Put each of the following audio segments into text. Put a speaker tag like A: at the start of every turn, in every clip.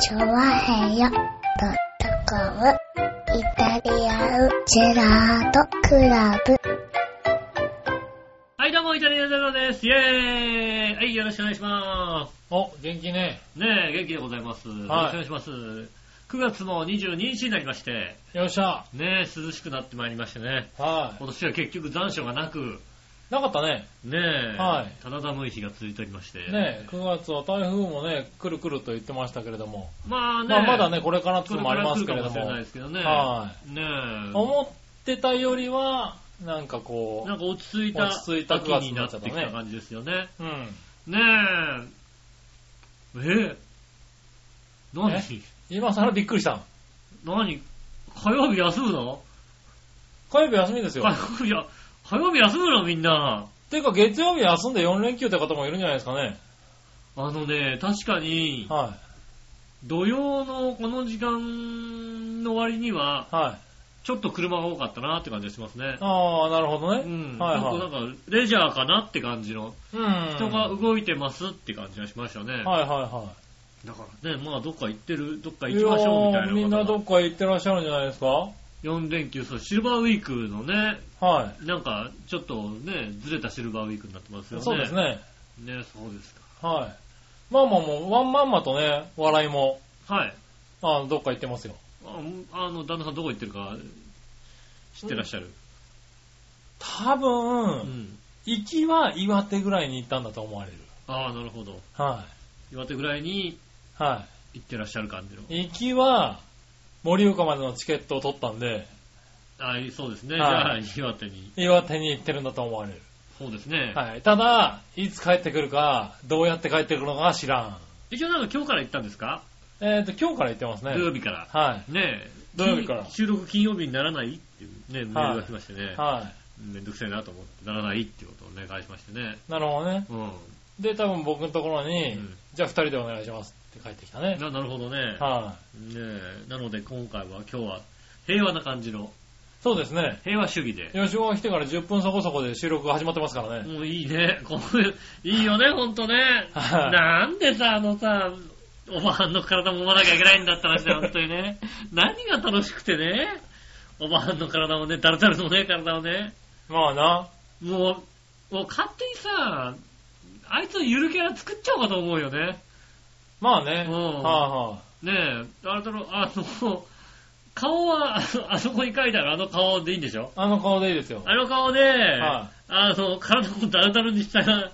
A: チョワヘヨドットコムイタリアンジェラートクラブ。
B: はい、どうも、イタリアンジェラーです。イェーイはい、よろしくお願いしま
C: お、元気ね。
B: す。ねえ、元気でございます。
C: はい
B: よろしくお願いします。9月も22日になりまして、
C: よっしゃ。
B: ねえ、涼しくなってまいりましてね。
C: は
B: 今年は結局残暑がなく、
C: い。なかったね。
B: ねえ、
C: はい
B: ただ寒い日が続いておりまして。
C: ね9月は台風もね、来る来ると言ってましたけれども。
B: まあね、
C: まあ、まだね、これからって
B: こ
C: いう
B: れ
C: のも
B: か
C: あ
B: ら来る
C: りますけ
B: か
C: れ
B: もし
C: ど
B: れない
C: も
B: で。すけどね。
C: は
B: ねえ、
C: 思ってたよりは、なんかこ
B: なんか落ち着いた
C: 落ち着いた
B: 秋になってき
C: 九月になっちゃった
B: た
C: ね
B: 感じですよね。
C: う、うん。
B: ねえ、えー、何
C: え今更びっくりした。
B: 何火曜日休むの
C: 火曜日休みですよ。
B: 火曜日や、火曜日休むのみんな。
C: ていうか月曜日休んで4連休って方もいるんじゃないですかね。
B: あのね、確かに、
C: は。、
B: 土曜のこの時間の割にはい
C: はい。
B: ちょっと車が多かったなって感じがしますね。
C: ああ、なるほどね。
B: うん。
C: はい
B: ちょ
C: は
B: っと
C: い。
B: なんか、レジャーかなって感じの、
C: うん。
B: 人が
C: はい
B: 動いてますって感じがしましたね。
C: はいは
B: だからね、まあどっか行ってる、どっか
C: い。
B: 行きましょうみたい
C: やーみん
B: な
C: な
B: 方
C: ど
B: が。
C: っか行ってらっしゃるんじゃないですかは
B: 4連休、そう、シルバーウィークのね、
C: い。
B: なんか、ちょっとね、ずれたシルバーウィークになってますよね。
C: そうです。ね。
B: ね、そうですか。
C: はい。まあまあもう、ワンマンマとね、笑いも、
B: はい。
C: あの、どっか行ってますよ。
B: あうんあの、旦那さんどこ行ってるか知ってらっしゃる。
C: 多分、
B: うん。
C: 行きは岩手ぐらいに行ったんだと思われる。
B: ああ、なるほど。
C: は
B: 岩手ぐらいに
C: い。は
B: 行ってらっしゃる感じの。
C: い。行きは、盛岡までのチケットを取ったんで、
B: ああ、そうですね。
C: は
B: じゃあ、岩手に。
C: 岩手に行ってるんだと思われる。
B: そうですね。
C: はい。ただ、いつ帰ってくるか、どうやって帰ってくるのか知らん。
B: 一応なんか今日から行ったんですか、
C: えっ、と、今日から行ってますね
B: 土。曜日から。
C: は
B: ねえ。
C: 土曜日から
B: 金収録金曜日にならないっていうね、メールが来ましてね
C: い。。は
B: めんどくせえなと思って、ならないってことをね、返しましてね。
C: い。なるほどね。
B: うん。
C: で、多分僕のところに、
B: うん
C: じゃあ二人でお願いしますって帰ってきたね。
B: ななるほどね。
C: は
B: ねえ。なので今回は今日は平和な感じの、
C: い。そうですね。
B: 平和主義で。
C: 吉岡が来てから10分そこそこで収録が始まってますからね。
B: もういいね。こういう、いいよね、ほんとね。
C: はい
B: なんでさ、あのさ、おばはんの体も揉まなきゃいけないんだったらね、ほんとにね。何が楽しくてね。おばはんの体もね、だるだるのね、体をね。
C: まあな。
B: もう、もう勝手にさ、あいつのゆるキャラ作っちゃおうかと思うよね。
C: まあね。
B: うん
C: は
B: ねえ、あれだろ、あの、顔は、あのあそこに書いてあるあの顔でいいんでしょ
C: いはい。あの顔でいいですよ。
B: あの顔で、
C: は
B: あの、体もだるだるにした、ね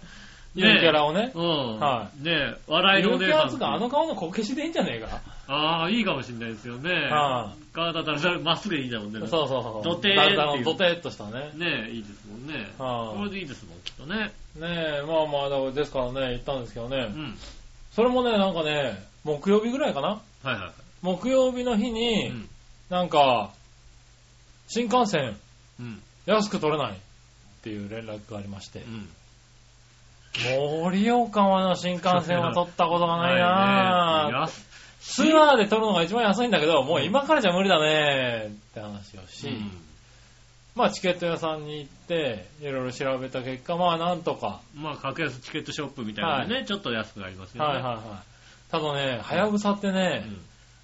C: い。ゆるキャラをね
B: う。ん。
C: は
B: ねえ、笑い
C: ゆ
B: の
C: る
B: お姉
C: キャ
B: さ
C: ラ
B: ん
C: つうか、あの顔のこけしでいいんじゃねえか。
B: ああ、いいかもしれないですよね。
C: は
B: 体だらだらまっすぐでいいんだもんね。
C: そうそうそう。
B: ドテー
C: だるだる
B: っていう
C: のドテーっとしたね。
B: ねえ、いいですもんね。
C: はい
B: これでいいですもん、きっとね。
C: ねえ、まあまあ、だからですからね、行ったんですけど
B: う
C: ね。
B: ん。
C: それもね、なんかね、木曜日ぐらいかな。
B: はいは
C: 木曜日の日
B: い。う
C: に、
B: ん。
C: なんか、新幹線
B: うん。
C: 安く取れないっていう連絡がありまして
B: う。ん。
C: 盛岡までの新幹線は取ったことがないなぁ。
B: ないね
C: ツアーで撮るのが一番安いんだけど、もう今からじゃ無理だねって話をし、
B: うん
C: まあチケット屋さんに行って、いろいろ調べた結果、まあなんとか、
B: まあ、格安チケットショップみたいなのでね、ちょっと安くなりますよね。
C: はいはいはい。ただね、はやぶさってね、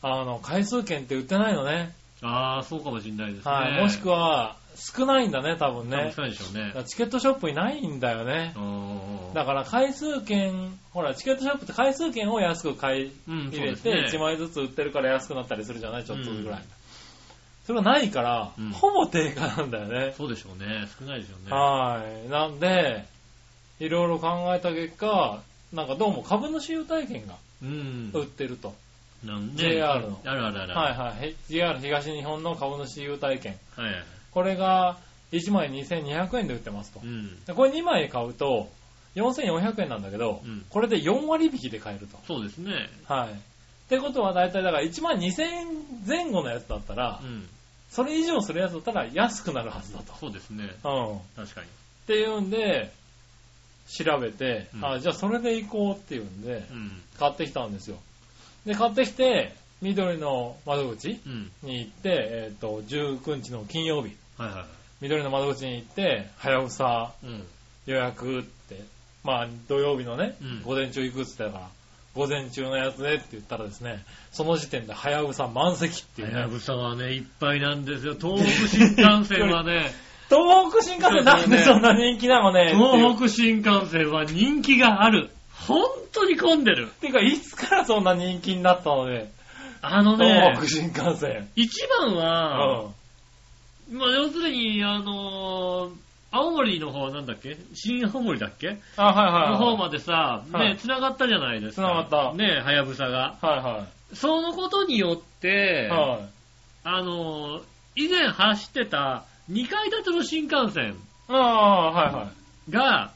B: うん
C: あの、回数券って売ってないのね。
B: ああ、そうかもしれないですね。
C: はい。もしく
B: は
C: は、少ないんだね、多分
B: ね
C: ね。。
B: そうでしょう
C: だ
B: ね
C: か。らチケットショップにないんだよね。
B: うん
C: だから回数券、ほら、チケットショップって回数券を安く買い
B: うん、
C: 入れ
B: そう
C: て、
B: ですね
C: 1枚ずつ売ってるから安くなったりするじゃないちょっとぐらい。
B: うん
C: それがないから、
B: うん
C: ほぼ定価なんだよね。
B: そうでしょうね。少ないでしょうね。
C: はい。なんで、いろいろ考えた結果、なんかどうも株主優待券が
B: うん。
C: 売ってると。
B: なんで
C: JR の
B: あるあるある。
C: はいはいへ。JR 東日本の株主優待券。
B: い。はい。
C: これが1枚2200円で売ってますと
B: う。ん。
C: でこれ2枚買うと4400円なんだけど、
B: うん
C: これで4割引きで買えると。
B: そうですね。
C: はい。ってことは大体だから1万2000円前後のやつだったら
B: う、ん。
C: それ以上するやつだったら安くなるはずだと。
B: そうですね。
C: うん。っ
B: 確かに。
C: ていうんで、調べて、
B: うん
C: あ、じゃあそれで行こうっていうんで、
B: うん。
C: 買ってきたんですよ。で、買ってきて、緑の窓口
B: うん。
C: に行って、えっ、と、19日の金曜日、
B: はいは
C: 緑の窓口に行って、はやぶさ
B: い。うん。
C: 予約って、まあ土曜日のね、
B: うん
C: 午前中行くって言ってたから、午前中のやつでって言ったらですね、その時点ではやぶさ満席っていう
B: はや
C: ね。
B: ぶさはね、いっぱいなん ですよ。東北新幹線はね、
C: 東北新幹線なんでそんな人気なのねっていう。
B: 東北新幹線は人気がある。本当に混んでる。
C: てか、いつからそんな人気になったのね。
B: あのね
C: 東、北新幹線。
B: 一番
C: う
B: は、
C: ん。
B: まあ要するに、あのー青森の方はなんだっけ新青森だっけ
C: あ、はいはいはい。
B: の方までさ、
C: は
B: ね
C: い、
B: 繋がったじゃないですか。
C: 繋がった
B: ね、はやぶさが。
C: はいは
B: そのことによっ
C: い。
B: て、
C: はい。
B: あのー以前走ってた2階建ての新幹線
C: ああ、はいはい。
B: が、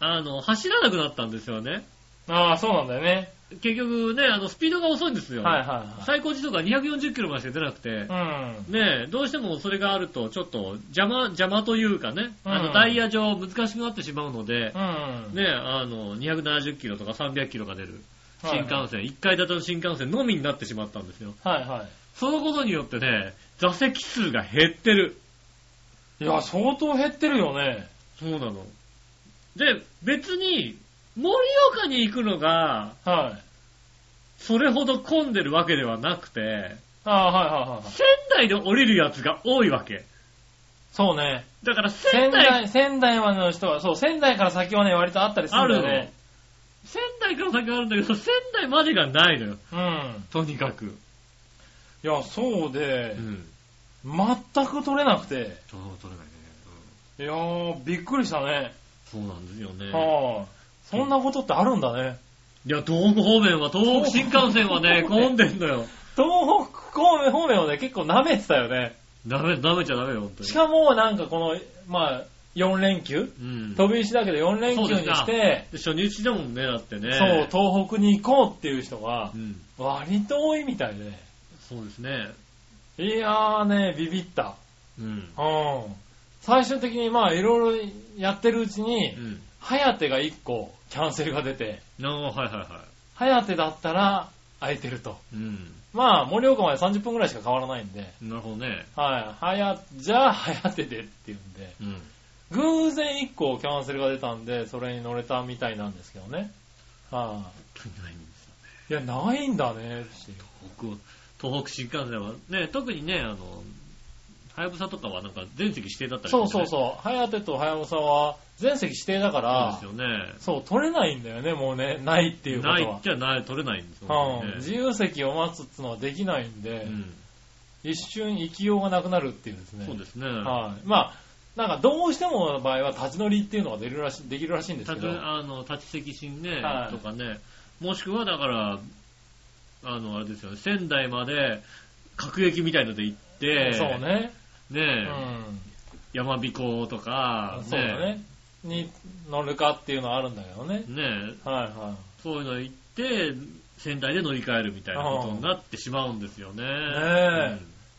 B: あの、走らなくなったんですよね。
C: ああ、そうなんだよね。
B: 結局ね、あの、スピードが遅いんですよ。
C: はいはい
B: 最高時速が240キロまでしか出なくて、
C: はい。うん。
B: ねえ、どうしてもそれがあると、ちょっと邪魔、邪魔というかね、
C: うん
B: あの、ダイヤ上難しくなってしまうので、
C: うん。
B: ねえ、あの、270キロとか300キロが出る
C: は
B: 新
C: い
B: 幹線、1階建ての新幹線のみになってしまったんですよ。
C: はいは
B: そのことによってね、座席数が減ってる。
C: い。いや、相当減ってるよね。
B: そうなの。で、別に、盛岡に行くのが、
C: はい。
B: それほど混んでるわけではなくて、
C: ああ、はいはいはい。
B: 仙台で降りるやつが多いわけ。
C: そうね。
B: だから仙
C: 仙
B: 台、
C: 台、仙台までの人は、そう、仙台から先はね、割とあったりするんだよね。
B: 仙台から先はあるんだけど、仙台までがないのよ。
C: うん。
B: とにかく。
C: いや、そうで
B: う、ん。
C: 全く取れなくて、
B: ちょうど取れないね。
C: いやー、びっくりしたね。
B: そうなんですよね。
C: はい。そんなことってあるんだね。
B: いや、東北方面は、東北新幹線はね、
C: 東北方面
B: 混んでんのよ。
C: 東北方面方面をね、結構舐めてたよね。
B: ダメ、ダメちゃダメよ、本当に
C: し。かも、なんかこの、まあ、4連休
B: うん。
C: 飛び石だけど4連休に
B: そう
C: し
B: で
C: て、
B: 初日だもんね、だってね。
C: そう、東北に行こうっていう人が
B: う、ん。
C: 割と多いみたいで。
B: そうですね。
C: いやーね、ビビった。
B: うん。
C: うん。最終的にまあ、いろいろやってるうちに
B: う、ん。
C: ハヤテが1個キャンセルが出て、
B: ああ、はいはいは
C: ハヤテだったら空いてると。
B: い。うん。
C: まあ、盛岡まで30分くらいしか変わらないんで、
B: なるほどね。
C: はい。はや、じゃあ、ハヤテでっていうんで、
B: うん。
C: 偶然1個キャンセルが出たんで、それに乗れたみたいなんですけどね。は
B: 本当にないんですよ
C: い。いや、ないんだね、っていう。
B: 北欧東北新幹線はね、特にね、あの、はやぶさとかはなんか全席指定だったり
C: そうそう
B: う。
C: そう。ハヤテとハヤブサは全席指定だか
B: そうで
C: ら
B: す、よね。
C: そう取れないんだよね、もうね。ないっていうことは。
B: ないっちゃない、取れないんですよ
C: うん、自
B: ね。
C: 由席を待つってのはできないんで、
B: うん。
C: 一瞬行きようがなくなるっていうですね。
B: そうですね。
C: はい。まあ、なんかどうしてもの場合は立ち乗りっていうのが出るらしできるらしいんです
B: た
C: け
B: と
C: ど、
B: え
C: は
B: あの、立ち席審ね、
C: はい
B: とかね、もしくはだから、あの、あれですよね、仙台まで、各駅みたいので行って、
C: そう。ね。う
B: ね、
C: ん。
B: 山彦とか、
C: そうだね。に乗るかっていうのはあるんだけどね。
B: ね。ね、
C: はいは
B: そういうの行って、仙台で乗り換えるみたいなことになってしまうんですよね。
C: ねい。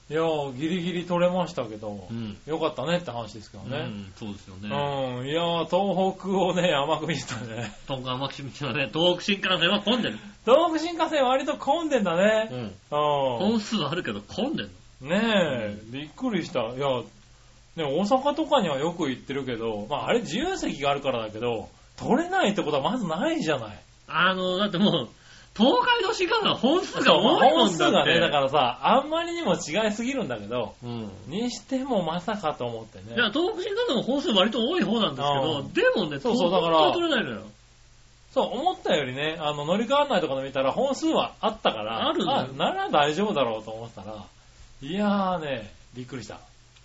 C: いやー、ギリギリ取れましたけど、
B: うん。うん
C: よかったねって話ですけど
B: うん
C: ね。
B: そうですよ
C: う
B: ね。
C: ん。いやー、東北をね、甘く見てたね。
B: トンカンマキシムはね、東北新幹線は混んでる。
C: 東北新幹線割と混んでんだね。うん。
B: 本数はあるけど混んでる
C: ねえ、びっくりした。いや、ね、大阪とかにはよく行ってるけど、まああれ自由席があるからだけど、取れないってことはまずないじゃない。
B: あの、だってもう、東海道新幹線は本数が
C: まあ
B: 多いも
C: 本
B: ん
C: 数
B: だって。
C: がね、だからさ、あんまりにも違いすぎるんだけど、
B: うん。
C: にしてもまさかと思って
B: いや、
C: ね。
B: 東北新幹線も本数割と多い方なんですけど、でもね、
C: そうそうだから
B: 本当に取れないのよ。
C: そう、思ったよりね、あの、乗り換わんないとかの見たら本数はあったから、
B: あるんだよ
C: なら大丈夫だろうと思ったら、いやーね、びっくりした。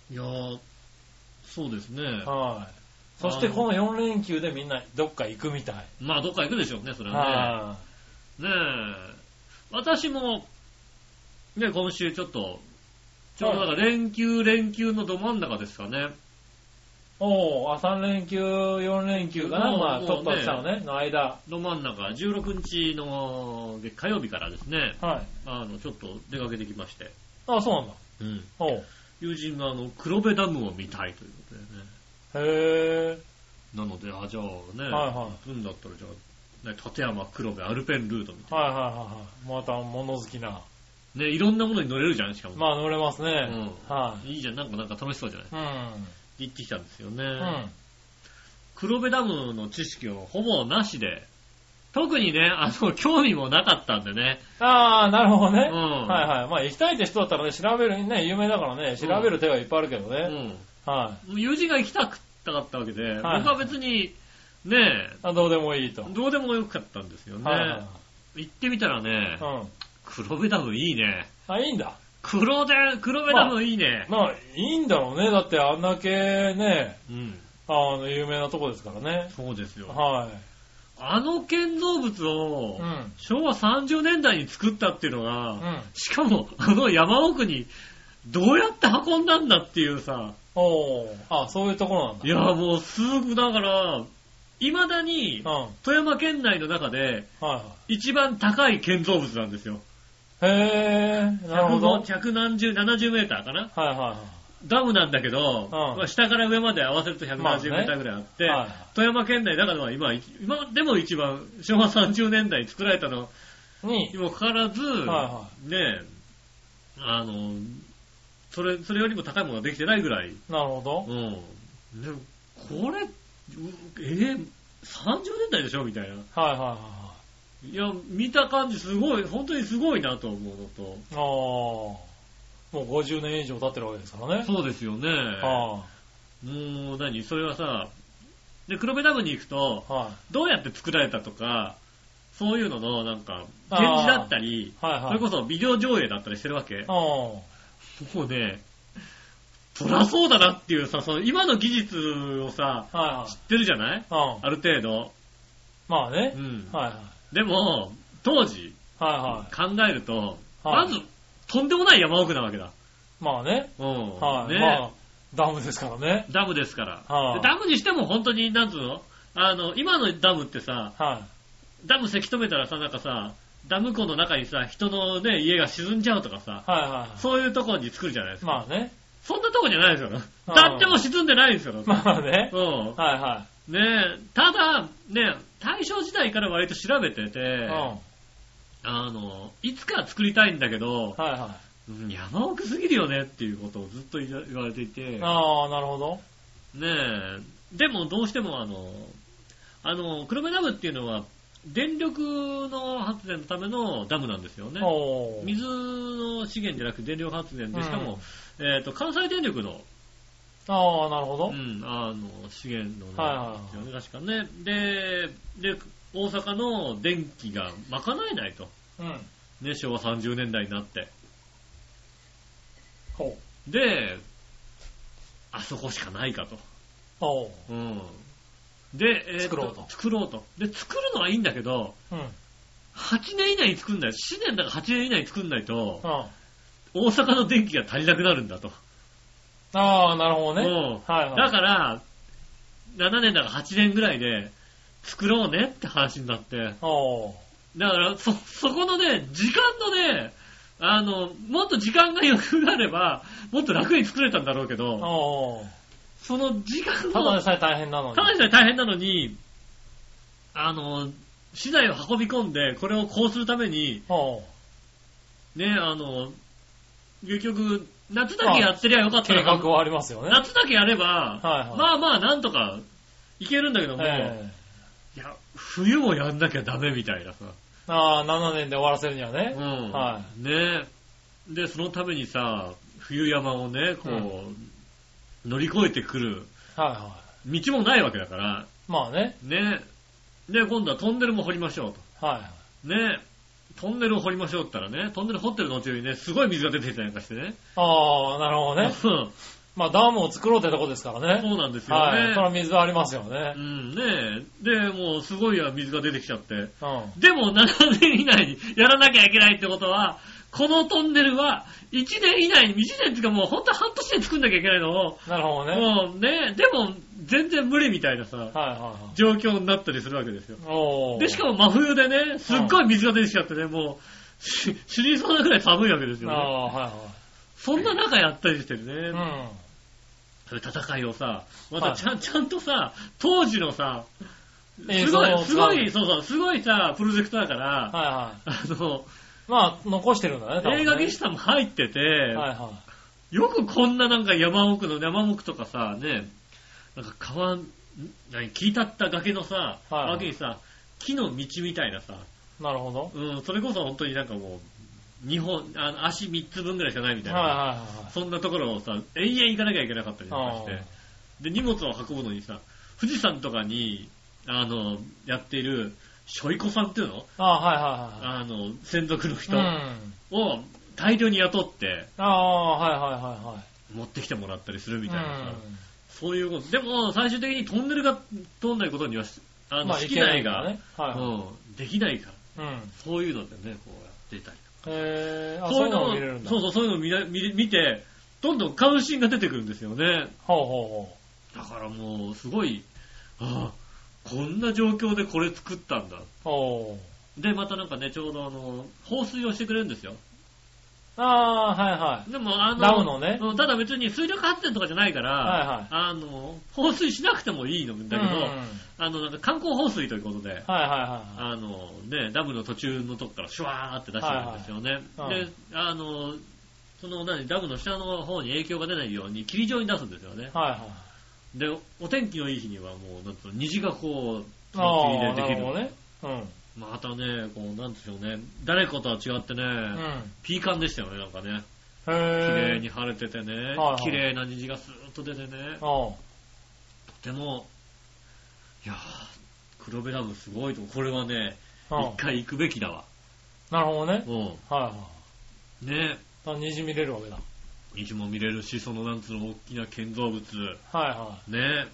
B: いやーそうですね。
C: はい。そしてこの4連休でみんなどっか行くみたい。
B: まあ、どっか行くでしょうね、それはね。
C: は
B: ねえ、私も、ね、今週ちょっと、ちょうどだから連休、連休のど真ん中ですかね。
C: おお、あ、3連休、4連休かな、
B: もう
C: まあ、
B: もう
C: 突破したのね、の間。
B: ど真ん中、16日の月火曜日からですね、
C: はい。
B: あの、ちょっと出かけてきまして、
C: あ、そうなんだ。おう
B: 友人があの、黒部ダムを見たいということでね。
C: へ
B: なので、あ、じゃあね、
C: はいはい
B: 行くんだったら、じゃあ、ね、立山黒部アルペンルートみ
C: え。
B: たい
C: はいはいはいはい。また物好きな。
B: な。ね、いろんなものに乗れるじゃん、しかも。
C: まあ、乗れますね。
B: うん
C: はい。
B: いいじゃん、なんかなんか楽しそうじゃない
C: うん。
B: 行ってきたんですよね。
C: うん。
B: 黒部ダムの知識をほぼなしで、特にね、あの、 興味もなかったんでね。
C: ああ、なるほどね。
B: うん
C: はいはい。まあ、行きたいって人だったらね、調べる、ね、有名だからね、調べる手はいっぱいあるけどね。
B: うん。
C: は
B: 友人が行きたかったわけで、僕
C: はい
B: は別に、ね
C: い。あどうでもいいと。
B: え、どうでもよかったんですよ
C: はいはい
B: ね。行ってみたらね、
C: うん。
B: 黒部ダムいいね。
C: あ、いいんだ。
B: 黒で、黒部ダムいいね。
C: まあ、いいんだろうね。だって、あんだけね、
B: うん。
C: あの、有名なとこですからね。
B: そうですよ。
C: は
B: あの建造物
C: い。
B: を
C: う、ん。
B: 昭和30年代に作ったっていうの
C: う
B: が、
C: ん。
B: しかも、あの山奥に、どうやって運んだんだっていうさ、
C: おー。あ、そういうところなんだ。
B: いや、もうすぐ、だから、未だに
C: うん。、はい
B: 富山県内の中で、
C: は
B: 一番高い建造物なんですよ。
C: い。へー。なるほど。はい
B: 100何十、70メーターかな。
C: はいは
B: ダムなんだけど、まあ下から上まで合わせると170
C: まあ
B: メ
C: ね
B: ーターぐらいあって、
C: い。はい。
B: 富山県内だからは今、今でも一番、昭和30年代に作られたのに
C: に、
B: もかかわらず、
C: は
B: ねえ、あの、それ、それよりも高いものができてないぐらい。
C: なるほど。
B: うん。でこれ、うえー30年代でしょみたいな。
C: はいはいはい
B: や、見た感じすごい、本当にすごいなと思うのと。
C: いはい。あー。もう50年以上経ってるわけですからね。
B: そうですよね。
C: は
B: もう何それはさ、で、黒部ダムに行くと、
C: い。はい。
B: どうやって作られたとか、そういうのの、なんか、展示だったり、
C: はいはい。
B: それこそビデオ上映だったりしてるわけ。
C: うん。
B: もうね、そりゃそうだなっていうさ、その今の技術をさ、
C: は
B: 知ってるじゃない
C: いはい。うん。
B: ある程度。
C: まあね
B: う。ん。
C: はいはい。
B: でも、当時、
C: はいは
B: 考えると、ま
C: はい
B: ず、とんでもない山奥なわけだ。
C: い。まあね。
B: うん。
C: はい。
B: ね、
C: まあ、ダムですからね。
B: ダムですから、
C: はい
B: でダムにしても本当に、なんつうのあの、今のダムってさ、
C: は
B: ダムせき止めたらさ、なんかさ、ダム湖の中にさ、人のね、家が沈んじゃうとかさ、
C: い。はいはい。
B: そういうところに作るじゃないですか。
C: まあね。
B: そんなとこじゃないですよね。
C: あー
B: だっても沈んでないんですよ。
C: まあね。
B: うん。
C: はいは
B: ねえ、ただ、ね大正時代から割と調べてて、
C: い。うん。はい
B: あの、いつか作りたいんだけど、
C: は
B: うん山奥すぎるよねっていうことをずっと言わ言われていて、
C: い。
B: ね
C: ああ、なるほど。
B: え、でもどうしてもあの、あの、黒部ダムっていうのは、電力の発電のためのダムなんですよね。
C: おー。
B: 水の資源じゃなくて電力発電
C: う
B: で、
C: ん
B: しかも、えっ、と、関西電力の、
C: ああ、なるほ
B: う
C: ど。
B: ん、あの、資源の、
C: はいはいはい
B: ですよね、確かね。で、で、大阪の電気が賄えないと。
C: うん。
B: ね、昭和30年代になって。
C: ほ
B: で、あそこしかないかと。
C: う。おう。
B: うん。で、えー
C: 作ろうと
B: 作ろうと。で、作るのはいいんだけど、
C: うん。うん。
B: 8年以内に作んない。7年だから8年以内に作んないと、
C: あ
B: 大阪の電気が足りなくなるんだと。
C: あ、なるほどね。
B: うん
C: はい
B: だ
C: はい。
B: から、7年だから8年ぐらいで、作ろうねって話になって。
C: おう。
B: だから、そ、そこのね、時間のね、あの、もっと時間が余裕があれば、もっと楽に作れたんだろうけど、
C: おう。
B: その時間
C: ただ
B: の
C: で、さえ大変なのに。
B: ただでさえ大変なのに、あの、資材を運び込んで、これをこうするために、
C: おう。
B: ね、あの、結局、夏だけやってりゃよかった
C: 計
B: のか
C: 画はありますよね。
B: 夏だけやれば、
C: はいはい
B: まあまあなんとかいけるんだけども、
C: え
B: い
C: え
B: や、冬もやんなきゃダメみたいなさ。
C: ああ、7年で終わらせるには
B: う
C: ね。
B: ん。
C: は
B: ねで、そのためにさ、冬山をね、こう、
C: う
B: 乗り越えてくる
C: はいは
B: 道もないわけだから、
C: い。まあね。
B: ね。で、今度はトンネルも掘りましょう
C: はいはい。
B: と。ね。トンネルを掘りましょうって言ったらね、トンネル掘ってる途中にね、すごい水が出てきたりなんかしてね。
C: ああ、なる
B: う
C: ほど
B: ん
C: ね。まあダムを作ろうってとこですからね。
B: そうなんですよね。
C: はい。それは水はありますよね
B: う。ん、ねで、もうすごい水が出てきちゃって。
C: うん。
B: でも7年以内にやらなきゃいけないってことは、このトンネルは1年以内に、1年っていうかもうほんと半年で作んなきゃいけないのを、
C: なるほどね。はい
B: もうね、でも全然無理みたいなさ、
C: はいは
B: 状況になったりするわけですよ。
C: い。おー
B: で、しかも真冬でね、すっごい水が出てきちゃってね、もうし死にそうなぐらい寒いわけですよ
C: あ
B: ね。
C: あ、は
B: そんな中やったりして
C: い
B: るね。
C: はい。
B: それ戦いをさ、またちゃん、ちゃんとさ、当時のさ、
C: うん。
B: すご
C: 映像を
B: い、すごい、
C: 使
B: そうそう、すごいさ、プロジェクトだか
C: う。
B: ら、
C: はいは
B: あの、
C: い。まあ、残してるんだね、多分ね
B: 映画技師さんも入ってて、
C: はいは
B: よくこんななんか山奥の山奥とかさ、ね、なんか川、ん何、切り立った崖のさ、
C: はい
B: 脇にさ、木の道みたいなさ、
C: なるほど。
B: うん、それこそ本当になんかもう、日本、あの足3つ分ぐらいしかないみたいな、
C: はいはいはい。
B: そんなところをさ、永遠行かなきゃいけなかったりとかして、で、荷物を運ぶのにさ、富士山とかに、あの、やっている、しょいこさんっていうの
C: ああ、はいはいはい。
B: あの、専属の人
C: うん。
B: を大量に雇って、
C: ああ、はいはいはいはい。
B: 持ってきてもらったりするみたいなさ、
C: うん
B: そういうこと。でも、最終的にトンネルが通んないことには、あの、
C: まあ
B: 好
C: い
B: き
C: けな
B: ない
C: いから
B: が、
C: ね。は
B: うん、できないから、
C: い。うん。
B: そういうのでね、こうやっていたり。
C: へーあ、そういうのも見れるんだ。
B: そう
C: う。
B: そう、そういうのを見ら見れ見て、どんどん買うシーンが出てくるんですよね。
C: ほうほ
B: だからもう、すごい、ああ、こんな状況でこれ作ったんだ。
C: うほう。ほう。
B: で、またなんかね、ちょうどあの、放水をしてくれるんですよ。
C: ああ、はいはい。
B: でも、あの、
C: ダムのね
B: うんただ別に水力発電とかじゃないから、
C: はいはい
B: あの、放水しなくてもいいのだけど、
C: うん
B: あの、なんか観光放水ということで、
C: はいはいは
B: あの、ね、ダムの途中のとこからシュワーって出してるんですよね。
C: はいはいうん
B: で、あの、その何、ダムの下の方に影響が出ないように霧状に出すんですよね
C: い。。はいはい。
B: で、お天気のいい日にはもう、なんと虹がこう、その
C: ああ、
B: 霧で
C: な
B: でき
C: る
B: る
C: ほどね。うん。
B: またね、こう、なんでしょうね、誰かとは違ってね、
C: うん。
B: ピーカンでしたよね、なんかね。
C: へ
B: 綺
C: え。
B: 麗に晴れててね
C: いは、い
B: 綺麗な虹がスーッと出てね、
C: おう
B: とても、いやー、黒部ダムすごいと、これはね、
C: うん
B: 一回行くべきだわ。
C: なるほどね。
B: うん。
C: はいはい。
B: ね
C: あ虹見れるわけだ。
B: 虹も見れるし、そのなんつうの大きな建造物、
C: はいは
B: ね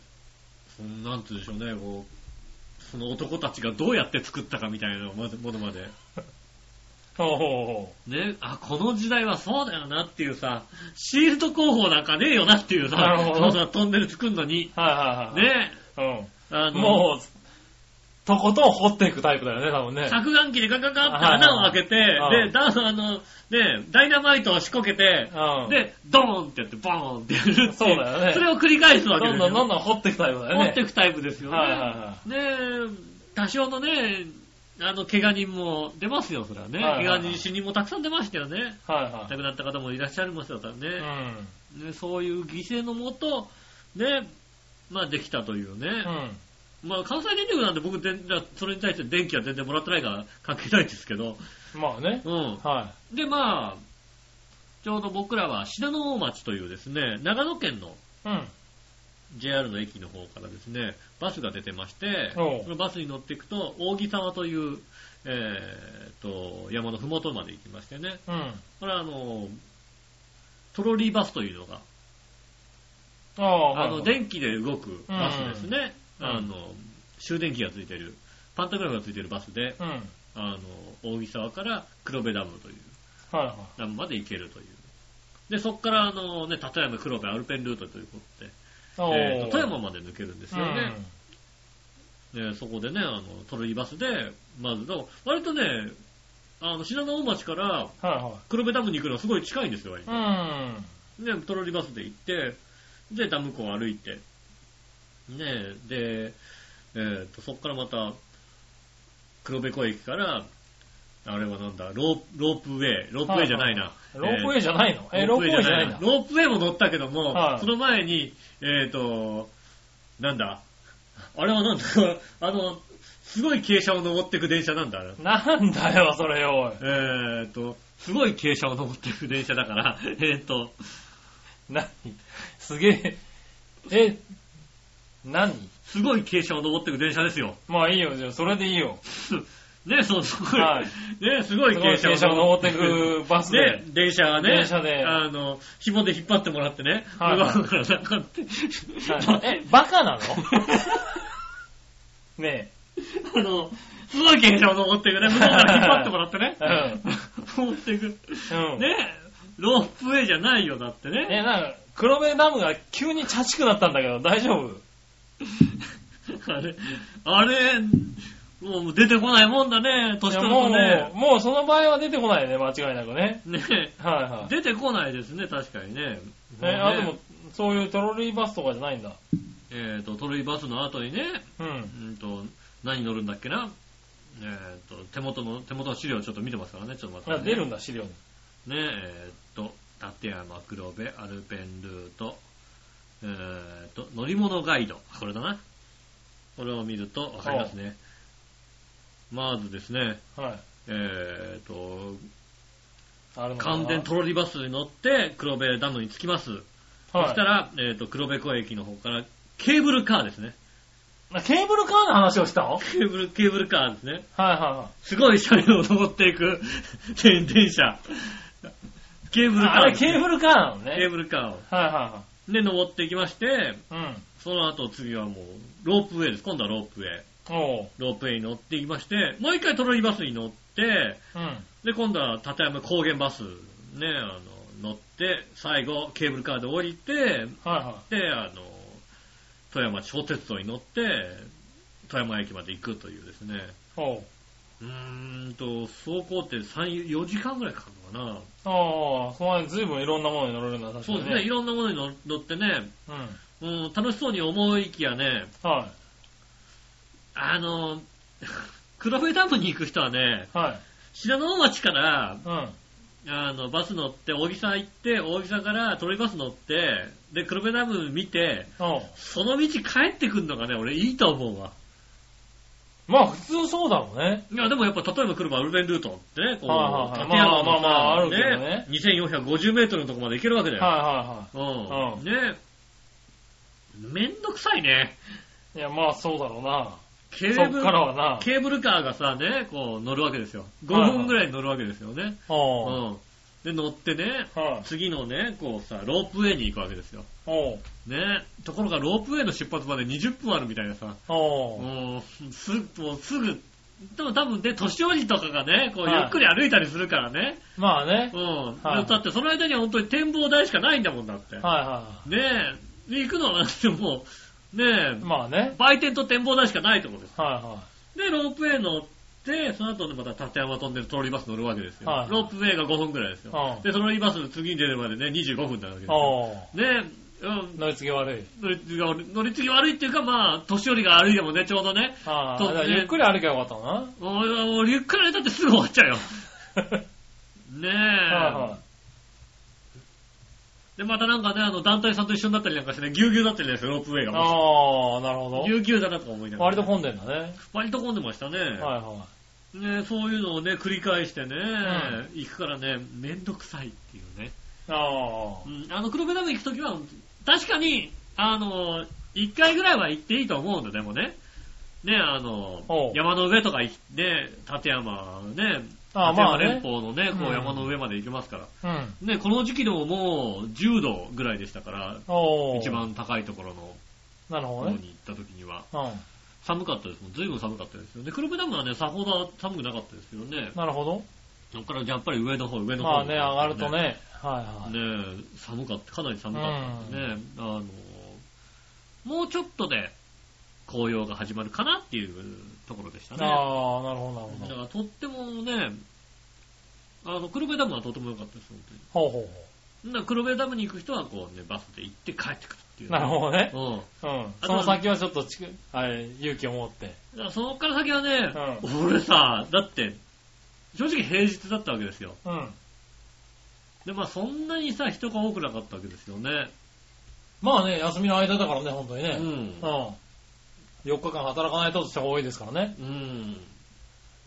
B: そのなんつうでしょうね、こう、その男たちがどうやって作ったかみたいなものまで。
C: い。おうほ
B: ねあ、この時代はそうだよなっていうさ、シールド工法なんかねえよなっていうさ、
C: なるほど
B: そんなトンネル作るのに、
C: う。はいはいはい。。
B: ねあ
C: うん。
B: の、
C: もう、とことん掘っていくタイプだよね、多分ね。
B: 削岩機でガンガンガンって穴を開けて
C: はいはい、
B: で、ダあの、ね、ダイナマイトを仕掛けて、
C: うん。
B: で、ドーンってやって、ボーンってやるってい
C: そうだよね
B: それを繰り返すわけで
C: ど
B: すよ。
C: んどんどんどん掘っていくタイプだよね。
B: 持っていくタイプですよね。
C: はいはいは
B: ねえ多少のね、あの、怪我人も出ますよ、それはね。
C: はいはいは
B: 怪
C: い
B: 我人、死人もたくさん出ましたよね。
C: はいは
B: 亡くなった方もいらっしゃいますよ、多分ね。
C: い。うん。
B: ね、そういう犠牲のもと、ね、まあできたというね。
C: うん。
B: まあ関西電力なんで僕全然、それに対して電気は全然もらってないから関係ないですけど。
C: まあね。
B: うん。
C: は
B: で、まあ、ちょうど僕らは信濃大町というですね、長野県の
C: い。うん。
B: JR の駅の方からですね、バスが出てまして、
C: おう
B: そのバスに乗っていくと、扇沢という、えーと、山のふもとまで行きましてね、
C: うん。
B: これはあの、トロリーバスというのが、
C: ああ、
B: あの、電気で動くバスですね。
C: うん
B: あの、終電機がついてる、パンタグラフがついてるバスで、
C: うん。はい
B: あの、大木沢から黒部ダムという
C: はい。
B: ダムまで行けるという。で、そこから、あの、ね、立山黒部アルペンルートということで、
C: おう
B: えーと富山まで抜けるんですよね。
C: うん
B: でそこでね、あの、トロリーバスで、まずの、割とね、あの、品川町から
C: はいはい。
B: 黒部ダムに行くのはすごい近いんですよ、割と。
C: うん。
B: で、トロリバスで行って、で、ダム湖を歩いて、ねえ、で、えーと、そこからまた、黒部湖駅から、あれはなんだ、ローロープウェイ、ロープウェイじゃないな。
C: ロープウェ
B: イ
C: イじゃないのえ、ロープウェイじゃないんだ。
B: ロープウェイも乗ったけども、
C: はい
B: その前に、えっ、と、なんだ、あれはなんだ、 あの、すごい傾斜を登っていく電車なんだ。
C: なんだよ、それよ、おい。
B: えっ、と、すごい傾斜を登っていく電車だから、 えっ、と、
C: 何すげえ。え、何
B: すごい傾斜を登っていく電車ですよ。
C: まあいいよ、じゃあ、それでいいよ。
B: ね、そう、すごい、
C: はい
B: ね、すごい
C: すごい
B: 傾
C: 傾
B: 斜
C: 斜を登って
B: く。
C: くバス
B: ね
C: で。、
B: 電車がね、
C: 電車で
B: あの、紐で引っ張ってもらってね、
C: はい
B: 向こうからなんかって、
C: はいえ、バカなのね
B: あの、すごい傾斜を登っていくね、向こうから引っ張ってもらってね
C: え。、うん。
B: 登っていく。
C: うん。
B: ね、ロープウェイじゃないよ、だって
C: え、
B: ね。
C: なんか、黒部ダムが急にチャチくなったんだけど、大丈夫
B: あれ、あれ、もう出てこないもんだね、
C: い
B: 年
C: や
B: 取る
C: も
B: と
C: う、
B: ね。
C: もうその場合は出てこないね、間違いなくね。
B: ね、
C: はいはい。
B: 出てこないですね、確かにね。
C: え、
B: ね
C: あ、でも、そういうトロリーバスとかじゃないんだ。
B: えっ、と、トロリーバスの後にね、
C: うん。
B: うんと、何乗るんだっけなえっ、と、手元の、手元の資料をちょっと見てますからね、ちょっと待って、ね。
C: あ出るんだ、資料に。
B: ねえっ、と、立山黒部アルペンルート、えっ、と、乗り物ガイド。これだな。これを見るとわかりますね。まずですね、
C: はい。
B: えーと、
C: あるのかな
B: 完全トロリバスに乗って黒部ダムに着きます。そ
C: は
B: したら、えーと、黒部湖駅の方からケーブルカーですね。
C: い。ケーブルカーの話をしたのはい
B: ケーブル、ケーブルカーですね。
C: は
B: すごい車両を登っていく 電電車。ケー
C: い
B: ブ
C: は
B: ルカー
C: い。あれ
B: ですね、
C: ケーブルカーなのね。
B: ケーブルカーを。
C: はいは
B: で、登っていきまして、
C: いはい。
B: その後次はもう、ロープウェイです。今度はロープウェイ。
C: うん。おう。
B: ロープウェイに乗っていきまして、もう一回トロリバスに乗って、
C: うん。
B: で、今度は立山高原バス、ね、あの、乗って、最後、ケーブルカーで降りて、
C: はいは
B: で、あの、富山小鉄道に乗って、富山駅まで行くというですね。
C: い。おう。
B: うーんと、走行って3、4時間ぐらいかかるのかな。
C: ああ、その辺ずいぶんいろんなものに乗れるんだ、確か
B: そう
C: に、ね。
B: ですね、いろんなものに乗乗ってね、
C: うん。
B: うん、楽しそうに思いきやね、
C: は
B: あの、 黒部ダムに行く人はね、
C: い。はい。
B: 信濃町から、
C: うん。
B: あの、バス乗って、大木さん行って、大木さんからトロリバス乗って、で、黒部ダム見て、
C: おう。
B: その道帰ってくんのがね、俺いいと思うわ。
C: まあ、普通そうだろうね。
B: いや、でもやっぱ、例えば来ればアルベンルートってね、こう、
C: はいはいはい
B: 立山のさ
C: まあまあまああるけどね
B: 2450メートルのとこまで行けるわけだよ。
C: は
B: うん。
C: うん
B: ねめんどくさいね。
C: いはいはい。いや、まあ、そうだろうな。
B: ケーブ
C: そっ
B: ル
C: からはな。
B: ケーブルカーがさ、ね、こう乗るわけですよ。5
C: はいはい
B: 分ぐらい乗るわけですよね。
C: おう。
B: うん。で、乗ってね、
C: はい。
B: 次のね、こうさ、ロープウェイに行くわけですよ。
C: おう。
B: ね。ところが、ロープウェイの出発まで20分あるみたいなさ、
C: おう。
B: もう、す、もうすぐ、でも多分ね、年寄りとかがね、こう、
C: は
B: ゆ
C: い
B: っくり歩いたりするからね。
C: まあね。
B: うん。
C: はい
B: だってその間には本当に展望台しかないんだもんだって。
C: はいは
B: ねえ。で行くのはだってもう、ね
C: い。
B: え、
C: まあね。
B: 売店と展望台しかないところです。
C: はいは
B: で、ロープウェイ乗って、その後ねまた立山トンネル通りバス乗るわけですよ。
C: はい
B: ロープウェイが5分くらいですよ
C: う。ん
B: で、トロリバス次に出るまでね、25分になるわけで
C: い。
B: すよ。
C: おう。
B: ねえ、うん。
C: 乗り継ぎ悪い。
B: 乗り継ぎが悪い乗り継ぎ悪いっていうか、まあ、年寄りが歩いてもね、ちょうどね、
C: ああ、
B: と
C: だからゆっくり歩けばよかったな。
B: 俺は俺ゆっくり歩いたってすぐ終わっちゃうよ。ねえ。
C: はいは
B: で、またなんかね、あの、団体さんと一緒になったりなんかしてね、ぎゅうぎゅうだったりですよ、ロープウェイ
C: い。
B: が。
C: ああ、なるほど
B: ぎ。ゅうぎゅうだなとか思いながら。
C: 割と混んでんだね。
B: 割と混んでましたね。
C: はいは
B: ねそういうのをね、繰り返してね、
C: ん
B: 行くからね、めんどくさいっていうね。
C: い。あ
B: うん、あの、黒部ダム行くときは、確かに、あの、一回ぐらいは行っていいと思うんだ、でもね。ね、あの
C: お、う
B: 山の上とか行って、立山ね、
C: あ。ああ、
B: 立
C: ま
B: 山
C: あ
B: 連
C: ね。
B: 峰のね、こ
C: う
B: うん山の上まで行けますから。
C: うん。
B: ね、この時期でももう10度ぐらいでしたから、
C: おお。
B: 一。番高いところの
C: なるほ
B: 方
C: ど
B: に
C: ね。
B: 行った時には、
C: う
B: 寒かったですもん。随分寒かったですよね。黒部ダムはね、さほど寒くなかったですよね
C: ん。。なるほど。
B: そこからやっぱり上の方、上の方、
C: まあね、上がると。ね。はいはい。
B: ねえ寒かった、かなり寒かったんでね、あの、もうちょっとで紅葉が始まるかなっていうところでしたね。
C: ああ、なるほど、な
B: だか
C: るほど。
B: らとってもね、あの、黒部ダムはとても良かったです、本当に。
C: ほうほう
B: だから黒部ダムに行く人はこうね、バスで行って帰ってくるってい
C: ほう。
B: う。
C: なるほどね。
B: ど。うん。
C: うん。その先はちょっとちく、あれ、勇気を持って。
B: だからそこから先はね、俺さ、だって、正直平日だったわけですよ。
C: うん。
B: で、まあそんなにさ、人が多くなかったわけですよね。
C: まあね、休みの間だからね、本当に
B: う
C: ね。
B: ん
C: う。ん。4日間働かないと人が多いですからね。
B: うん。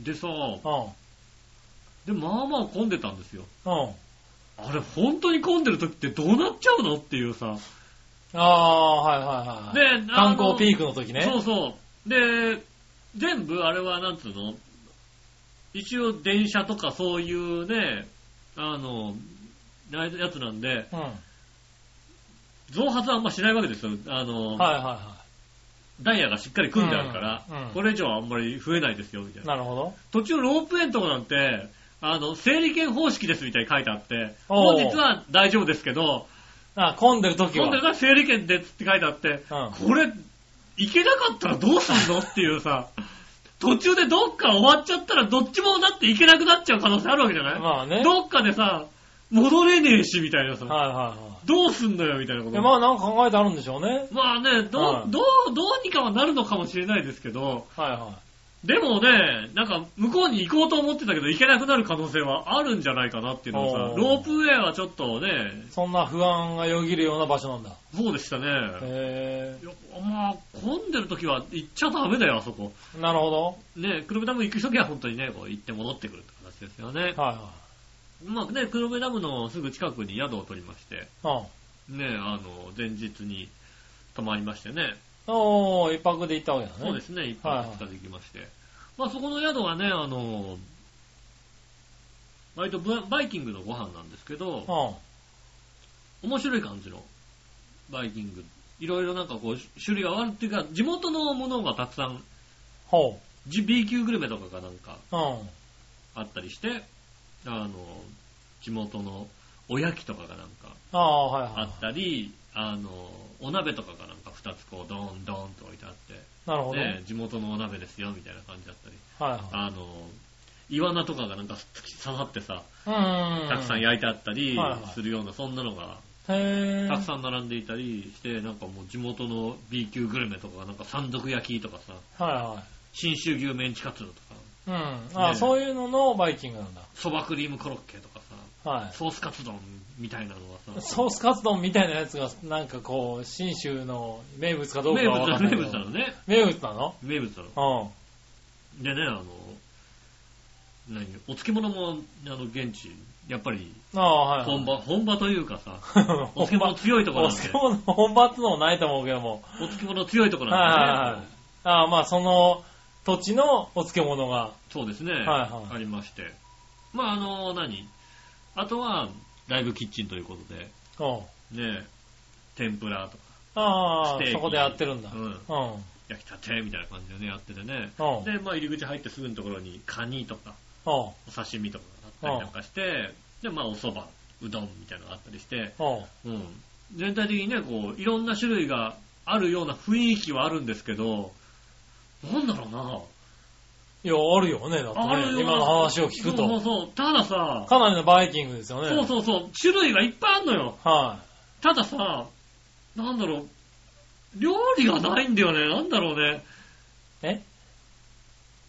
B: でさ、
C: うん。
B: で、まあまあ混んでたんですよ。
C: うん。
B: あれ、本当に混んでる時ってどうなっちゃうのっていうさ。
C: ああ、はいはいはい。
B: で、あの
C: 観光ピークの時ね。
B: そうそう。で、全部あれはなんつうの一応電車とかそういうね、あの、なやつなんで、
C: うん。はい
B: 増発はあんましないわけですよ。あの、
C: はいは
B: ダイヤがしっかり組んであるから、
C: うんうん
B: これ以上はあんまり増えないですよ、みたい
C: い。
B: な。
C: なるほど。
B: 途中ロープウェイのとこなんて、あの、整理券方式ですみたいに書いてあって、
C: お
B: 本
C: う
B: 日は大丈夫ですけど、
C: あ混んでる時は。
B: 今度は整理券ですって書いてあって、
C: う
B: これ、行けなかったらどうすんのっていうさ、 途中でどっか終わっちゃったらどっちもだって行けなくなっちゃう可能性あるわけじゃない、
C: まあね。
B: どっかでさ、戻れねえし、みたいなさ、
C: はいはいは
B: どうすんのよ、みたいなこ
C: い。
B: と。
C: で、まあなんか考えてあるんでしょうね。
B: まあね、どう、
C: はい
B: どう、どうにかはなるのかもしれないですけど、
C: はいは
B: でもね、なんか、向こうに行こうと思ってたけど、行けなくなる可能性はあるんじゃないかなっていうのがさ
C: お、ー
B: ロープウェイはちょっとね、
C: そんな不安がよぎるような場所なんだ。
B: そうでしたね。
C: へ
B: いやまあ、混んでる時は行っちゃダメだよ、あそこ。
C: ーなるほど。
B: ね、黒部ダム行く時は本当にね、こう行って戻ってくるって形ですよね。
C: はい
B: まあね、黒部ダムのすぐ近くに宿を取りまして、
C: はい。
B: ね、あの、前日に泊まりましてね。
C: うん。おー、一泊で行ったわけだね。。
B: そうですすね、一泊二日できまして。まあそこの宿はね、あの、割とブバイキングのご飯なんですけど、
C: う
B: 面白い感じのバイキング。いろいろなんかこう、種類があるっていうか、地元のものがたくさん、
C: ん。ほ
B: B 級グルメとかがなんか
C: う。うん。
B: あったりして、あの、地元のおやきとかがなんか
C: ああ、はい
B: あ
C: は
B: ったり、あの、お鍋とかがなんか二つこう、ドーンドーンと置いてあっ
C: い。なるほ
B: て、
C: ど。
B: ね、地元のお鍋ですよ、みたいな感じだったり。
C: は
B: あの、イワナとかがなんか突き刺さってさ、
C: いはい。うん。
B: たくさん焼いてあったり
C: はいはい
B: するような、そんなのが
C: へぇー。
B: たくさん並んでいたりして、なんかもう地元の B 級グルメとか、なんか山賊焼きとかさ、
C: ん。はいはい。
B: 信州牛メンチカツとか、
C: うん。あ
B: ね
C: あ、そういうののバイキングなんだ。
B: そばクリームコロッケとか
C: は
B: さ、ソースカツ丼みたいなのが
C: い。
B: さ、
C: ソースカツ丼みたいなやつが、なんかこう、信州の名物かどうか
B: 名
C: は
B: 物
C: わか
B: だ、
C: んない
B: 名
C: け
B: 物
C: ど
B: なのね。
C: 名物なの
B: 名物なの。
C: うん。
B: でね、あの、何お漬物も、あの、現地、やっぱり、
C: ああ、はい、はい。
B: 本場、本場というか さ、お漬
C: 本
B: 物
C: 場。
B: 強いとこ
C: お
B: ろなんで
C: 漬、物の本場ってのもないと思うけども。
B: お漬物強いところ
C: はいはい
B: なん
C: は
B: で
C: い
B: ね、。
C: ああ、まあその土地のお漬物が。
B: そうですね、
C: はい
B: ありまして。まあ、あの、何あとは、ライブキッチンということで、
C: うん。
B: ねえ、天ぷらとか、
C: あ
B: ステー
C: あ、
B: キ
C: そこでやってるんだ。
B: う
C: うん。
B: ん、
C: うん。
B: 焼きたてみたいな感じでね、やっててね。
C: うん。
B: で、まあ、入り口入ってすぐのところに、カニとか、
C: うん。
B: お刺身とかがあったりなんかして、で、まあ、お蕎麦、うどんみたいなのがあったりして、
C: うん。
B: うん。全体的にね、こう、いろんな種類があるような雰囲気はあるんですけど、なんだろうな。
C: いや、あるよね。だって
B: あるよ
C: ね、今の話を聞く
B: そう
C: と。
B: そうそう。たださ、
C: かなりのバイキングですよね。
B: そうそうそう、種類がいっぱいあるのよ。
C: は
B: たださ、なんだろう、料理がないんだよね。なんだろうね。
C: い。え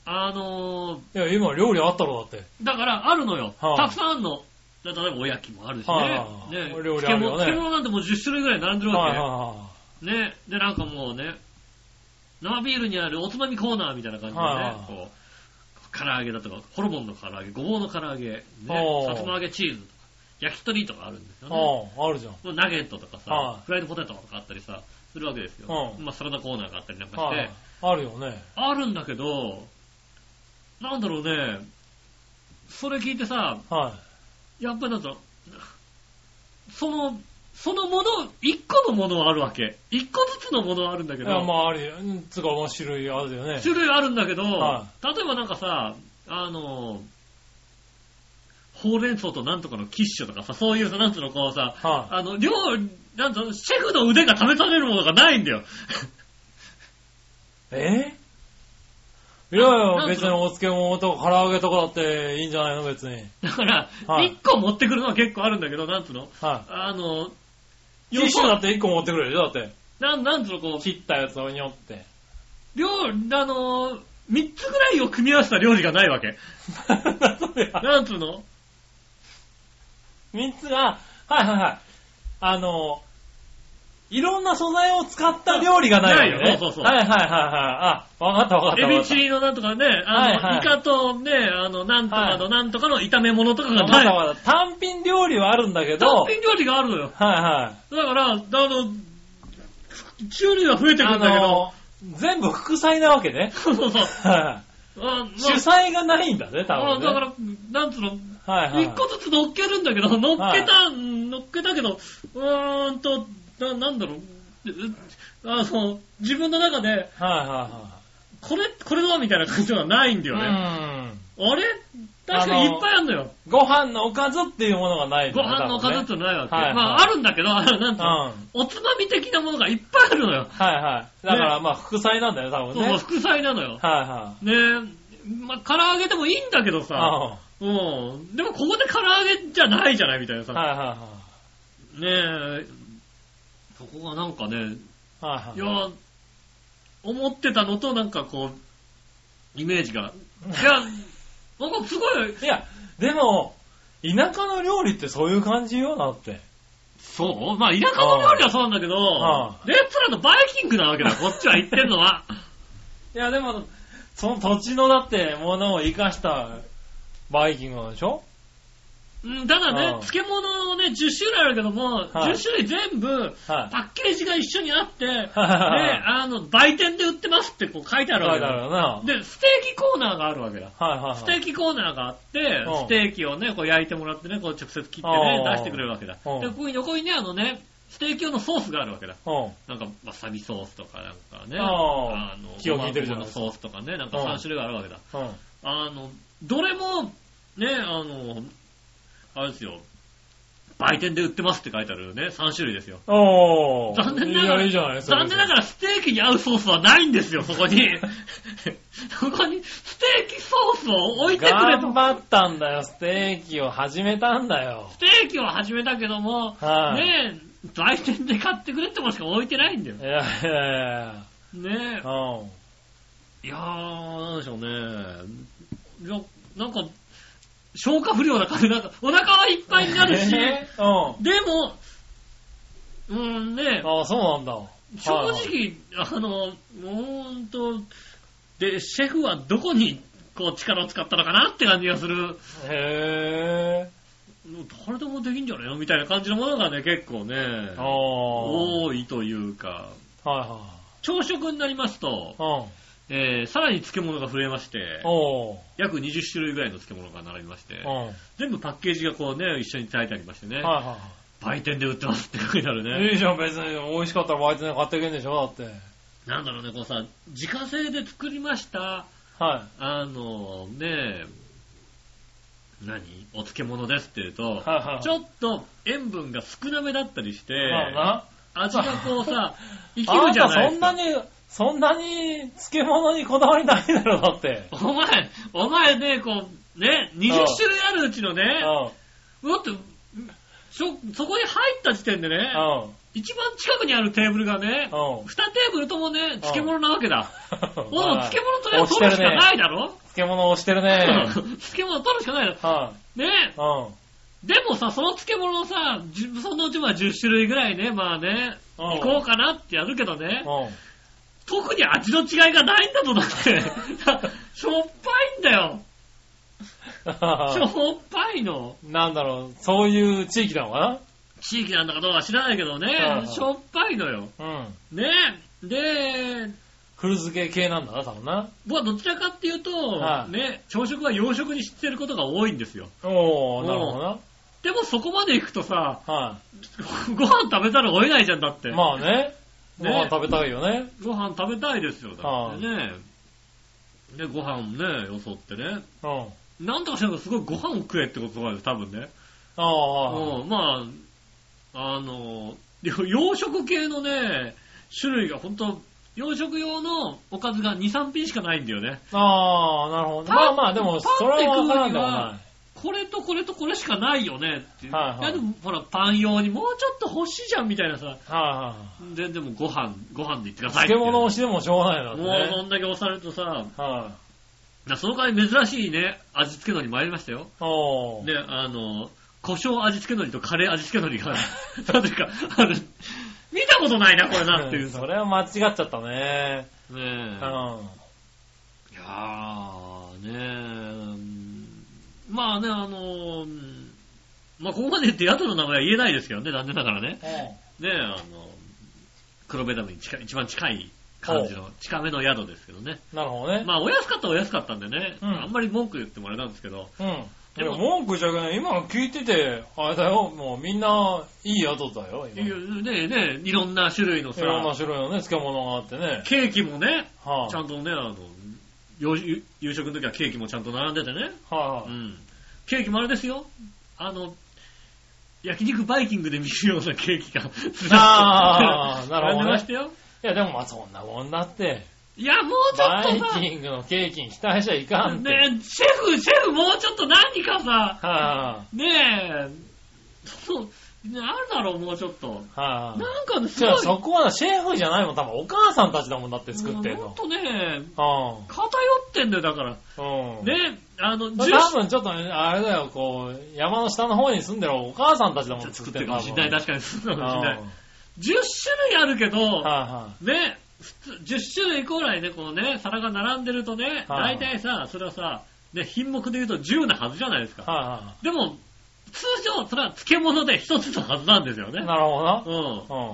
B: あの
C: いや、今料理あったろ、だって。
B: ー、だからあるのよ。
C: はい
B: たくさんあるの。例えばおやきもあるしね。
C: はいはいはい
B: ね
C: お料理あるよ
B: 漬物
C: ね
B: 漬物なんてもう10種類ぐらい並んでる
C: はい
B: わ
C: はい
B: け。
C: は
B: ね。で、なんかもうね、生ビールにあるおつまみコーナーみたいな感じでね、
C: はいはい
B: こう、唐揚げだとか、ホルモンの唐揚げ、ごぼうの唐揚げ、ね、
C: おー
B: さつま揚げチーズとか、焼き鳥とかあるんですよ
C: い。
B: ね。
C: うん。あるじゃん。
B: ナゲットとかさ、
C: はい
B: フライドポテトとかあったりさ、するわけですよ。
C: うん
B: まあサラダコーナーがあったりなんかし
C: は
B: て、
C: いはい。あるよね。
B: あるんだけど、なんだろうね、それ聞いてさ、
C: は
B: やっぱりなんか、その、そのもの、一個のものはあるわけ。一個ずつのものはあるんだ
C: い。
B: け
C: いや、
B: ど、
C: まああるよ。うんつうか、まあ種類あるよね。
B: 種類あるんだけど、
C: は
B: 例えばなんかさ、あの、ほうれん草となんとかのキッシュとかさ、そういうさ、なんつうの、こうさ、
C: は
B: あの、料理、なんと、シェフの腕が試されるものがないんだよ。
C: い。えいやい
B: な
C: や、
B: ん
C: 別にお漬物とか唐揚げとかだっていいんじゃないの、別に。
B: だから、
C: はい
B: 一個持ってくるのは結構あるんだけど、なんつうの
C: は
B: あの、
C: い。ティッシュだって1個持ってくれるよ、だって。
B: なん、なんつうの、こう、
C: 切ったやつをにょって。
B: 料理、あのー、三つぐらいを組み合わせた料理がないわけ。なんつうの
C: 三つが、はいはいはい。あの、いろんな素材を使った料理がないよね。
B: ないよそうそうそう
C: はいはいはいはい。あ、わかったわかった
B: エ
C: わか
B: ビ
C: った。
B: チリのなんとかね、あの、
C: はいはい
B: イカとね、あの、なんとかのなんとかの炒め物とかが
C: わかった
B: ない。
C: わかった。単品料理はあるんだけど、
B: 単
C: はい
B: 品料理があるのよ。
C: は
B: だから、あの、種類は増え
C: い。
B: てく
C: あ
B: んだけど、
C: の、全部副菜なわけね。
B: そうそうそう。
C: はい
B: あまあ
C: 主菜がないんだね、多
B: あ
C: 分ね。
B: だから、なんつうの、
C: はいはい。
B: 一個ずつ乗っけるんだけど、乗っけた、乗っけたけど、うーんと、ななんだろう、うあの、自分の中で、
C: はいは
B: これ、これだみたいな感じはないんだ
C: い
B: よ
C: はい。
B: ね。
C: うん。
B: あれ確かにい
C: あの
B: っぱいあるのよ。
C: ご飯のおかずっていうものがないん
B: ご
C: だね
B: 飯のおかずってのないわけ。
C: はいはい
B: まあ、あるんだけど、あのなんつう
C: 多分
B: の、
C: ねうん。
B: おつまみ的なものがいっぱいあるのよ。
C: はいはい。だから、まあ、副菜なんだよ、多分
B: そう
C: ね。
B: そう、
C: はい
B: 副菜なのよ。
C: は
B: ねえ、まあ、唐揚げでもいいんだけど
C: い。
B: さ、うん。でもここで唐揚げじゃないじゃないみたいな
C: うん
B: さ。
C: はいはいはい。
B: ねえ、そこがなんかね、
C: はいはい
B: いや、思ってたのとなんかこう、イメージが。いや、なんかすごい、
C: いや、でも、田舎の料理ってそういう感じよなって。
B: そうまあ、田舎の料理はそうなんだけど、
C: あ
B: レストランのバイキングなわけだ、こっちは行ってんの は。
C: いや、でも、その土地のだって、ものを活かしたバイキングなんでしょ
B: うん、ただね、
C: うん
B: 漬物のね、10種類あるけども、
C: はい
B: 10種類全部、
C: はい。
B: パッケージが一緒にあ って、ね、
C: はい
B: あの、売店で売ってますってこう書いてある
C: だ
B: わ
C: か
B: けだ。
C: らな。
B: で、ステーキコーナーがあるわけだ。
C: はいはい
B: ス
C: は
B: テ
C: い。
B: ーキコーナーがあって、
C: う
B: ス
C: ん
B: テーキをね、こう焼いてもらってね、こう直接切って
C: う
B: ね
C: ん、
B: 出してくれるわけだ。で、
C: うん
B: ここに横にね、あのね、ステーキ用のソースがあるわけだ。
C: うん。
B: なんか、わさびソースとか、なんかね、
C: ああ
B: の、
C: 気を利いてるじゃな
B: ご
C: い
B: まごまのソースとかね、なんか
C: うん
B: 3種類があるわけだ。
C: うん。
B: あの、どれも、ね、あの、あれですよ、売店で売ってますって書いてあるね、3種類ですよ。
C: おー。
B: 残念なが
C: い
B: ら、
C: いじゃないですか。
B: 残念ながらステーキに合うソースはないんですよ、そこ に。そこにステーキソースを置いてくれ
C: 頑
B: と。
C: 張ったんだよ、ステーキを始めたんだよ。
B: ステーキは始めたけども、
C: はい
B: ねえ、売店で買ってくれってものしか置いてないんだよ
C: い。やいやいや
B: ね
C: いや。
B: え。
C: うん。
B: いやー、なんでしょうね。いや、なんか、消化不良な感じ、なんか、お腹はいっぱいになるし、
C: えーうん。
B: でも、うーんね、
C: ああ、そうなんだ。
B: 正直、あの、ほんと、で、シェフはどこに、こう、力を使ったのかなって感じがする。
C: へ
B: 誰でもできんじゃねえのみたいな感じのものがね、結構ね
C: ぇー。、ああ。
B: 多いというか、
C: は
B: 朝食になりますと
C: い、はい。
B: えーさらに漬物が増えまして
C: うん。、おー。
B: 約20種類ぐらいの漬物が並びまして
C: うん。、はい
B: 全部パッケージがこうね、一緒に炊いてありましてね、
C: は
B: 売店で売ってますって書いてある
C: い
B: ね
C: はい。。いいじゃん、別に。美味しかったらバイトで買っていけんでしょ、だって。
B: なんだろうね、こうさ、自家製で作りました、
C: は
B: あのねえ、何お漬物ですって言うと
C: い。、はいはい。
B: ちょっと塩分が少なめだったりして、
C: まあな。
B: 味がこう さ、生き
C: あ
B: る
C: ん
B: じゃ
C: た
B: ない
C: そ
B: です
C: ん
B: か。
C: なに、そんなに漬物にこだわりないだろ、だって。
B: お前、お前ね、こう、ね、20
C: うん
B: 種類あるうちの
C: う
B: ね
C: ん。、うん。
B: だって、そ、そこに入った時点でね、一番近くにあるテーブルがね、
C: うん。
B: 二テーブルともね、漬物なわけだ。もう
C: はい
B: 漬物とね、取るしかないだろ、
C: 漬物をして るね。
B: 漬物取るしかないだろ
C: は
B: ね
C: い。うん。
B: でもさ、その漬物のさ、じゅそのうちまあ10種類ぐらいね、まあね、
C: うん
B: 行こうかなってやるけどね、
C: うん。
B: 特に味の違いがないんだとだ って。しょっぱいんだよ。しょっぱいの。
C: なんだろう、そういう地域なのか
B: 地域なんだかどうか知らないけど
C: う
B: ね、
C: ん
B: しょっぱいのよ。
C: なうん。
B: ね。で、
C: 古漬け系なんだな、多分な。
B: 僕はどちらかっていうと、
C: はい
B: ね、朝食は洋食にしてることが多いんですよ。
C: おー、なるほどな。
B: でもそこまで行くとさ、
C: は
B: ご飯食べたら追えないじゃんだって。
C: い。まあね。ご
B: ね
C: 飯食べたいよね。
B: ご飯食べたいですよ、だってね。で、ご飯ね、よそってね。
C: うん。
B: なんとかしなくてすごいご飯を食えってことなんです、多分ね。
C: ああ、
B: うん、まあ、あの、 洋食系のね、種類が本当洋食用のおかずが2、3品しかないんだよね。
C: ああ、なるほど。
B: パン
C: まあまあ、でも、それはわからんでも
B: パン
C: な
B: これとこれとこれしかないよねっていう。
C: はいはい
B: やでもほら、パン用にもうちょっと欲しいじゃんみたいなさ。
C: い。はいはい。
B: で、でもご飯、ご飯で言ってくださいって
C: 漬
B: いう。
C: 物をしてもしょうがない
B: も
C: な、
B: う
C: ね。
B: そんだけ押されるとさ、
C: はい。
B: なその代わり珍しいね、味付け海苔参りましたよ。
C: おー。
B: で、あの、胡椒味付け海苔とカレー味付け海苔 が、なんていうか、ある。見たことないな、これなっていう
C: うん
B: さ。
C: そ
B: ね
C: れは間違っちゃったね。
B: え。
C: うん。はい
B: やー、ねえうん、まあね、あの、うんまあここまで言って宿の名前は言えないですけどね、残念ながらね。ねえ、あの、黒部ダムに近い、一番近い感じの、近めの宿ですけどね。
C: い。なるほどね。
B: まあお安かったはお安かったんでね、
C: うん
B: あんまり文句言ってもあれなんですけど、
C: うん。
B: で
C: で
B: も
C: も文句じゃない。今の聞いてて、あれだよ、もうみんないい宿だよ、今。
B: いやねえねえ、いろんな種類の
C: いろんな
B: さ、
C: 種類のね、漬物があってね。
B: ケーキもね、
C: は
B: ち
C: い、
B: ゃんとね、あの、よ夕夕食の時はケーキもちゃんと並んでてね。
C: は
B: う
C: い、はい、
B: ん。ケーキもあれですよ。あの、焼肉バイキングで見るようなケーキが、
C: あーなる
B: 並ん
C: ほどね
B: でましたよ。
C: いや、でもまあそんなもんだって。
B: いや、もうちょ
C: バ
B: っ
C: イ
B: とさ、ね
C: キングのケーキに期待しちゃいかんって。
B: えシェフ、シェフ、もうちょっと何かさ、
C: は
B: ねえ、そう、ねあるだろう、もうちょっと。
C: はい、
B: なんかね、す
C: じ
B: ごい
C: ゃあそこはなシェフじゃないもん、多分お母さんたちだもんだって作ってん
B: も
C: の
B: っ。とね、
C: う
B: 偏ってんだよ、だから。
C: ん。うん。
B: ね、あの、
C: 多
B: ジュース
C: 分ちょっとね、あれだよ、こう、山の下の方に住んでるお母さんたちだもん
B: 作っ
C: 作ってて
B: る
C: る
B: かもしれない、確かに。そうかもしれない
C: うん。
B: 10種類あるけど、
C: は
B: ね、普通10種類くらいね、このね、皿が並んでるとね、
C: はい
B: 大体さ、それはさ、ね、品目で言うと10なはずじゃないです
C: い
B: か。
C: は
B: でも、通常、それは漬物で1つのはずなんですよ
C: いはい。
B: ね。
C: なるほどな。
B: うん。
C: うん。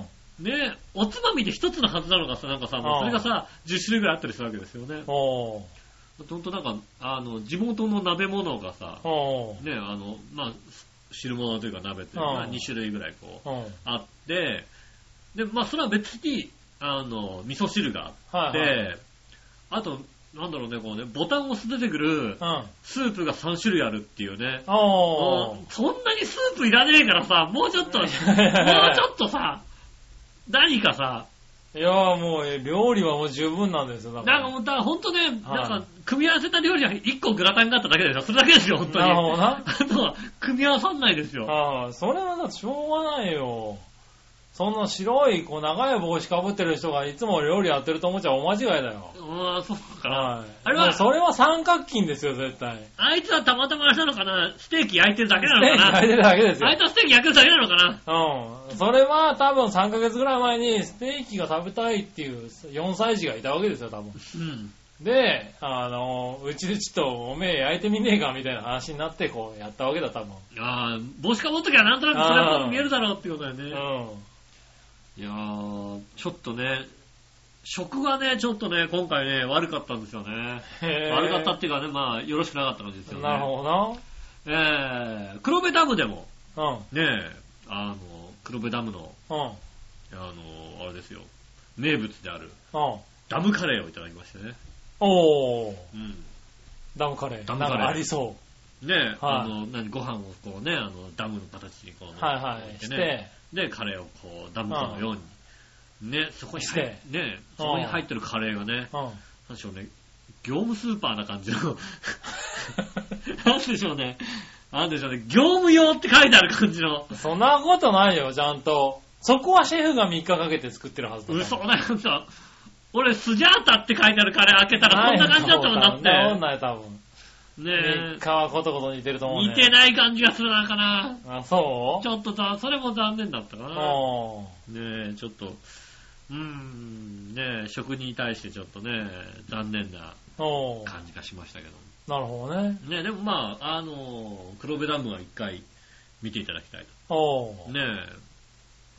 B: ねおつまみで一つのはずなのがさ、なんかさ、もうそれがさ、10種類ぐらいあったりするわけですよね。
C: おー。
B: ほんとなんか、あの、地元の鍋物がさ、
C: おー。
B: ねあの、まあ、汁物というか鍋というか、
C: うん
B: 2種類ぐらいこう、
C: うん。はい
B: あって、で、まあ、それは別に、あの、味噌汁があっ
C: はい。
B: て、あと、なんだろうね、こうね、ボタンを押すと出てくる
C: う、ん。
B: スープが3種類あるっていうね。
C: おー
B: うん。そんなにスープいらねえからさ、もうちょっと、もうちょっとさ、何かさ、
C: いやーもう、え料理はもう十分なんですよ、だか
B: なん
C: ら。
B: かもう、だから本当ね、なん
C: は
B: か
C: い、
B: 組み合わせた料理は1個グラタンになっただけでしょ。それだけですよ、本当に。
C: なるほどな。
B: あとは、組み合わさんないですよ。
C: ああ、それはだってしょうがないよ。そんな白い、こう、長い帽子かぶってる人がいつも料理やってると思っちゃお間違いだよ。
B: うーん、そうかな。
C: はい。
B: あれは
C: もうそれは三角筋ですよ、絶対。
B: あいつはたまたまあれなのかなステーキ焼いてるだけな
C: ね
B: のかな
C: 焼いてるだけですよ
B: あい。つはステーキ焼けるだけなのかな
C: うん。それは多分3ヶ月ぐらい前にステーキが食べたいっていう4歳児がいたわけですよ、多分。
B: うん。
C: で、あの、うちでちょっとおめえ焼いてみねえかみたいな話になってこうやったわけだ、多分。
B: ああ、帽子かぶっときゃなんとなくそれっぽく見えるだろうってことだよ
C: う
B: ね。
C: ん。
B: いやー、ちょっとね、食がね、ちょっとね、今回ね、悪かったんですよね。
C: へー
B: 悪かったっていうかね、まあ、よろしくなかった感じですよね。
C: なるほど
B: えー、黒部ダムでも、
C: な。
B: ねえ、あの、黒部ダムの、
C: うん。うん。
B: あの、あれですよ、名物である、
C: うん。
B: ダムカレーをいただきましてね。
C: おー。
B: うん。
C: ダムカレー。
B: ダムカレー
C: なんかありそ
B: ねえ、あの、何、ご飯をこうね、あの、ダムの形にこう、
C: う。はいは
B: 置
C: い。
B: て
C: し
B: ね
C: て、
B: で、カレーをこう、ダムカのように、ね、そこに入っ
C: して
B: ね、そこに入ってるカレーがね、
C: うん。
B: なんでしょうね、業務スーパーな感じ の、なんでしょうね、なんでしょうね、業務用って書いてある感じの、
C: そん なことないよ、ちゃんと。そこはシェフが3日かけて作ってるはずだから。
B: 嘘だよ、さ。俺、スジャータって書いてあるカレー開けたらそんな感じだったもんだ
C: そなこと
B: っ
C: ない、多分。
B: て。ね
C: 3日はことこと似てると
B: え、
C: 思う、ね。
B: 似てない感じがするな、かな。
C: あ、そう
B: ちょっとさ、それも残念だったかな。
C: お
B: ねえ、ちょっと、うーん、ねえ、食に対してちょっとね、残念な
C: ーおー
B: 感じがしましたけど。
C: なるほどね。
B: ねえ、でもまあ、あの、黒部ダムは一回見ていただきたい
C: お
B: と。
C: ー
B: ね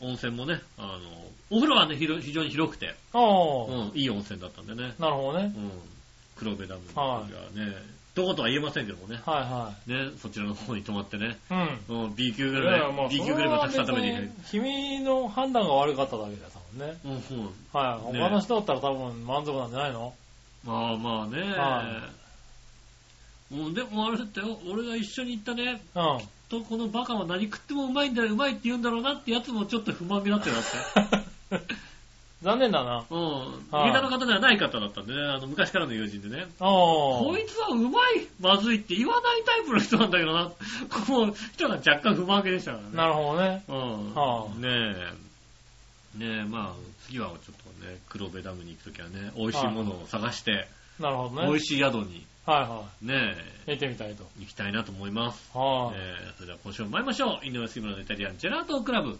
B: え、温泉もね、あの、お風呂はね、ひろ非常に広くて、
C: お
B: う
C: ー
B: ん、いい温泉だったんでね。
C: なるほどね。
B: うん黒部ダムの時はね、どことは言えませんけどもね、
C: はいは
B: ね、そちらの方に泊まってね、
C: い。うん。
B: うん、B 級グ
C: い
B: ルメ
C: や、まあ、
B: B 級グルメをたくさん食べてい
C: それは
B: る。
C: 別に君の判断が悪かっただけだ、多分ね。
B: うん、うん。
C: はい。
B: ね
C: 他の人だったら多分満足なんじゃないの
B: まあまあね、
C: は
B: うん、でもあれだったよ、俺が一緒に行ったね、
C: うん。
B: とこのバカは何食ってもうまいんだよ、うまいって言うんだろうなってやつもちょっと不満げだったよ、だ って。
C: 残念だな。
B: うん。
C: はい
B: 下駄の方ではない方だったんでね、あの、昔からの友人でね。
C: お
B: こ
C: ー
B: いつはうまい、まずいって言わないタイプの人なんだけどな、こう、人が若干不満げでしたからね。
C: なるほどね。
B: うん
C: はあ
B: ねえ。ねえ、まあ、次はちょっとね、黒部ダムに行くときはね、美味しいものを探して、
C: なるほど
B: 美
C: ね
B: 味。しい宿に
C: はいは
B: ね
C: い。見てみたいと。
B: え、行きたいなと思います。
C: は
B: ね
C: い。
B: えそれでは今週も参りましょう。井上杉村のイタリアンジェラートクラブ。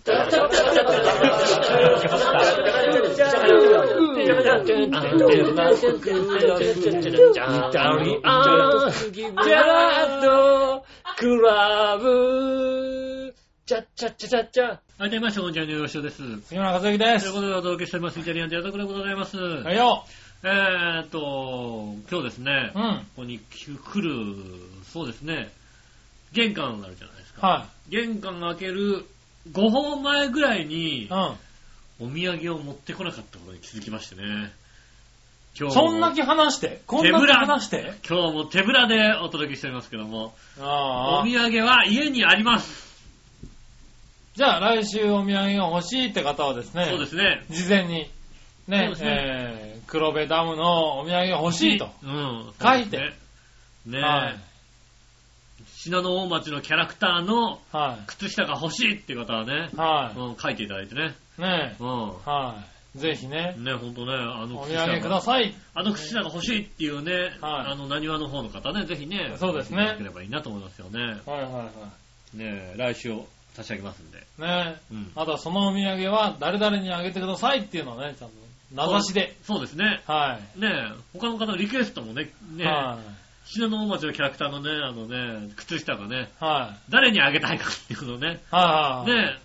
B: はい、どうも、こんにちは、井上洋です。
C: 杉村和之で
B: という
C: す。
B: ことでお届けしております、イタリアンジェラートクラブでございます。
C: はいよ。
B: えーっと、今日ですね、
C: うん。はい。
B: ここに来る、そうですね、玄関があるじゃないですか。玄関開ける5本前ぐらいに
C: う、ん。
B: お土産を持ってこなかったことに気づきましてね。今日
C: そんな
B: も
C: 気離して。こん
B: 手
C: な
B: ぶ
C: 気
B: ら
C: 離して。
B: 今日も手ぶらでお届けしておりますけども、お
C: ああ。
B: 土産は家にあります。
C: じゃあ来週お土産が欲しいって方はですね。
B: そうですね。
C: 事前に。
B: そう
C: ね
B: で、す
C: えー、黒部ダムのお土産が欲しいと。
B: うん。
C: 書いて
B: そうですね。ねえ、
C: はい
B: 信濃大町のキャラクターの
C: は
B: 靴下が欲しいっていう方はね
C: い。、は
B: うん、書いていただいてね。
C: い。ね
B: う
C: え。はい。ぜひね、
B: ん。ね、ほんとね、あの
C: お
B: 靴
C: 土産
B: 下
C: く
B: が
C: だ、さい。
B: あの靴下が欲しいっていうね、
C: はい
B: あの、なにわの方の方ね、ぜひね、
C: そうですね
B: 書いていただければいいなと思いますよね。
C: はいはいは
B: ね来週差し上げますんで。
C: い。ねえ。
B: うん。
C: あとはそのお土産は誰々にあげてくださいっていうのをね、ちゃんと、名指しで。
B: そうですね。
C: は
B: ね他の方のリクエストもね、
C: い。
B: ね、
C: は
B: 信濃大町のキャラクターのね、あのね、靴下がね、
C: い。はい。
B: 誰にあげたいかっていうのをね、
C: はいはい。
B: ね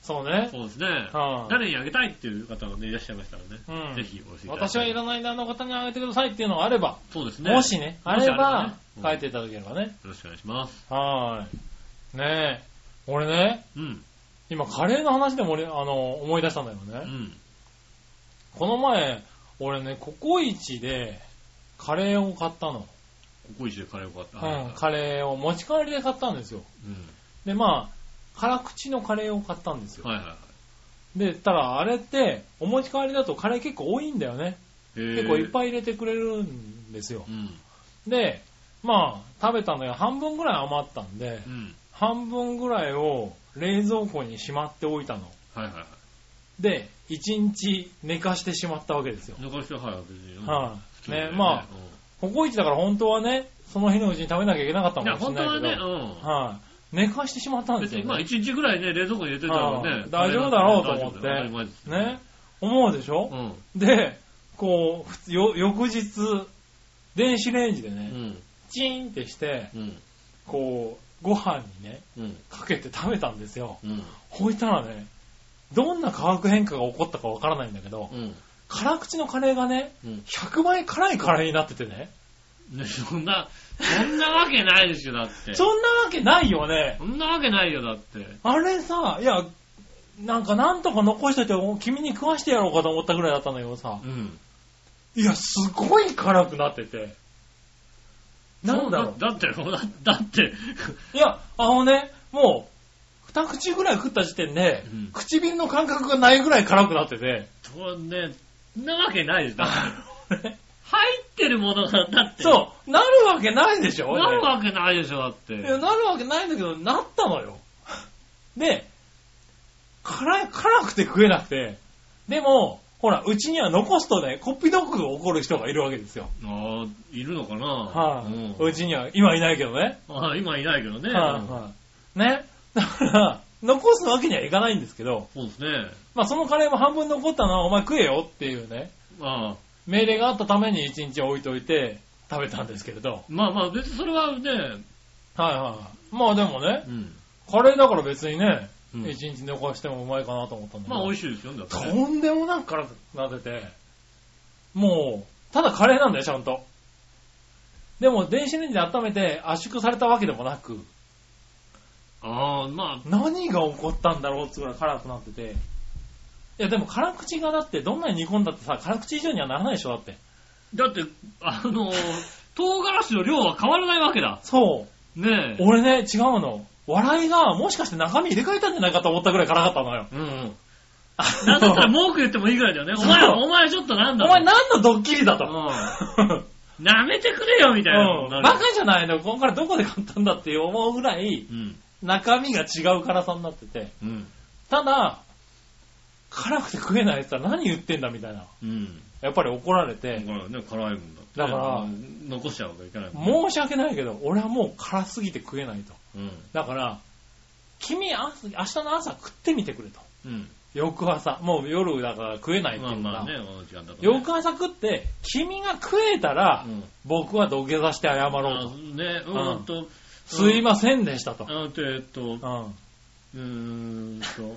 C: そうね。
B: そうですね。
C: はい
B: 誰にあげたいっていう方がね、いらっしゃいましたらね、
C: うん
B: ぜひお教えてくだ
C: 私
B: さ。
C: はいいらないなあの方にあげてくださいっていうのがあれば、
B: そうですね。
C: もしね、あれば、
B: もしあればねうん
C: 書いていただければね。
B: よろしくお願いします。
C: はーい。ねえ。俺ね、
B: うん。
C: 今カレーの話でも俺、あの、思い出したんだよ
B: う
C: ね。
B: ん。
C: この前、俺ね、ココイチで、カレーを買ったの。
B: ここ一でカレーを買った。はいは
C: うん、
B: い
C: カレーを持ち帰りで買ったんですよ。で、まあ、辛口のカレーを買ったんです
B: うん
C: よ。
B: はいはいはい。
C: で、ただ、あれって、お持ち帰りだとカレー結構多いんだよね。結構いっ
B: い。
C: ぱい入れてくれるんですよ
B: う。ん。
C: で、まあ、食べたのが半分ぐらい余ったんで
B: う、ん。
C: 半分ぐらいを冷蔵庫にしまっておいたの。
B: はいはいは
C: で、1日寝かしてしまったわけですよ。
B: い。残してはい、別に。うん
C: は
B: 普
C: い、
B: 通だ
C: ね
B: よ、
C: まあ、
B: う
C: ココイチだから本当はね、その日のうちに食べなきゃいけなかった
B: ん
C: の
B: いや、
C: かもし
B: 本当はい
C: れなけど、
B: ね、
C: はい。寝かしてしまった
B: うんん。
C: です
B: 別
C: よ、
B: に、
C: ね。
B: まあ、一日ぐらいね、冷蔵庫に入れてたらね
C: う。ん大丈夫だろうと思って
B: 大丈夫だよ当たり前で
C: ね、思うでしょ、で、こうふつ、よ翌日、電子レンジでね、
B: す。うん。うん。
C: チーンってして、
B: うん。
C: こう、ご飯にね、
B: うん。
C: かけて食べたんですよ。
B: うん。
C: ほいたらね、どんな化学変化が起こったかわからないんだけど、
B: うん。
C: 辛口のカレーがね、
B: うん。
C: 100倍辛いカレーになっててね。
B: ねそんな、そんなわけないですよ、だって。
C: そんなわけないよね。
B: そんなわけないよ、だって。
C: あれさ、いや、なんかなんとか残しといて、君に食わしてやろうかと思ったぐらいだったんだけどさ、
B: うん。
C: いや、すごい辛くなってて。なんだろう
B: そうだだって、だだって、
C: いや、あのね、もう、二口ぐらい食った時点で、
B: うん
C: 唇の感覚がないぐらい辛くなってて、
B: そうね、そんなわけないです。だって
C: あのね
B: 入ってるものが、だって。
C: そう、なるわけないでしょ
B: なるわけないでしょ、だって。
C: いやなるわけないんだけど、なったのよ。で、辛い、辛くて食えなくて、でも、ほら、うちには残すとね、コピドッグが怒る人がいるわけですよ。
B: ああ、いるのかな
C: は
B: うん
C: い、うちには、今いないけどね。
B: あー今いないけどね。
C: はいはいね。だから、残すわけにはいかないんですけど、
B: そうですね。
C: まあそのカレーも半分残ったのはお前食えよっていうね、
B: まあ、
C: 命令があったために一日置いといて食べたんですけれど。
B: まあまあ、別にそれはね、
C: はいはい。まあでもね
B: う、ん。
C: カレーだから別にね、
B: うん
C: 一日残してもうまいかなと思ったんだけど。
B: まあ、美味しいですよ、だってね。
C: とんでもなく辛くなってて、もう、ただカレーなんだよ、ちゃんと。でも、電子レンジで温めて圧縮されたわけでもなく、
B: ああ、ま
C: 何が起こったんだろうってぐらい辛くなってて。いや、でも辛口がだって、どんなに煮込んだってさ、辛口以上にはならないでしょ、だって。
B: あ、だって、あの、唐辛子の量は変わらないわけだ。
C: そう。
B: ねえ。
C: 俺ね、違うの。笑いが、もしかして中身入れ替えたんじゃないかと思ったぐらい辛かったのよ。
B: うんうん。
C: あ
B: なんだったら文句言ってもいいぐらいだよね。お前、
C: そう
B: お前ちょっとなんだ
C: お前何のドッキリだと。
B: う舐めてくれよ、みたいな。
C: うん、バカじゃないのこんからどこで買ったんだって思うぐらい、
B: うん。
C: 中身が違う辛さになってて。
B: うん。
C: ただ、辛くて食えないやつは何言ってんだみたいな。
B: うん。
C: やっぱり怒られ
B: だ
C: て、
B: からね、辛いもんだって。
C: だから
B: うん、残しちゃうわけいかないもんね。
C: 申し訳ないけど、俺はもう辛すぎて食えないと。
B: うん。
C: だから、君、あ明日の朝食ってみてくれと。
B: うん。
C: 翌朝、もう夜だから食えないって
B: まあ
C: いうか
B: まあ
C: ら、
B: ね、この時間だからね。
C: 翌朝食って、君が食えたら、
B: うん。
C: 僕は土下座して謝ろう
B: あ
C: と。
B: ね、う
C: うん
B: んと。
C: すいませんでしたと。
B: あのと、えっと、
C: うん。
B: うーんと、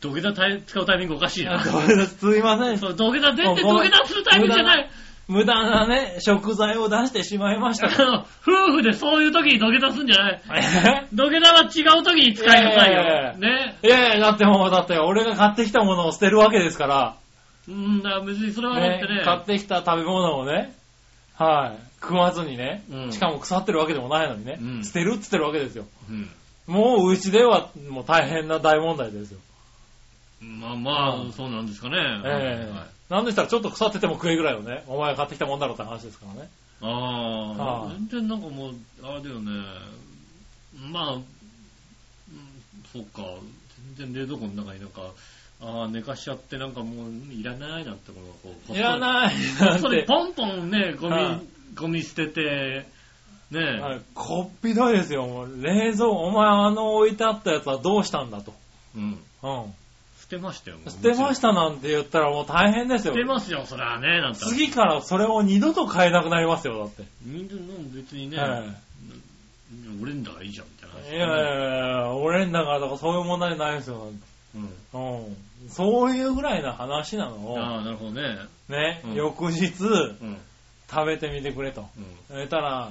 B: 土下座タイ使うタイミングおかしいな。
C: ごめんなさいすいませんでした
B: そう土下座出て
C: ご
B: 土
C: めん
B: 下座するタイミングじゃない。
C: 無駄なね、食材を出してしまいまし
B: あ
C: たと。
B: の、夫婦でそういう時に土下座すんじゃない。
C: え
B: 土下座は違う時に使いなさい
C: いやいや
B: よ。ね。
C: いやいや、だってもう、だって俺が買ってきたものを捨てるわけですから、
B: うん、だから別にそれはだっ
C: ね
B: てね。
C: 買ってきた食べ物をね、はい、食わずにね、
B: うん
C: しかも腐ってるわけでもないのにね、
B: うん
C: 捨てるって言ってるわけですよ。
B: うん
C: もううちではもう大変な大問題ですよ。
B: まあま
C: うん
B: あ、そうなんですかね。
C: ええ
B: はい
C: なんでしたらちょっと腐ってても食えぐらいをね、お前が買ってきたもんだろうって話ですからね。
B: あ
C: は
B: あ
C: い、
B: 全然なんかもう、あれだよね。まあ、うんそっか、全然冷蔵庫の中になんか、ああ、寝かしちゃってなんかもういらないなってことがこうこっそり、
C: いら ない
B: こ
C: な
B: っ
C: ん
B: そり
C: て。
B: ポンポンね、ゴミ、
C: はい
B: ゴミ捨てて、ね、
C: はいこっぴどいですよ、もう。冷蔵庫、お前あの置いてあったやつはどうしたんだと。
B: うん。
C: うん。
B: 捨てましたよ、もう
C: 捨てましたなんて言ったらもう大変です
B: 捨
C: よ。
B: てますよ、そらね、なんて。
C: 次からそれを二度と買えなくなりますよ、だって。
B: 人間の別にね、
C: はい
B: 俺んだからいいじゃん、みたいな話、
C: いやいやいやいや、俺んだからとかそういう問題ないですよ。
B: うん。
C: うん。そういうぐらいな話なのを、
B: ああ、なるほどね。
C: ね、
B: うん
C: 翌日
B: うん。うん。
C: 食べてみてくれと。えたら、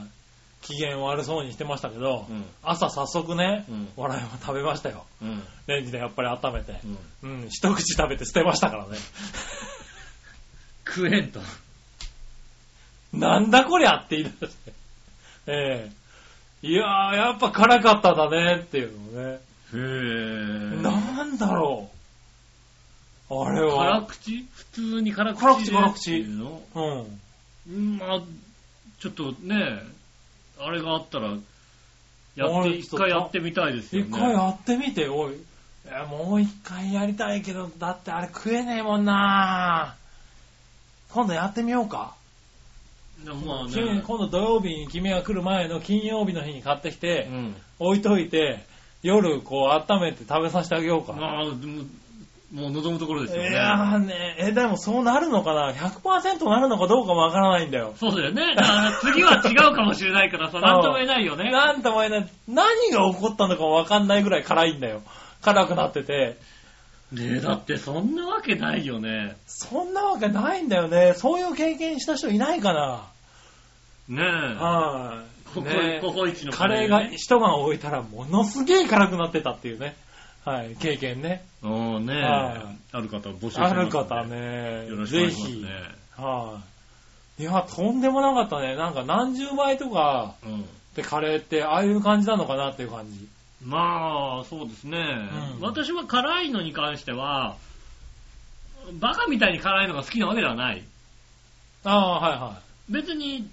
C: 機嫌悪そうにしてましたけど、
B: うん。
C: 朝早速ね、
B: うん
C: 笑いも食べましたよ。
B: うん。うん。
C: レンジでやっぱり温めて。
B: うん
C: うん、一口食べて捨てましたからね。
B: 食えんと。
C: なんだこりゃって言い出して。ええいやー、やっぱ辛かっただねっていうのをね。
B: へえ。
C: なんだろう。あれ
B: 辛
C: は。
B: 口普通に辛口
C: 辛口
B: で
C: 辛口
B: っていうの
C: うん。
B: うんまあ、ちょっとね、あれがあったら、やっ
C: あ
B: て、
C: れ
B: 一回やってみたいですよ
C: 一
B: ね。
C: 回やってみて、おい。いやもう一回やりたいけど、だってあれ食えねえもんな今度やってみようか。
B: でもまあ
C: 君
B: ね。
C: 今度土曜日に君が来る前の金曜日の日に買ってき
B: う
C: て、
B: ん。
C: 置いといて、夜こう温めて食べさせてあげようか。
B: まあ、でも、もう望むところですよね。
C: いやーね、え、でもそうなるのかな ?100% なるのかどうかもわからないんだよ。
B: そうだよね。だから次は違うかもしれないから さ、
C: ん
B: なんとも言えないよね。
C: なんとも言えない。何が起こったのかもわかんないぐらい辛いんだよ。辛くなってて。
B: ねえ、だってそんなわけないよね。
C: そんなわけないんだよね。そういう経験した人いないかな
B: ねえ。
C: はい、
B: ココ
C: ね
B: ココイチの
C: カレーが一晩置いたらものすげえ辛くなってたっていうね。はい、経験ね。
B: うんねえ
C: はい
B: ある方は募集してま
C: あ
B: すんで
C: る方。ね
B: よろ、しくお願い
C: ぜ
B: します
C: ひ。
B: ね。
C: はい、いや、とんでもなかったね。なんか何十倍とか、
B: うん。
C: で、カレーって、ああいう感じなのかなっていう感じ。
B: まあ、そうですね、
C: うん
B: 私は辛いのに関しては、バカみたいに辛いのが好きなわけではない。
C: ああ、はいは
B: 別に、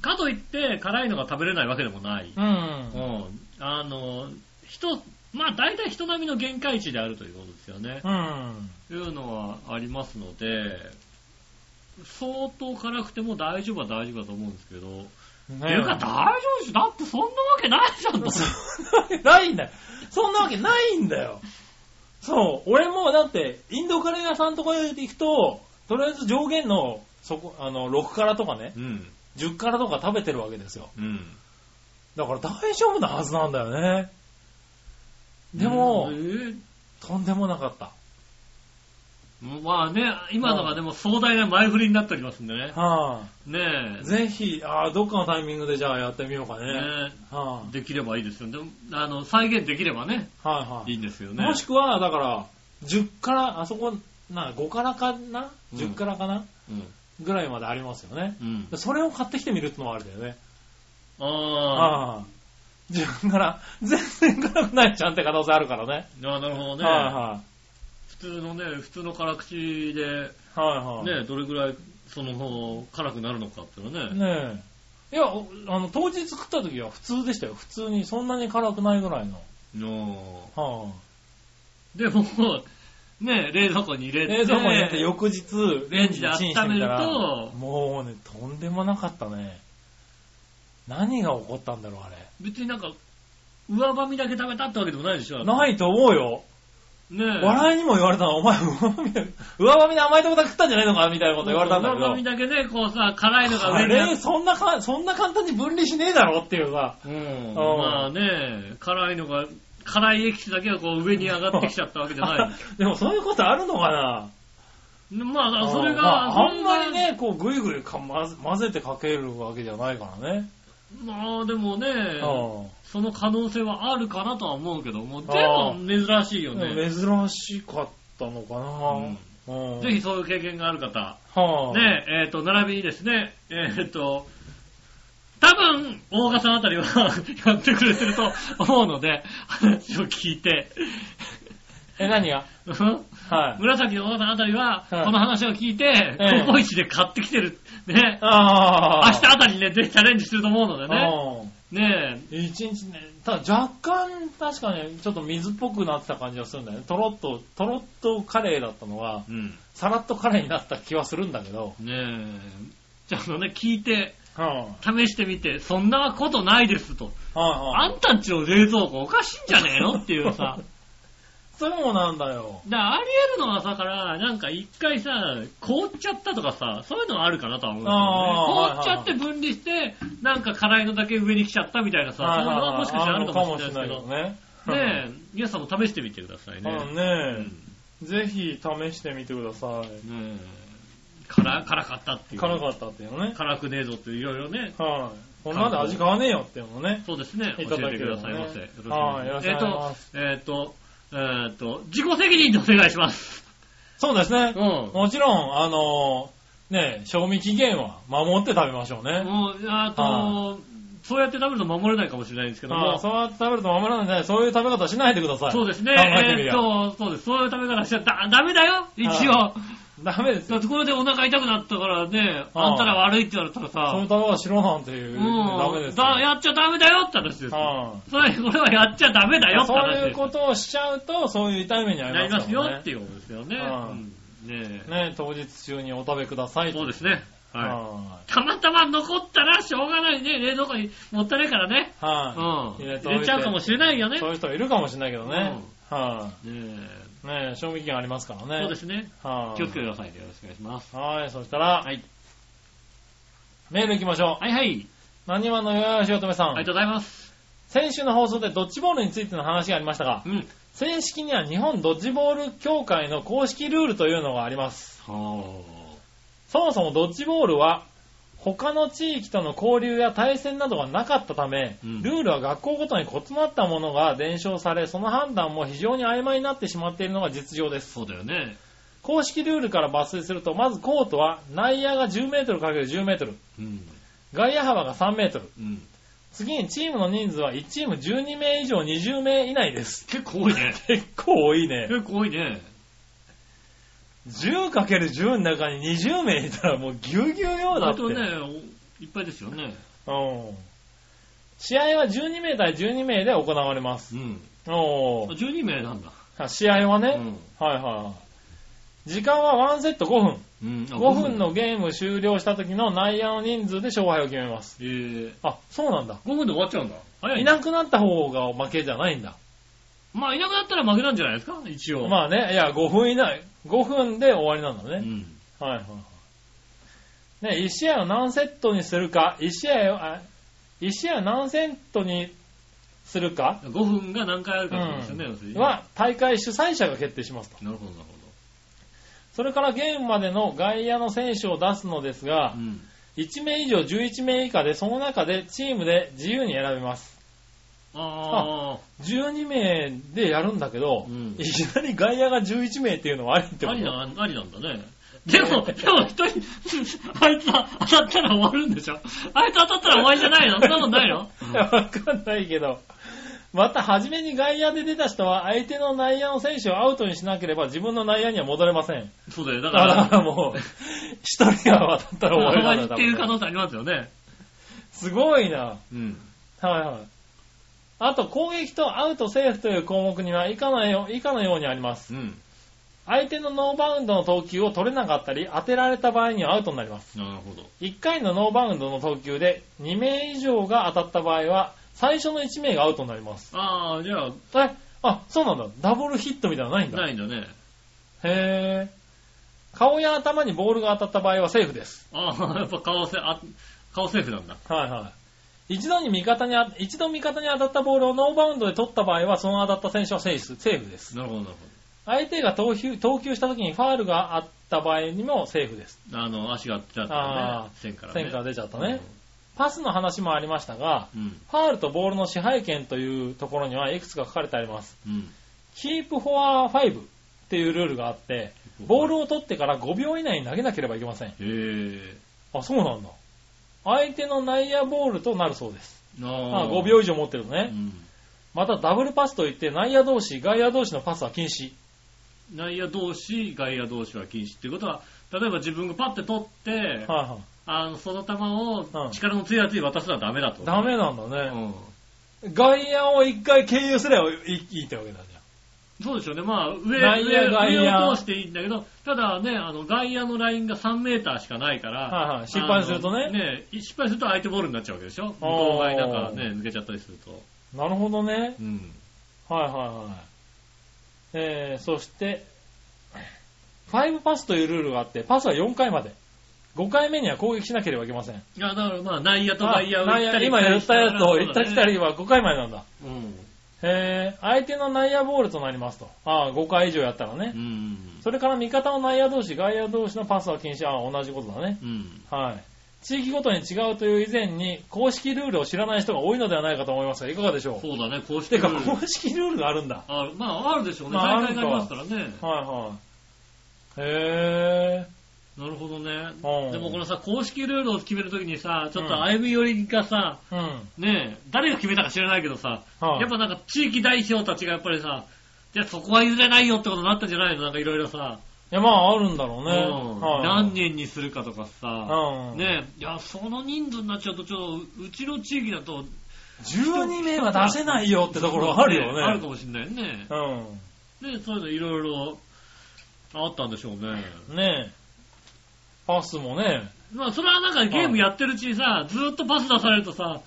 B: かといって辛いのが食べれないわけでもない。
C: い。うん
B: う。ん。あの、人、まあ大体人並みの限界値であるということですよね。
C: うん。
B: いうのはありますので、相当辛くても大丈夫は大丈夫だと思うんですけど、
C: ね
B: ていうか大丈夫でしょだってそんなわけないじゃんだって
C: そんなわけ ないんだよ。そんなわけないんだよ。そう。俺も、だって、インドカレー屋さんとか行くと、とりあえず上限の、そこ、あの、6辛とかね、
B: うん、
C: 10辛とか食べてるわけですよ。
B: うん。
C: だから大丈夫なはずなんだよね。でも、
B: えー
C: とんでもなかった。
B: まあね、今のがでも壮大な前振りになっておりますんでね。
C: は
B: ね
C: あ、
B: え。
C: ぜひ、ああ、どっかのタイミングでじゃあやってみようかね。
B: ね
C: は
B: えできればいいですよ。でも、あの、再現できればね、
C: あ、はいはい
B: い。いんですよね。
C: もしくは、だから、10から、あそこ、な、5からかな
B: うん
C: ?10 からかな、
B: うん。
C: ぐらいまでありますよね。
B: うん。
C: それを買ってきてみるってのもあるだよね。
B: ああ。
C: ああ。10から、 全然辛くないじゃんって可能性あるからね。
B: ああなるほどね。
C: は
B: 普通のね、普通の辛口で、
C: いはい。はいはい。
B: ね、どれぐらい、その、辛くなるのかっていうのはね。
C: ねえ。いや、おあの、当日食った時は普通でしたよ。普通に、そんなに辛くないぐらいの。
B: の
C: は
B: でも、ね、冷蔵庫に入
C: あ。
B: れて。
C: 冷蔵庫に入れて翌日、
B: レンジで温めると
C: レンしてみたらもうね、とんでもなかったね。何が起こったんだろう、あれ。
B: 別になんか、上ばみだけ食べたってわけでもないでしょ。い。
C: ないと思うよ。
B: ね
C: 笑いにも言われたの、お前、 上まみで、上まみで甘いとこだけ食ったんじゃないのかみたいなこと言われたんだけ
B: 上ばみ
C: ど。
B: だけね、こうさ、辛いのが
C: あ
B: 上にあっ
C: れ、そんなか、そんな簡単に分離しねえだろっていうさ。
B: うん。
C: ん
B: まあね、辛いのが、辛いエキスだけがこう上に上がってきちゃったわけじゃない。
C: でもそういうことあるのかな
B: まあ、それが、
C: まあ、あ
B: それ
C: ん
B: が
C: まり。ね、こう、ぐいぐいか混ぜ混ぜてかけるわけじゃないからね。
B: まあでもね、
C: うん
B: その可能性はあるかなとは思うけども、で
C: あ
B: も珍しいよね。
C: でも珍しかったのかな、うん
B: ぜひそういう経験がある方、
C: はあ、
B: ねえ、っ、と、並びにですね、えっ、と、多分、大賀さんあたりは やってくれてると思うので、話を聞いて、
C: え、何が
B: うん
C: はい。
B: 紫の大賀さんあたりは、
C: はい
B: この話を聞いて、
C: ええ
B: ココイチで買ってきてる、ね、
C: あ
B: 明日あたりにね、ぜひチャレンジすると思うのでね、
C: あ。
B: ね
C: 一日ね、ただ若干確かね、ちょっと水っぽくなってた感じがするんだよね。とろっと、とろっとカレーだったのが、
B: え、うん。
C: さらっとカレーになった気はするんだけど、
B: ねえ、じゃああのね、聞いて、
C: うん。はい
B: 試してみて、そんなことないですと。あ
C: はい。
B: んたんちの冷蔵庫おかしいんじゃねえのっていう さ。
C: そうなんだよ。
B: だからあり得るのはさ、から、なんか一回さ、凍っちゃったとかさ、そういうのはあるかなとは思うんだ
C: あ
B: けどね。凍
C: ー
B: っちゃって分離して、なんか辛いのだけ上に来ちゃったみたいなさ、そういうのはもしかしたらあるかもしれないですけど。
C: ね。
B: ねえ、皆さんも試してみてください
C: え。うん
B: ね。
C: ねえ。ぜひ試してみてください。
B: うんねえ辛辛かったっていう。
C: 辛かったっていうのね。
B: 辛くねえぞっていう、いろいろね。
C: はい。こんなんで味変わねえよっていうのね。
B: そうですね。教
C: いただ
B: え
C: け
B: てくだ
C: れば
B: さ
C: ね
B: いませ。よろしくお
C: はい
B: 願いします。えっ、と、えっ、と、えっ、と、自己責任でお願いします。
C: そうですね
B: う。ん。も
C: もちろん、あのー、ねえ、賞味期限は守って食べましょうね。
B: う、あ
C: は
B: と、そうやって食べると守れないかもしれないんですけど
C: あ
B: も
C: あ、そうやって食べると守らないで、そういう食べ方しないでください。
B: そうですね。
C: 考えてみ
B: え
C: り
B: っ、
C: ゃ。
B: と、そうです。そういう食べ方しちゃだダメだよ一応。
C: ダメですよ。
B: だってこれでお腹痛くなったからね、
C: はい
B: あんたら悪いって言われたら
C: そうい
B: さ、
C: う食べ方しろなんていう、ダメですよ。
B: だやっちゃダメだよって話ですよ。
C: は
B: それ、これはやっちゃダメだ
C: い
B: よって
C: そう
B: 話ですよ。
C: いうことをしちゃうと、そういう痛い目に遭
B: なり
C: いま
B: ますす
C: から
B: よ
C: ね。
B: っていうことですよね。
C: は
B: うんねえ
C: ね、当日中にお食べください。
B: そうですね。はい。
C: は
B: たまたま残ったらしょうがないね。冷蔵庫にもったいないからね。
C: い。は
B: うん。
C: い。入れてお
B: 入
C: いて
B: れちゃうかもしれないよね。
C: そういう人いるかもしれないけどね。は
B: ね
C: い。ね、賞味期限ありますから
B: え
C: ね。
B: そうですね。
C: はい。
B: 気をつけてくださいね。よろしくお願いします。
C: はい、そしたら、
B: はい。
C: メール行きましょう。
B: はいはい。
C: 何話のよよしおとめさ
B: ありが
C: ん。
B: とうございます。
C: 先週の放送でドッジボールについての話がありましたが
B: う、ん。
C: 正式には日本ドッジボール協会の公式ルールというのがあります。
B: は
C: そもそもドッジボールは、他の地域との交流や対戦などがなかったため、
B: うん
C: ルールは学校ごとに異なったものが伝承され、その判断も非常に曖昧になってしまっているのが実情です。
B: そうだよね。
C: 公式ルールから抜粋すると、まずコートは内野が10メートル ×10 メートル、
B: うん。
C: 外野幅が3メートル、
B: うん。
C: 次にチームの人数は1チーム12名以上20名以内です。
B: 結構多い ね。
C: 結構多いね。
B: 結構多いね。
C: 10×10 の中に20名いたらもうぎゅうぎゅうようだ
B: 割
C: って。
B: とね、おいっぱいですよね。
C: うん。試合は12名対12名で行われます。
B: うん。
C: おー
B: 12名なんだ。
C: あ試合は
B: う
C: ね、
B: ん。
C: はいはい。時間は1セット5分。
B: うん。あ
C: 5分。のゲーム終了した時の内野の人数で勝敗を決めます。
B: えー、
C: あ、そうなんだ。
B: 5分で終わっちゃうんだ。早い
C: い
B: ね。
C: なくなった方が負けじゃないんだ。
B: まあ、いなくなったら負けなんじゃないですか一応。あ。
C: まあね、いや、5分以内、5分で終わりなんだね。
B: うん。
C: はいはいはい。ね、1試合を何セットにするか、1試合を、あ1試合を何セットにするか
B: 5分が何回あるかってことですよね、
C: うん
B: 要するにね
C: は大会主催者が決定しますと。
B: なるほど、なるほ
C: それからゲームまでの外野の選手を出すのですが
B: ど。う、ん。
C: 1名以上11名以下で、その中でチームで自由に選べます。
B: あ
C: 12名でやるんだけど、
B: うん
C: いきなり外野が11名っていうのはありって
B: あ、
C: こ
B: あり
C: と
B: な、ありなんだね。でも、でも一人、 あいつは当たったら終わるんでしょあいつ当たったら終わりじゃないのそんなことないの
C: いや、わかんないけど。また、初めに外野で出た人は、相手の内野の選手をアウトにしなければ、自分の内野には戻れません。
B: そうだよ、だ
C: だ
B: か、
C: からら、もう、一人が渡ったら終わり
B: 終わり
C: なん
B: っ
C: だ
B: ていう可能性ありますよね。
C: すごいな。
B: うん。
C: はいはい。あと、攻撃とアウトセーフという項目には以下のよ以下のようにあります。
B: うん。
C: 相手のノーバウンドの投球を取れなかったり、当てられた場合にはアウトになります。
B: なるほど。
C: 1回のノーバウンドの投球で、2名以上が当たった場合は、最初の1名がアウトになります。
B: ああ、じゃあ、
C: え、あ、そうなんだ。ダブルヒットみたいなのないんだ。
B: ないんだね。
C: へぇ顔や頭にボールが当たった場合はセーフです。
B: ああ、やっぱ顔せ、あ、顔セーフなんだ。
C: はいはい。一度に味方にあ、一度味方に当たったボールをノーバウンドで取った場合は、その当たった選手はセーフセーフです。
B: なるほど、なる
C: 相手が投球、投球した時にファールがあった場合にもセーフです。
B: ほど。あの、足が当たったら
C: あ
B: ね、線からね。
C: 線から出ちゃったね。パスの話もありましたが、
B: うん。うん。
C: ファールとボールの支配権というところにはいくつか書かれてあります。
B: うん。
C: キープフォア5っていうルールがあって、ボールを取ってから5秒以内に投げなければいけません。
B: へえ。
C: あ、そうなんだ。相手の内野ボールとなるそうです。
B: あ
C: あ
B: あ
C: 5秒以上持ってるの
B: う
C: ね。
B: ん。
C: またダブルパスといって内野同士、外野同士のパスは禁止。
B: 内野同士、外野同士は禁止っていうことは、例えば自分がパッて取って、
C: はいはい。
B: あの、その球を力の強いやつに渡すのはダメだと。
C: ダメなんだ
B: う
C: ね。
B: ん。
C: 外野を一回経由すればいいいいってわけだじ
B: そうでしょうね。まあ、上、
C: 内野
B: 上、
C: 外野
B: 上を通していいんだけど、ただね、あの、外野のラインが3メーターしかないから、
C: はいはい失敗するとね
B: あのね、失敗すると相手ボールになっちゃうわけでしょ。向こう側になんかね、抜けちゃったりすると。
C: ゃん。なるほどね。
B: うん。
C: はいはいはい。えー、そして、5パスというルールがあって、パスは4回まで。5回目には攻撃しなければいけません。
B: いや、だからまあ、内野と外野を
C: あ
B: 行ったり来たり
C: 今やったやつを行ったり来た。
B: そう
C: りは5回までなんだ。
B: だね
C: えー、相手の内野ボールとなりますと。ああ、5回以上やったらね。
B: うん。うん。
C: それから味方の内野同士、外野同士のパスは禁止。ああ、同じことだね。
B: うん。
C: はい。地域ごとに違うという以前に、公式ルールを知らない人が多いのではないかと思いますが、いかがでしょう
B: そうだね、こうして
C: て
B: く
C: か、
B: る。
C: 公式ルールがあるんだ。
B: あまあ、あるでしょうね。
C: まあ
B: 大会がありますからね。
C: はいはい。へ
B: なるほどね。
C: うん
B: でもこのさ、公式ルールを決めるときにさ、ちょっと歩み寄りがさ、
C: ぇー。うん。
B: ねえ、誰が決めたか知らないけどさ、
C: はい
B: やっぱなんか地域代表たちがやっぱりさ、じゃあそこは譲れないよってことになったんじゃないのなんかいろいろさ、
C: いや、まあ、あるんだろうね。
B: うん
C: はい、
B: 何人にするかとかさ、
C: うん。
B: ねえ、いや、その人数になっちゃうと、ちょっと、うちの地域だと、
C: 12名は出せないよってところはあるよね。
B: あるかもしれないね。
C: う
B: ねそういうのいろいろあったんでしょうね。
C: ん。ねえ。パスもね。
B: まあ、それはなんかゲームやってるうちにさ、ずーっとパス出されるとさ、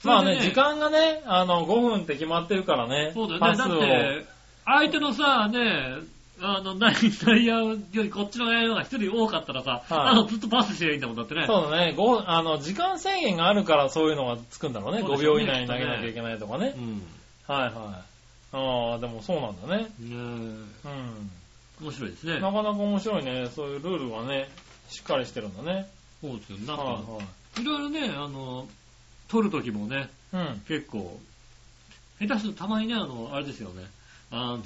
B: それ
C: まあ
B: で
C: ね、時間がね、あの、5分って決まってるからね。
B: そうだよ
C: パ
B: ね。
C: ス
B: だ
C: を。
B: って、相手のさ、ね、あの、内内野よりこっちの内野の方が一人多かったらさ、
C: はい
B: あの、ずっとパスしてりゃいいんだもんだってね。
C: そうだね、ごあの、時間制限があるからそういうのがつくんだろうね。
B: そうで
C: 5
B: しょうね
C: 秒以内に投げなきゃいけないとかね。
B: うん。ね
C: はいはい。ああ、でもそうなんだね。
B: え
C: うん。
B: 面白いです ね
C: な。かなか面白いね。そういうルールがね、しっかりしてるんだね。
B: そうですよ。なん
C: は
B: か、いろいろね、あの、取る時もね、
C: いはい。うん。
B: 結構、下手するとたまにね、あの、あれですよね。あの、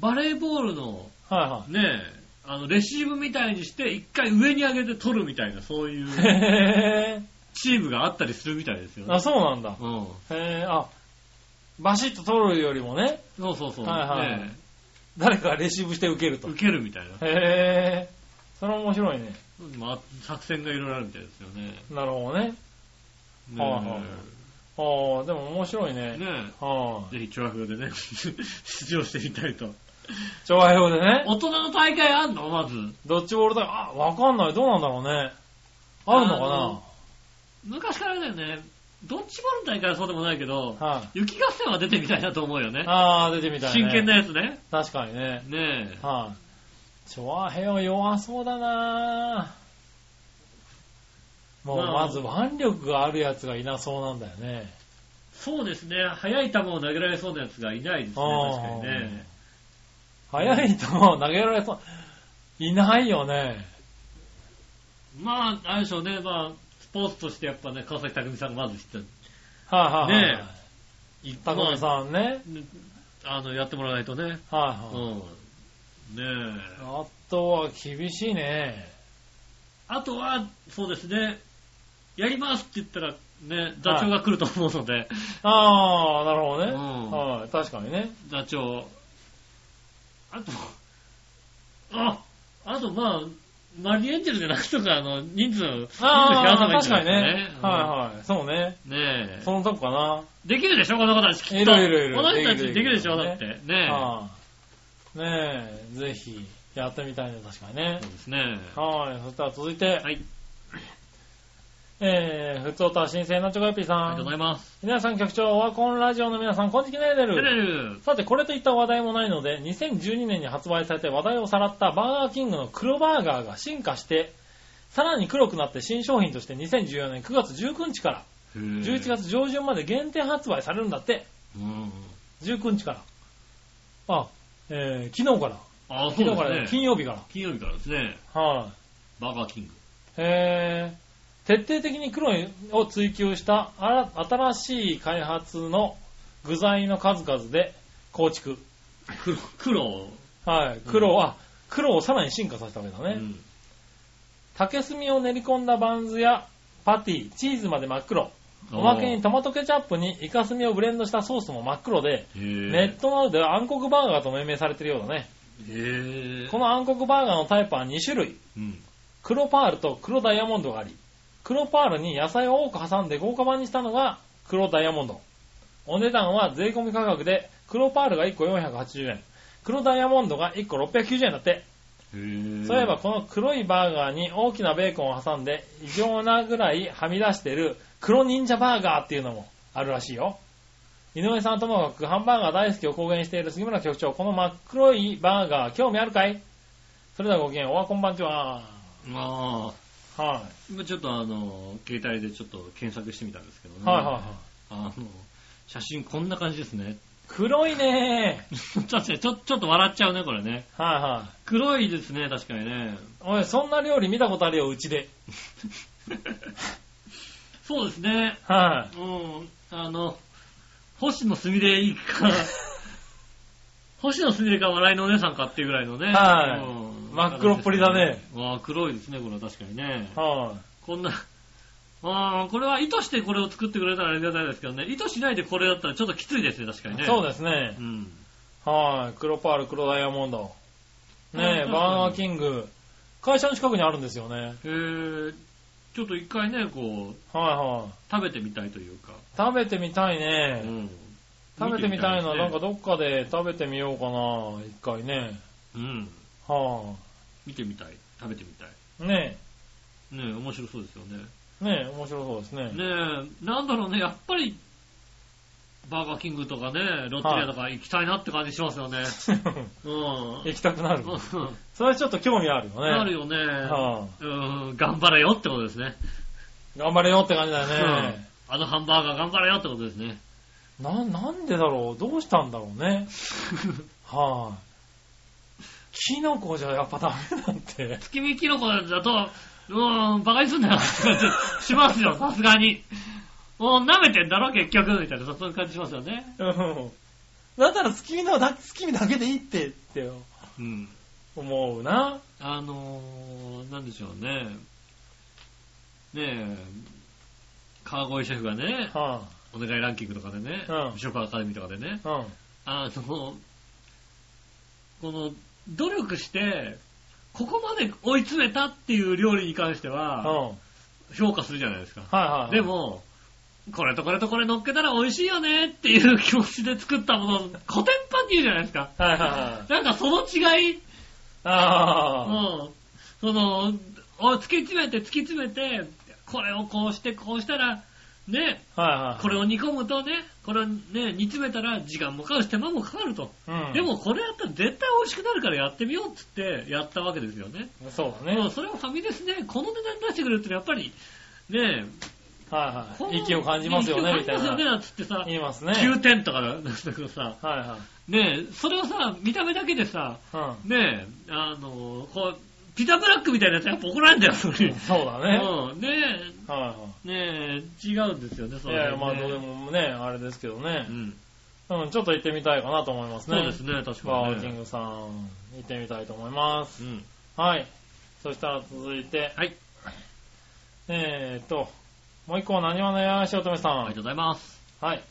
B: バレーボールの、
C: はいはい。
B: ねえ、あの、レシーブみたいにして、一回上に上げて取るみたいな、そういう
C: へ
B: チームがあったりするみたいですよ
C: ー。あ、
B: ね。
C: そうなんだ。
B: うん。
C: へー、あ、バシッと取るよりもね、
B: そうそうそう。
C: はいはい
B: ね
C: 誰かがレシーブして受けると。
B: 受けるみたいな。
C: へー。それは面白いね。
B: まあ、作戦がいろいろあるみたいですよね。
C: なるほどね。
B: ね
C: はいはいああ、でも面白い
B: え
C: ね。
B: ね
C: は
B: えぜひ、調和表でね、 出場してみたいと。
C: い。調和表でね。
B: 大人の大会あんのまず。
C: ドッジボールだ。あ、わかんない。どうなんだろうね。あるのか
B: あ昔からあれだよね、ドッジボールの大会はそうでもないけど、
C: なはい。
B: 雪合戦は出てみたいなと思うよね。
C: ああ、出てみたいね。
B: 真剣なやつね。
C: 確かにね。
B: ね
C: はい。チョアヘヨ弱そうだなぁ。もう、
B: まあ
C: まず腕力があるやつがいなそうなんだよね。
B: え。そうですね。速い球を投げられそうなやつがいないですね。
C: あー
B: 確かにね。
C: 速い球を投げられそう。いないよね。
B: まあ、あれでしょうね。まあ、スポーツとしてやっぱね、川崎匠さんがまず知って、
C: はいはいはい
B: ね。一
C: たくみさんね。はい
B: あの、やってもらわないとね。う
C: はい。
B: ん。ねえ。
C: あとは厳しいね。
B: あとは、そうですね、やりますって言ったら、ね、座長が来ると思うので、
C: ああ、なるほど
B: う
C: ね。
B: ん
C: はい、確かにね。
B: 座長。あと、あ、あとまあ、マリエンジェルじゃなくとか、あの、人数、人数
C: ああ、
B: いいん
C: 確
B: じゃ
C: か
B: ない
C: に
B: で
C: ね。
B: す
C: はいはい。そうね。
B: うんね
C: そのとこかな。
B: え。できるでしょこの子たち、きっと。
C: いるいるいる
B: この人たち
C: で
B: で
C: きる
B: きるでしょ
C: で
B: だ
C: き
B: って。
C: る
B: ね
C: はい。ねえ、ぜひ、やってみたいね、確かに
B: え。
C: ね
B: そう。ですね。
C: はい。そしたら続いて、
B: はい。
C: えー、ふつおた新鮮なチョコヨッピ
B: あ
C: ー
B: り
C: さ
B: がとうござ
C: ん。
B: います。
C: 皆さん局長、オワコンラジオの皆さん、こんにちはねる
B: てれる。
C: さて、これといった話題もないので、2012年に発売されて話題をさらったバーガーキングの黒バーガーが進化して、さらに黒くなって新商品として2014年9月19日から11
B: 11。
C: 月上旬まで限定発売されるんだって。
B: うん。
C: 19日から。あ、えー、昨日から。
B: あ、そ
C: 昨
B: う
C: 日から、
B: です
C: 金
B: ね。
C: 曜日から。
B: 金曜日からですね。
C: はい、
B: バーガーキング。
C: えー、徹底的に黒を追求したあら新しい開発の具材の数々で構築。
B: 黒、黒、
C: はい、黒は、黒をさらに進化させたわけだね。
B: うん
C: 竹炭を練り込んだバンズやパティ、チーズまで真っ黒。おまけにトマトケチャップにイカスミをブレンドしたソースも真っ黒で、
B: へぇ
C: ネットなどでは暗黒バーガーと命名されているようだね。
B: へぇ
C: この暗黒バーガーのタイプは2種類。
B: うん。
C: 黒パールと黒ダイヤモンドがあり、黒パールに野菜を多く挟んで豪華版にしたのが黒ダイヤモンド。お値段は税込み価格で、黒パールが1個480円、黒ダイヤモンドが1個690円だって。
B: へ
C: そういえばこの黒いバーガーに大きなベーコンを挟んで、異常なぐらいはみ出してる黒忍者バーガーっていうのもあるらしいよ。井上さんともかくハンバーガー大好きを公言している杉村局長、この真っ黒いバーガー興味あるかいそれではごきげんおはこんばんちは。
B: まあ、
C: はい。
B: 今ちょっとあの、携帯でちょっと検索してみたんですけどね。
C: はいはいはい。
B: あの、写真こんな感じですね。
C: 黒いね
B: 確かにちょ、ちょっと笑っちゃうね、これね。
C: ー。はいはい。
B: 黒いですね、確かにね。
C: おい、そんな料理見たことあるよ、うちで。
B: そうですね。
C: は
B: うん、あの、星野すみれいい か、星野すみれか笑いのお姉さんかっていうぐらいのね。
C: はい
B: うん
C: 真っ黒っぽりだね。
B: わあ、黒いですね、これは確かにね
C: い。。は
B: こんな、あーこれは意図してこれを作ってくれたらありがたいですけどね、意図しないでこれだったらちょっときついですね、確かに
C: い、
B: ね。
C: そう
B: で
C: ですね
B: す。。うん。
C: はい。黒パール、黒ダイヤモンド。ね
B: う
C: え、
B: ん
C: バーガーキング。会社の近くにあるんですよね。
B: えー、ちょっと一回ね、こう、
C: はいはい。
B: 食べてみたいというか。
C: 食べてみたいうね。
B: ん。
C: 食べてみたいな、なんか
B: ど
C: どっかで食べてみようかな、一回ね。
B: うん。
C: は
B: 見てみたい。食べてみたい。
C: い。ね
B: ねえ面白そうですよね。
C: え、ねえ、面白そうですね。
B: ねえ、なんだろうね、やっぱり、バーガーキングとかね、ロッテリアとか行きたいなって感じしますよね。うん。
C: 行きたくなる。
B: うん
C: それちょっと興味あるよね。
B: なるよね。
C: は
B: うん、頑張れよってことですね。
C: い。頑張れよって感じだよね。
B: あのハンバーガー頑張れよってことですね。
C: な、なんでだろうどうしたんだろうね。はい、キノコじゃやっぱダメなんて。
B: 月見キノコだと、うん、バカにすんなよ ってしますよ、さすがに。もう舐めてんだろ、結局、みたいな、そういう感じしますよね。
C: うん。だったら月見のだ、月見だけでいいって、って
B: うん。
C: 思うな。
B: あのー、なんでしょうね。ねえ、川越シェフがね、
C: は
B: お願いランキングとかでね、
C: うん
B: 美食アカデミーとかでね、
C: い、うん。
B: あの、この、努力して、ここまで追い詰めたっていう料理に関しては、
C: うん。
B: 評価するじゃないですか。
C: はいはい。
B: で、も、これとこれとこれ乗っけたら美味しいよねっていう気持ちで作ったもの、コテンパンって言うじゃないですか。
C: はいはいはい。
B: なんかその違い、
C: ああ。
B: うん。その、お突き詰めて突き詰めて、これをこうして、こうしたら、ね、
C: はいはい。
B: これを煮込むとね、これをね、煮詰めたら時間もかかるし手間もかかると。
C: うん、
B: で、もこれやったら絶対美味しくなるからやってみようっつってやったわけですよね。
C: そうだね。
B: う
C: は
B: んそれをファミレスで、この値段出してくれるってのはやっぱり、ね、
C: いはい。
B: 息
C: 息を感じますよね、みたい
B: 感じますよね、
C: な。
B: なんつってさ、
C: 言いますね。
B: 9点とかだなんだけどさ、
C: はいはい。
B: ねえ、それをさ、見た目だけでさ、
C: う
B: ねえ、あの、こう、ピザブラックみたいなやつやっぱ怒られんだよ、それ。
C: ん。そうだね。
B: うん、ね
C: はいは
B: え、ねえ、違うんですよね、
C: い。
B: そ
C: い
B: れ、
C: やいや、まあ、どれもね、あれですけどね
B: う。ん。
C: うん、ちょっと行ってみたいかなと思いますね。
B: そうですね、確か
C: バ
B: に、
C: ーキン
B: ね。
C: グさん、行ってみたいと思います。
B: うん。
C: はい。そしたら続いて、
B: はい、
C: えーっと、もう一個は何話のやしおとめさ
B: ありが
C: ん
B: と。うございます。
C: はい。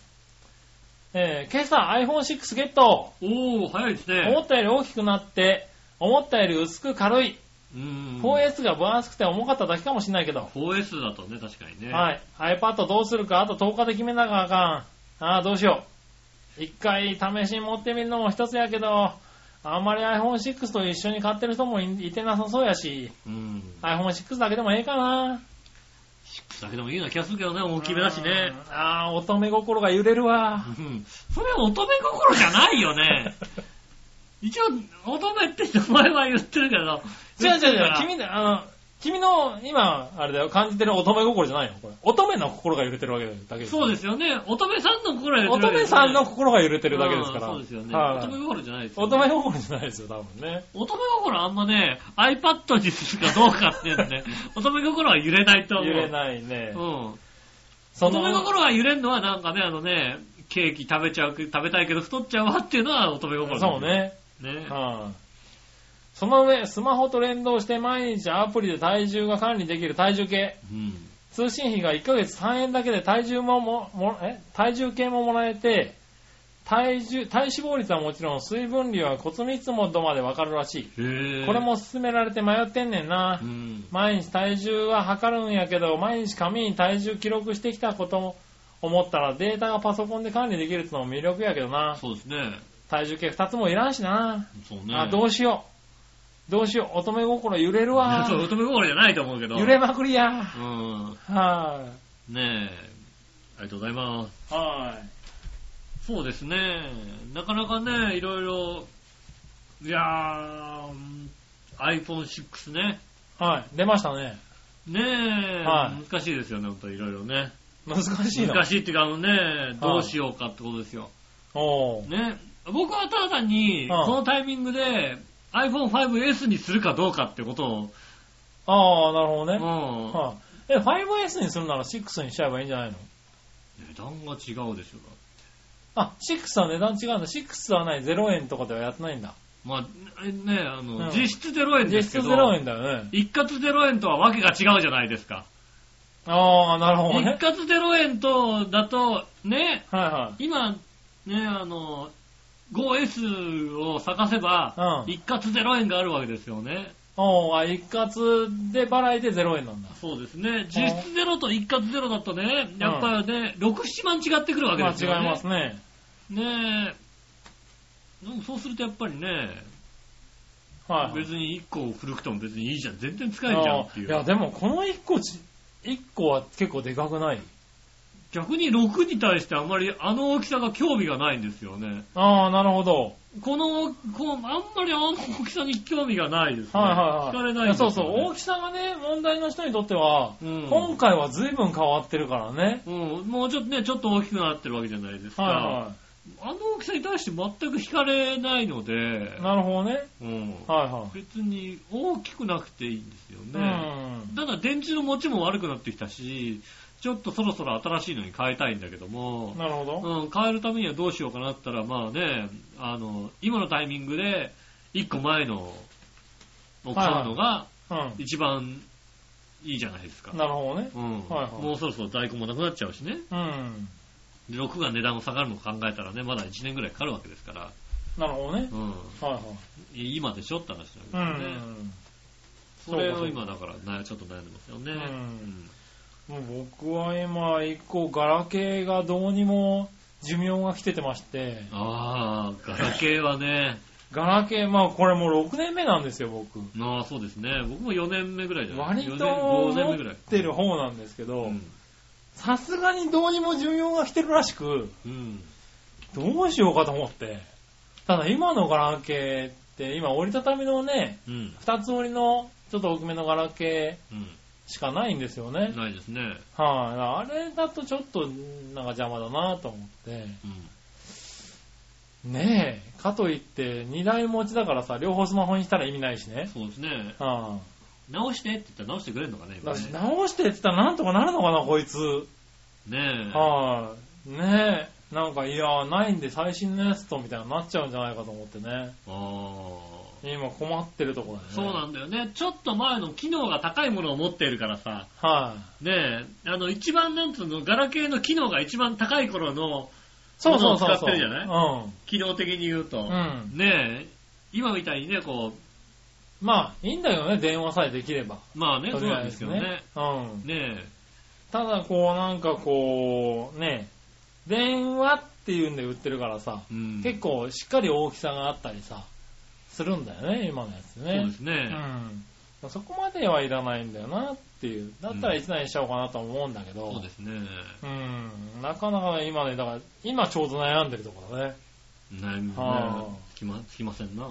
C: えー、今朝 iPhone6 ゲット
B: おー、早いです
C: 思
B: ね。
C: ったより大きくなって、思ったより薄く軽い。
B: うん。
C: 4S が分厚くて重かっただけかもしれないけど。
B: 4S だとね、確かにね。
C: はい。iPad どうするかあと10日で決めなきゃあかん。ああ、どうしよう。一回試しに持ってみるのも一つやけど、あんまり iPhone6 と一緒に買ってる人もいいてなさそうやし、
B: うん。
C: iPhone6 だけでもええかな。
B: だけでもいいような気がするけどね、大きめだしね。
C: うん。ああ、乙女心が揺れるわ。
B: うん。それは乙女心じゃないよ ね。一応、乙女って名前は言ってるけど。
C: 違う違う違う、
B: 君
C: 君の、あの、君の今、あれだよ、感じてる乙女心じゃないよ、これ。乙女の心が揺れてるわけだけ。
B: そうですすよね。乙女さんの心や
C: 乙女さんの心が揺れてるだけですから。
B: そうですよね。
C: はい
B: 乙女心じゃないですよ
C: 乙
B: ね、
C: 女心じゃないですよ、多分ね。
B: 乙女心あんまね、iPad にするかどうかっていうの ね、乙女心は揺れないと思う。
C: 揺れないね
B: う。ん。
C: そ
B: 乙女心は揺れるのはなんかね、あのね、ケーキ食べちゃう、食べたいけど太っちゃうわっていうのは乙女心。
C: そう。ね。
B: ね。
C: はいその上、スマホと連動して毎日アプリで体重が管理できる体重計。
B: うん。
C: 通信費が1ヶ月3円だけで体重もも、もえ体重計ももらえて、体重、体脂肪率はもちろん水分量や骨密度までわかるらしい。
B: へえ。
C: これ。も勧められて迷ってんねんな
B: う。ん。
C: 毎日体重は測るんやけど、毎日紙に体重記録してきたことも思ったらデータがパソコンで管理できるってのも魅力やけどな。
B: そうですね。
C: 体重計2つもいらんしな。
B: そうね。
C: あ、ど
B: う
C: うしよう。どうしよう。乙女心揺れるわ。
B: そう、乙女心じゃないと思うけど。
C: 揺れまくりや。は
B: うん。
C: い、は
B: ねえ。ありがとうございます。
C: い、
B: そうですね。なかなかね、いろいろ、いやー、うん iPhone6 ね。
C: はい。出ましたね。
B: ねえ、
C: はい
B: 難しいですよね、ほんといろいろね。
C: 難しいの
B: 難しいっていうか、あのね、どうしようかってことですよ。
C: おー
B: ね。僕はただ単に、こ
C: はい
B: のタイミングで iPhone5S にするかどうかってことを、
C: ああ、なる
B: う
C: ほどね。
B: ん。
C: はい、え、5S にするなら6にしちゃえばいいんじゃないの
B: 値段が違うでしょ。
C: あ、6は値段違うんだ。6はない。0円とかではやってないんだ。
B: まあ、ね、あの、
C: うん
B: 実質0円で
C: 実
B: す
C: 質
B: けど、
C: 0円だよね。
B: 一括0円とはわけが違うじゃないですか。
C: ああ、なるほど
B: 一
C: ね。
B: 括0円と、だと、ね、
C: はいはい。
B: 今、ね、あの、5S を探せば、
C: うん
B: 一括0円があるわけですよね。
C: おーあ、一括で払いで0円なんだ。
B: そうですね。実質ゼロと一括ゼロだとね、やっぱりね、6、7万違ってくるわけ
C: まあ
B: です
C: 違
B: よね。
C: いますね。
B: ねえ。でもそうするとやっぱりね、
C: はい。
B: 別に1個古くても別にいいじゃん。全然使え
C: あ
B: るじゃんっ
C: ー
B: てい。
C: いうや、でもこの1個ち、1個は結構でかくない
B: 逆に6に対してあまりあの大きさが興味がないんですよね。
C: ああ、なるほど。
B: この、こうあんまりあの大きさに興味がないですね。
C: はいはいはい。
B: 惹かれない
C: い
B: ん
C: や
B: ですよ
C: そう
B: ね
C: そう。大きさがね、問題の人にとっては、
B: うん
C: 今回は随分変わってるからね。
B: うん、もうちょっとね、ちょっと大きくなってるわけじゃないですか。
C: は
B: あの大きさに対して全く惹かれないので
C: いはい。、なるほどね。
B: うん、
C: はいは
B: 別に大きくなくていいんですよ
C: い。う
B: ね。
C: ん。
B: ただ電池の持ちも悪くなってきたし、ちょっとそろそろ新しいのに変えたいんだけども、
C: なるほど。
B: うん、変えるためにはどうしようかなって言ったら、まあね、あの、今のタイミングで1個前のを買うのが
C: うん。
B: 一番いいじゃないですか。
C: なるほどね。
B: うん
C: はいはい
B: もうそろそろ在庫もなくなっちゃうしね。
C: うん。
B: で6が値段が下がるのを考えたらね、まだ1年ぐらいかかるわけですから、
C: なるほどね。
B: うん、
C: はい
B: 今でしょって話なんですよ
C: はい。
B: ね。それを今だからなちょっと悩んでますよね。
C: うん
B: うん
C: うん。もう僕は今、一個、ガラケーがどうにも寿命が来ててまして、
B: ああ、ガラケーはね、
C: ガラケー、まあこれもう6年目なんですよ、僕。
B: ああそうですね。僕も4年目ぐらいじゃない
C: 割
B: 4
C: と
B: 年5年
C: 持
B: 目ぐらい
C: っ。てる方なんですけ
B: う
C: ど、
B: ん。
C: さすがにどうにも寿命が来てるらしく、
B: うん。
C: どうしようかと思って。ただ今のガラケーって、今折りたたみのね、
B: うん。
C: 二つ折りの、ちょっと大きめのガラケ
B: う
C: ーしかないんですよね。
B: ん。ないですね。
C: はい、あれだとちょっと、なんか邪魔だなと思って。
B: うん。
C: ねえ、かといって、二台持ちだからさ、両方スマホにしたら意味ないしね。
B: そうですね。
C: は
B: 直してって言ったら直してくれるのかね、
C: い
B: 今
C: だ
B: ね
C: し。直してって言ったらなんとかなるのかな、こいつ。
B: ねえ。
C: はい、ねえ、なんか、いや、ないんで最新のやつと、みたいになっちゃうんじゃないかと思ってね。
B: あー
C: 今困ってるとこだね。
B: そうなんだよね。ちょっと前の機能が高いものを持っているからさ、
C: はい、
B: ねえ、あの、一番なんつうの、ガラケーの機能が一番高い頃の
C: そうそうそうそう。
B: 使ってるじゃない
C: うん。
B: 機能的に言うと、
C: うん。
B: ねえ、今みたいにね、こ
C: まあ、いいんだけどね、電話さえできれば。
B: う、まあね、
C: と
B: そう
C: りあ
B: なん
C: え
B: です
C: ず
B: けどね。
C: うん。
B: ね
C: ただこうなんかこうね、電話っていうんで売ってるからさ、
B: え、うん
C: 結構しっかり大きさがあったりさ、するんだよね、今のやつね。
B: そうですね。
C: うん。そこまではいらないんだよなっていう。だったら1台にしちゃおうかなと思うんだけど。
B: そうですね。
C: うん。なかなかね、今ね、だから、今ちょうど悩んでるところだね。
B: 悩み
C: は
B: もね、つきま、つきませんな。
C: ね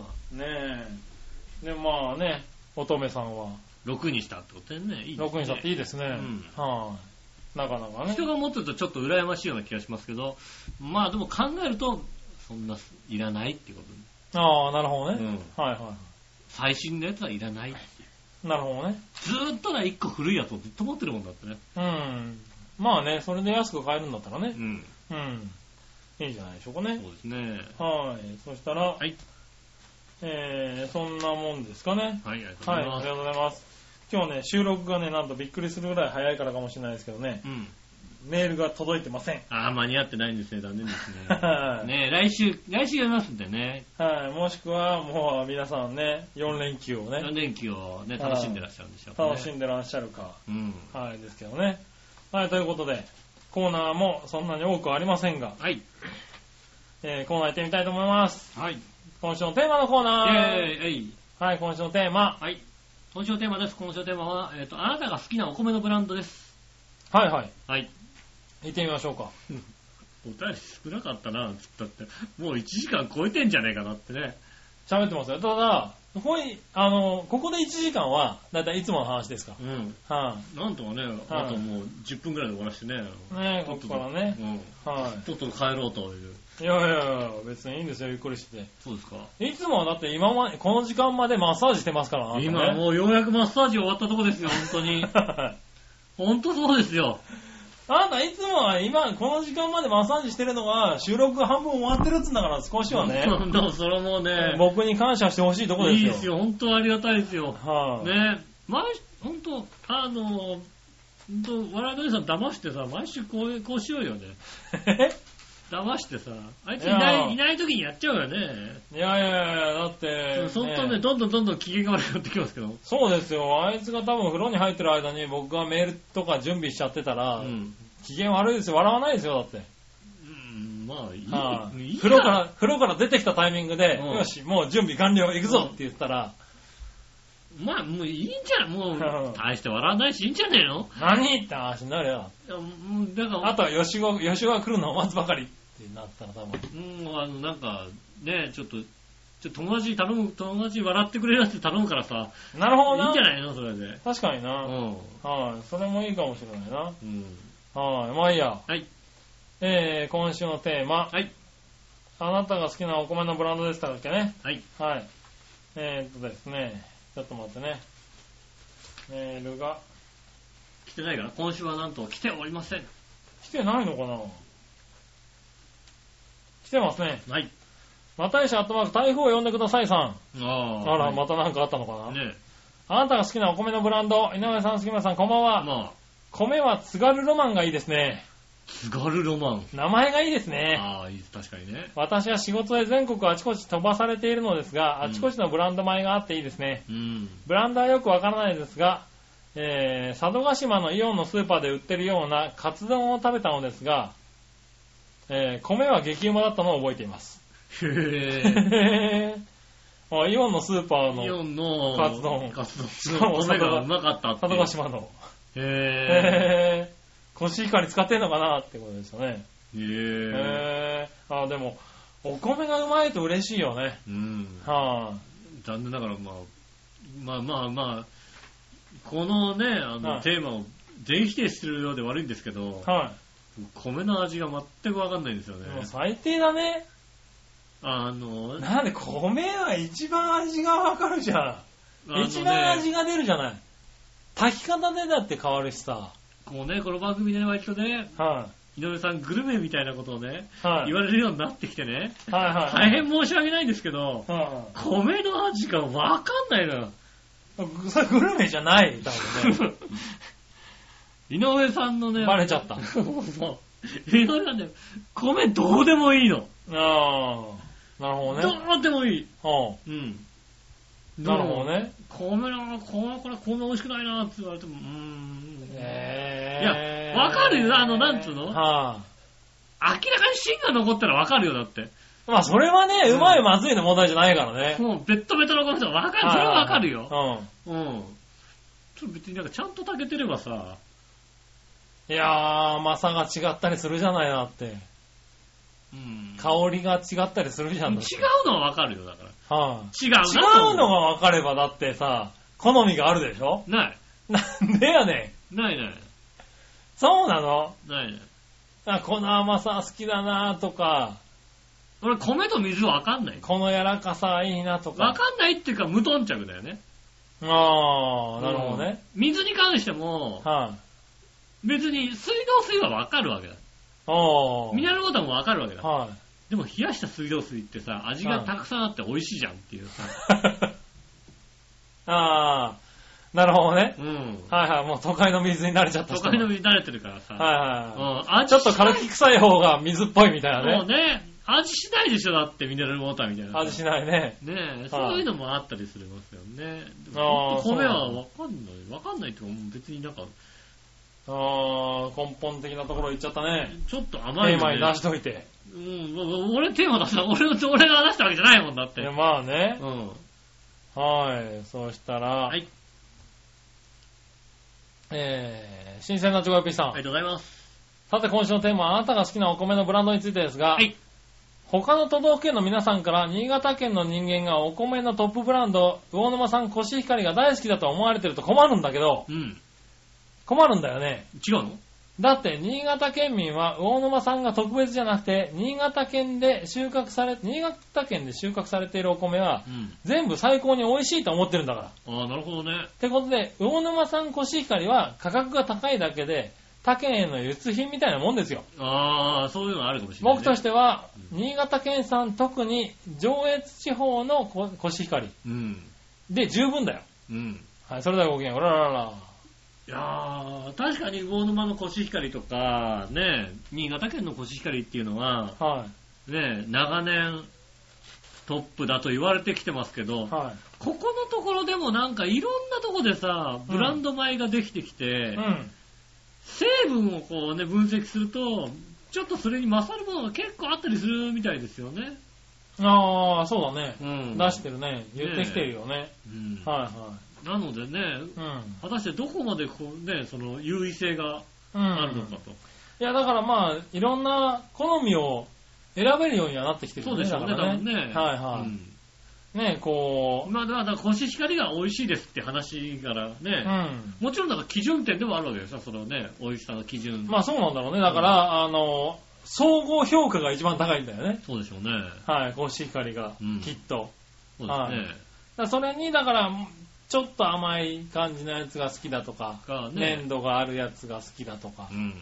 C: え。で、まあね、乙女さんは、
B: 6にしたってことでね、いいですね。
C: 6にしたっていいですね。
B: ん
C: はい、なかなかね。
B: 人が持ってるとちょっと羨ましいような気がしますけど、まあでも考えると、そんないらないってこと。
C: ああ、なるほどね。
B: うん
C: はいは
B: 最新のやつはいらない。
C: い。なるほどね。
B: ずーっとね、一個古いやつをずっと持ってるもんだってね。
C: うん。まあね、それで安く買えるんだったらね
B: う。ん。
C: うん。いいんじゃないでしょう
B: そ
C: か
B: う
C: ね。
B: ですね。
C: はい。そしたら、
B: はい。
C: えー、そんなもんですかね。
B: はい、ありがとうご
C: は
B: ざ
C: い、
B: います。
C: ありがとうございます。今日ね、収録がね、なんとびっくりするぐらい早いからかもしれないですけどね、
B: うん。
C: メールが届いてません。
B: ああ、間に合ってないんですね。残念です
C: はい
B: ね。ねえ来週、来週やりますんでね。
C: はい。もしくは、もう皆さんね、4連休を
B: 4
C: ね、
B: 連休をね、
C: はい
B: 楽しんでらっしゃるんでしょうね。
C: 楽しんでらっしゃるか、
B: うん。
C: はい、ですけどね。はい、ということで、コーナーもそんなに多くはありませんが、
B: はい。
C: えーコーナー行ってみたいと思います。
B: はい。イ
C: 今週のテーマのコー
B: ェ
C: ナー。
B: ーイえい
C: はい、今週のテーマ。
B: はい。今週のテーマです。今週のテーマは、えっ、と、あなたが好きなお米のブランドです。
C: はいはい。
B: はい。
C: 行ってみましょうか。
B: お便り少なかったな、つったって。もう1時間超えてんじゃねえかなってね。
C: 喋ってますよ。ただ、ここに、あの、ここで1時間は、だいたいいつもの話ですか
B: うん。
C: ら。は
B: なんとかね、あともう10分くらいで終わらしてね。
C: い、ねえ、
B: と
C: こ
B: っと
C: ことからね。
B: う
C: は
B: ん。とっとと帰ろうという。
C: い。いやいやいや、別にいいんですよ、ゆっくりして。
B: そうですか。
C: いつもはだって今まで、この時間までマッサージしてますからな、。
B: 今もうようやくマッサージ終わったとこですよ、本当に
C: あ
B: 本当そうですよ。
C: なたいつもは今、この時間までマッサージしてるのが、収録が半分終わってるっつうんだから、少しはね、
B: でもそれもね、
C: 僕に感謝してほしいとこです
B: いい
C: よ。
B: ですよ、本当ありがたいですよ。
C: はい、
B: ね毎、本当あの、本当笑い鳥さん騙してさ、毎週こうこうしようよね。騙してさ、あいつい
C: い
B: な
C: や
B: いいない時にやっちゃうよね。
C: いやいやいや、だって、
B: そんとね、
C: ね
B: どんどんどんどん機嫌が悪くなってきますけど。
C: そうですよ。あいつが多分風呂に入ってる間に僕がメールとか準備しちゃってたら、
B: うん。
C: 機嫌悪いですよ。笑わないですよ、だって。
B: うんまあ、いい。
C: はい
B: いいな
C: 風呂から、風呂から出てきたタイミングで、
B: うん
C: よし、もう準備完了、行くぞって言ったら、
B: まあ、もういいんじゃん、も
C: うん
B: う、大して笑わないし、いいんじゃねえの
C: 何って話になるよ。
B: いやうんだから、
C: あとは吉尾、吉尾が来るのを待つばかりってなったら多分。
B: うん、あの、なんか、ね、ちょっと、ちょっと友達に頼む、友達に笑ってくれるやつ頼むからさ、
C: なるほど
B: いいんじゃ
C: な。
B: ないのそれで。
C: 確かに
B: う
C: な。
B: ん。
C: はい。それもいいかもしれないな。
B: うん。
C: はい。まあいいや。
B: はい。
C: えー、今週のテーマ。
B: はい。
C: あなたが好きなお米のブランドでしたっけね。
B: はい。
C: はい。えー、っとですね、ちょっと待ってね。メールが、
B: 来てないから、今週はなんと来ておりません。
C: 来てないのかな来てますね。
B: はい。
C: またいし、あとまく台風を呼んでくださいさん。
B: あ
C: あ
B: あ。
C: ら、
B: はい
C: またなんかあったのかな、
B: ね
C: あなたが好きなお米のブランド、井上さん、杉村さん、こんばんは。
B: まあ、
C: 米は津軽ロマンがいいですね。
B: 津軽ロマン。
C: 名前がいいですね。
B: ああ、いいです、確かにね。
C: 私は仕事で全国あちこち飛ばされているのですが、あちこちのブランド米があっていいですね。
B: うん。
C: ブランドはよくわからないですが、えー、佐渡島のイオンのスーパーで売ってるようなカツ丼を食べたのですが、えー、米は激うまだったのを覚えています。
B: へえ。
C: へ あイオンのスーパー
B: イオ
C: の
B: ンの、
C: カツ丼
B: カツ
C: しか
B: 丼。
C: も
B: 米がうまかったって
C: 佐
B: いう。
C: 渡島の、
B: へ
C: へ ー、コシヒカリ使ってんのかなってことですよね。
B: え。へえ。
C: へー、あでも、お米がうまいと嬉しいよね。
B: うん。
C: は
B: 残念ながら、まあ、まあまあまあ、このね、あの、
C: はい
B: テーマを全否定するようで悪いんですけど
C: い、、は
B: 米の味が全くわかんないんですよ
C: い。
B: ね
C: で。も最低だね。
B: あの、
C: なんで米は一番味がわかるじゃん。
B: あの
C: 一番味
B: ね、
C: が出るじゃない。炊き方でだって変わるしさ。
B: こうね、この番組で割とね、
C: は
B: 井上さんグルメみたいなことをね、
C: い。はい。
B: 言われるようになってきてね、
C: はいは
B: 大
C: い。
B: 変申し訳ないんですけど、
C: は
B: 米の味がわかんないのよ。
C: い。それグルメじゃない、多分ね。
B: 井上さんのね、
C: バレちゃった。
B: そうそう井上さんね、米どうでもいいの。
C: ああ。なる
B: ど
C: ほどね。
B: うでもいい。
C: は
B: うん。
C: あなるほど。ね。
B: 米の、ここれこんな美味しくないなって言われても、うーん。
C: ええ
B: いやわかるよあのなんつうの
C: は
B: 明
C: い。
B: らかに芯が残ったらわかるよ、だって。
C: まあ、それはね、
B: うん
C: うまいまずいの問題じゃないからね。
B: もうベッドベトの米とかわかる、それはわかるよ。
C: はい。うん。
B: うん。ちょっと別になんかちゃんと炊けてればさ、
C: いやー、甘さが違ったりするじゃないなって。
B: うん。
C: 香りが違ったりするじゃん。
B: 違う
C: だって
B: のはわかるよ、だから。
C: はい。
B: 違うな
C: 違うの
B: と
C: が
B: 思
C: 分かればだってさ、好みがあるでしょ
B: うない。
C: なんでやねん。
B: ないない。
C: そうなの
B: ないない。
C: あ、この甘さ好きだなとか、
B: 俺、米と水わかんない。
C: この柔らかさいいなとか。
B: わかんないっていうか、無頓着だよね。
C: ああ、なるほどね。
B: うん。水に関しても、
C: はい、
B: 別に水道水はわかるわけだ。
C: おー
B: ミネラルウォーターもわかるわけだ。
C: はい、
B: でも冷やした水道水ってさ、味がたくさんあって美味しいじゃんっていうさ。
C: ああ、なるほどね。
B: うん。
C: はいはい、もう都会の水に慣れちゃった
B: 都
C: 人
B: 会の水慣れてるからさ。
C: は
B: う
C: い
B: ん
C: は
B: 味
C: い。ちょっと
B: しない
C: 軽き臭い方が水っぽいみたい
B: も
C: な
B: う
C: ね。
B: ね、味しないでしょ、だってミネラルウォーターみたいな。
C: 味しないね。
B: ねえ、そういうのもあったりするますよね。で
C: あ
B: も
C: ー
B: ほんと米はわかんない。わかんないっていうか、もう別になんか、
C: あー根本的なところ行っちゃったね。
B: ちょっと甘い
C: 前
B: よ
C: 前出
B: ね
C: し。といて。
B: うん、わ俺テーマ出した、俺の、俺が出したわけじゃないもんだって。
C: で、
B: う
C: まあね。
B: ん。
C: はい。そうしたら、
B: はい。
C: えー、新鮮なチョコヨッピーさん。
B: ありがとうございます。
C: さて今週のテーマはあなたが好きなお米のブランドについてですが、
B: はい
C: 他の都道府県の皆さんから新潟県の人間がお米のトップブランド、魚沼産コシヒカリが大好きだと思われてると困るんだけど、
B: うん。
C: 困るんだよね。
B: 違うの
C: だって新潟県民は魚沼産が特別じゃなくて、新潟県で収穫され、新潟県で収穫されているお米は
B: うん。
C: 全部最高に美味しいと思ってるんだから。
B: ああ、なるほどね。
C: ってことで、魚沼産コシヒカリは価格が高いだけで、他県への輸出品みたいなもんですよ。
B: ああ、そういうのあるかもしれない、ね。。
C: 僕としてては、新潟県産特に上越地方のココシヒカリ
B: うん。
C: で十分だよ。
B: うん。
C: はい、それではごきげんよう。おらららら。
B: いやー、確かに魚沼のコシヒカリとか、ね、新潟県のコシヒカリっていうのは、
C: は
B: ね、長年トップだと言われてきてますけど、
C: い。は
B: ここのところでもなんかいろんなとこでさ、ブランド米ができてき
C: い。
B: て、
C: うん。
B: 成分をこうね、分析すると、ちょっとそれに勝るものが結構あったりするみたいですよね。
C: ああ、そうだね。
B: うん。
C: 出してるね。言ってきてるよね。
B: うん
C: はい
B: なのでね、
C: はい。
B: 果たしてどこまでこうね、その優位性が
C: うん。うん。
B: あるのかと。
C: いや、だからまあ、いろんな好みを選べるようにはなってきてる
B: そ
C: よ
B: うで
C: ね。
B: しょうね、
C: だ
B: 多
C: から
B: 分ね。
C: はいは
B: うん
C: い。ね、こ
B: まあ、だから、コシヒカリが美味しいですって話から
C: う、う
B: ね、
C: ん。
B: もちろん、だから基準点でもあるわけでしょ、そのね、美味しさの基準。
C: まあそうなんだろうね。だから、あの、総合評価が一番高いんだよね。
B: そうでしょうね。
C: はい、コシヒカリが
B: うん、
C: きっと。
B: そうです
C: はい
B: ね。
C: だからそれに、だから、ちょっと甘い感じのやつが好きだとか、
B: がね
C: 粘、度があるやつが好きだとか
B: う、ん。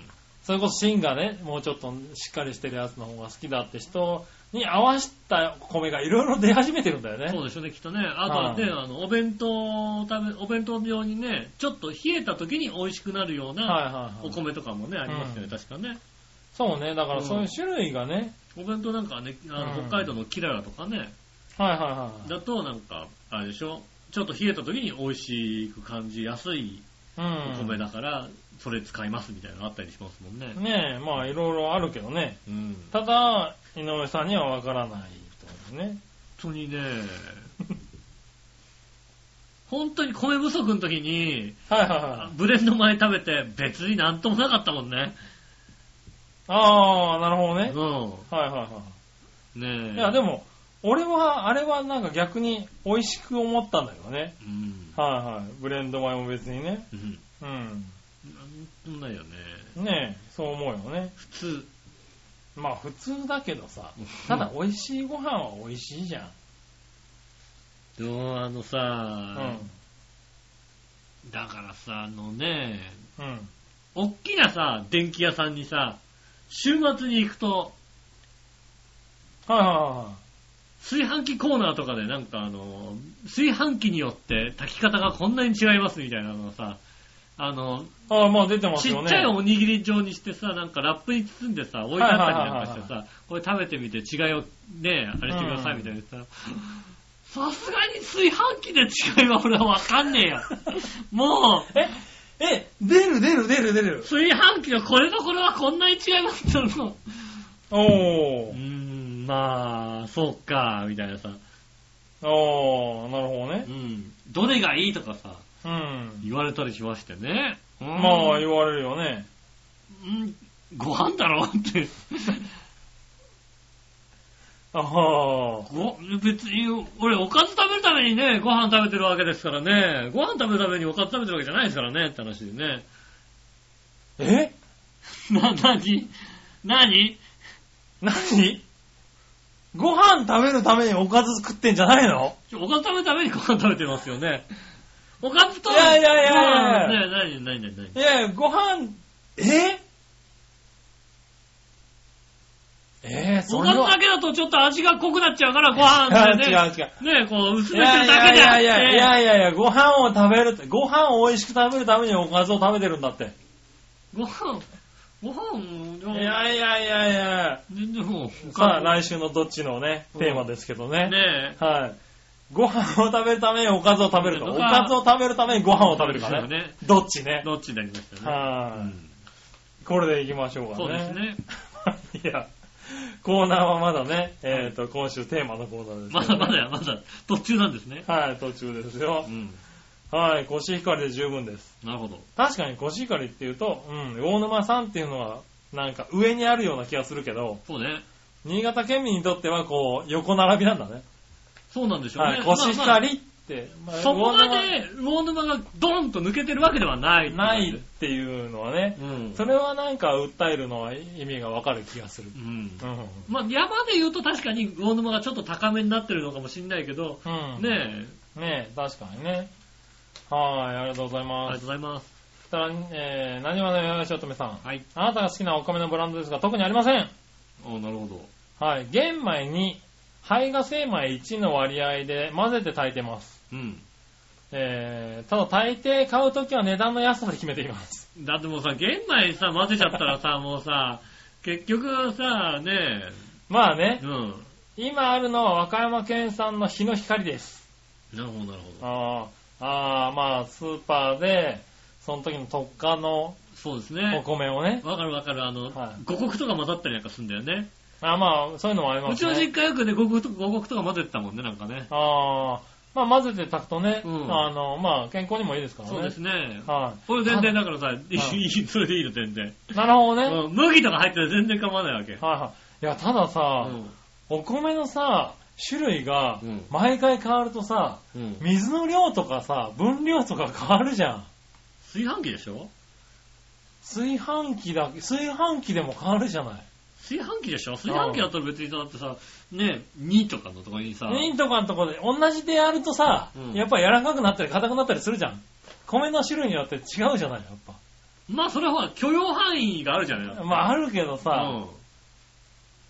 C: それこそ芯がね、もうちょっとしっかりしてるやつの方が好きだって人に合わせた米がいろいろ出始めてるんだよね。
B: そうでしょうね、きっとね。あとはね、
C: はい
B: あの、お弁当を食べ、お弁当用にね、ちょっと冷えた時に美味しくなるよう
C: はい
B: な
C: はい
B: お
C: はい。
B: 米とかもね、ありますよね、
C: うん
B: 確かね。
C: そうね、だからそういう種類がね、
B: お弁当なんかはね、あ
C: う
B: の
C: ん
B: 北海道のキララとかね、
C: はいはいはい。
B: だとなんか、あれでしょ、ちょっと冷えた時に美味しく感じやすいお米
C: う
B: だから、それ使いますみたいなのあったりしますもんね。
C: ん。ねえ、まあいろいろあるけどね。
B: うん。
C: ただ、井上さんにはわからないというね。
B: 本当にね、本当に米不足の時に、
C: はいはいはい。
B: ブレンド米食べて別になんともなかったもんね。
C: ああ、なるほどね。
B: う
C: はいはいは
B: ん。ねえ。
C: い。いや、でも、俺は、あれはなんか逆に美味しく思ったんだけどね。
B: うん。
C: はいはい。ブレンド米も別にね。
B: うん。
C: うん。
B: なんともないよね。
C: ねえ、そう思うよね。
B: 普通。
C: まあ普通だけどさ、ただ美味しいご飯は美味しいじゃん。
B: でもあの
C: う
B: さ、
C: ん。
B: だからさ、あのね、
C: うん。
B: おっきなさ、電気屋さんにさ、週末に行くと、
C: はいはいは
B: 炊飯器コーナーとかでなんかあの、炊飯器によって炊き方がこんなに違いますみたいなのをさ、あの、
C: いはい。ああ、まあ出てます
B: ち
C: よ
B: っ
C: ね。
B: ちゃいおにぎり状にしてさ、なんかラップに包んでさ、置いてあったりなんかしてさ、これ食べてみて違いをね、あれしてくださいみたいなさ、さすがに炊飯器で違いは俺はわかんねえ よ。もう、
C: え、え、出る出る出る出る。
B: 炊飯器のこれとこれはこんなに違いますっての。
C: お
B: うー
C: ー。
B: ん、まあ、そうか、みたいなさ、
C: おー、なるほどね
B: う。ん、どれがいいとかさ、
C: うん。
B: 言われたりしましてね。
C: まあ
B: うん
C: 言われるよね。
B: うん、ご飯だろって。
C: あは
B: ご、別に、俺、おかず食べるためにね、ご飯食べてるわけですからね。ご飯食べるためにおかず食べてるわけじゃないですからね、って話でね。
C: ー。え
B: な、なになに
C: 何ご飯食べるためにおかず食ってんじゃないの
B: おかず食べるためにご飯食べてますよね。おかずと、
C: いやいやいやいや
B: ご飯ね、なになになになに
C: いやいや、ご飯、ええー、
B: お
C: そ
B: か
C: れ
B: ず
C: は
B: だ。けだとちょっと味が濃くなっちゃうから、ご
C: 違
B: 飯
C: う
B: でね。
C: 違う。
B: ねこう、薄め
C: い
B: て
C: や
B: る
C: い
B: だけじゃな
C: やいやいや
B: くて、
C: いやいや、ご飯を食べるって、ご飯を美味しく食べるためにおかずを食べてるんだって。
B: ご飯、ご飯
C: い
B: を、
C: やいやいやいや。
B: 全然もう、お
C: さ
B: か
C: あ、来週のどっちのね、テーマですけど
B: ず、
C: ね。
B: ね
C: はい。ご飯を食べるためにおかずを食べるか、おかずを食べるためにご飯を食べるか
B: そうで
C: ね。
B: すよね。
C: どっちね。
B: どっちになりましたね。う
C: はい。
B: ん
C: これでいきましょうかね。
B: そうですね。
C: いや、コーナーはまだね、えっ、と、今週テーマのコーナーです、
B: まだま。だ、まだ、途中なんですね。
C: はい、途中ですよ
B: う。ん。
C: はい、コシヒカリで十分です。
B: なるほど。
C: 確かにコシヒカリっていうと、うん、大沼さんっていうのは、なんか上にあるような気がするけど、
B: そうね。
C: 新潟県民にとってはこう、横並びなんだね。
B: そうなんでしょう
C: は
B: ね
C: い、。コシヒ
B: まあまあ
C: カリって、まあ
B: そこま
C: 魚
B: で、魚沼がドンと抜けてるわけではない。
C: 沼ないっ。ていうのはね、
B: うん。
C: それはなんか訴えるのは意味がわかる気がする
B: う。ん。
C: うん。
B: まあ、山で言うと確かに魚沼がちょっと高めになってるのかもしれないけど、
C: うん。
B: ねえ、
C: ねえ、確かにね。はい、ありがとうござい
B: あり
C: ま
B: がとう
C: す。
B: ございます。
C: たら、えー、何話のよよしおとめさん。
B: はい。
C: あなたが好きなお米のブランドですが、特にありません。
B: おなるほど。
C: はい、玄米に、胚芽精米1の割合で混ぜて炊いてます。
B: うん。
C: えー、ただ大抵買うときは値段の安さで決めています。
B: だってもうさ、玄米さ、混ぜちゃったらさ、もうさ、結局さ、ね
C: まあね
B: え、う、ん。
C: 今あるのは和歌山県産の日の光です。
B: なるほど、なるほど。
C: あーあー、まあ、スーパーで、その時の特価の
B: そうです
C: お
B: ね。
C: 米をね。
B: わかるわかる。あの、
C: はい
B: 五穀とか混ざったりなんかするんだよね。
C: あーまあ、そういうのもあり
B: う
C: ます
B: ち
C: ね。
B: の実家よくね、五穀と五穀とか混ぜてたもんね、なんかね。
C: ああ、まあ混ぜて炊くとね、
B: うん
C: あの、まあ健康にもいいですからね。
B: そうですね。
C: は
B: これ全然だからさ、いい、それでいいの、全然。
C: い。なるほどね。
B: うん、麦とか入ってたら全然構わないわけ。
C: はいはい。いや、たださ、お米のさ、種類が
B: うん
C: 毎回変わるとさ、
B: うん。うん。
C: 水の量とかさ、分量とか変わるじゃん。
B: 炊飯器でしょ
C: 炊飯器だ、炊飯器でも変わるじゃない。
B: 炊飯器でしょ炊飯器だったら別にだってさ、ね、2とかのとこにさ、
C: ミンとかのとこで同じでやるとさ、
B: うん
C: やっぱ柔らかくなったり硬くなったりするじゃん。米の種類によって違うじゃない、やっ
B: まあそれはほら許容範囲があるじゃない
C: ぱ。まああるけどさ、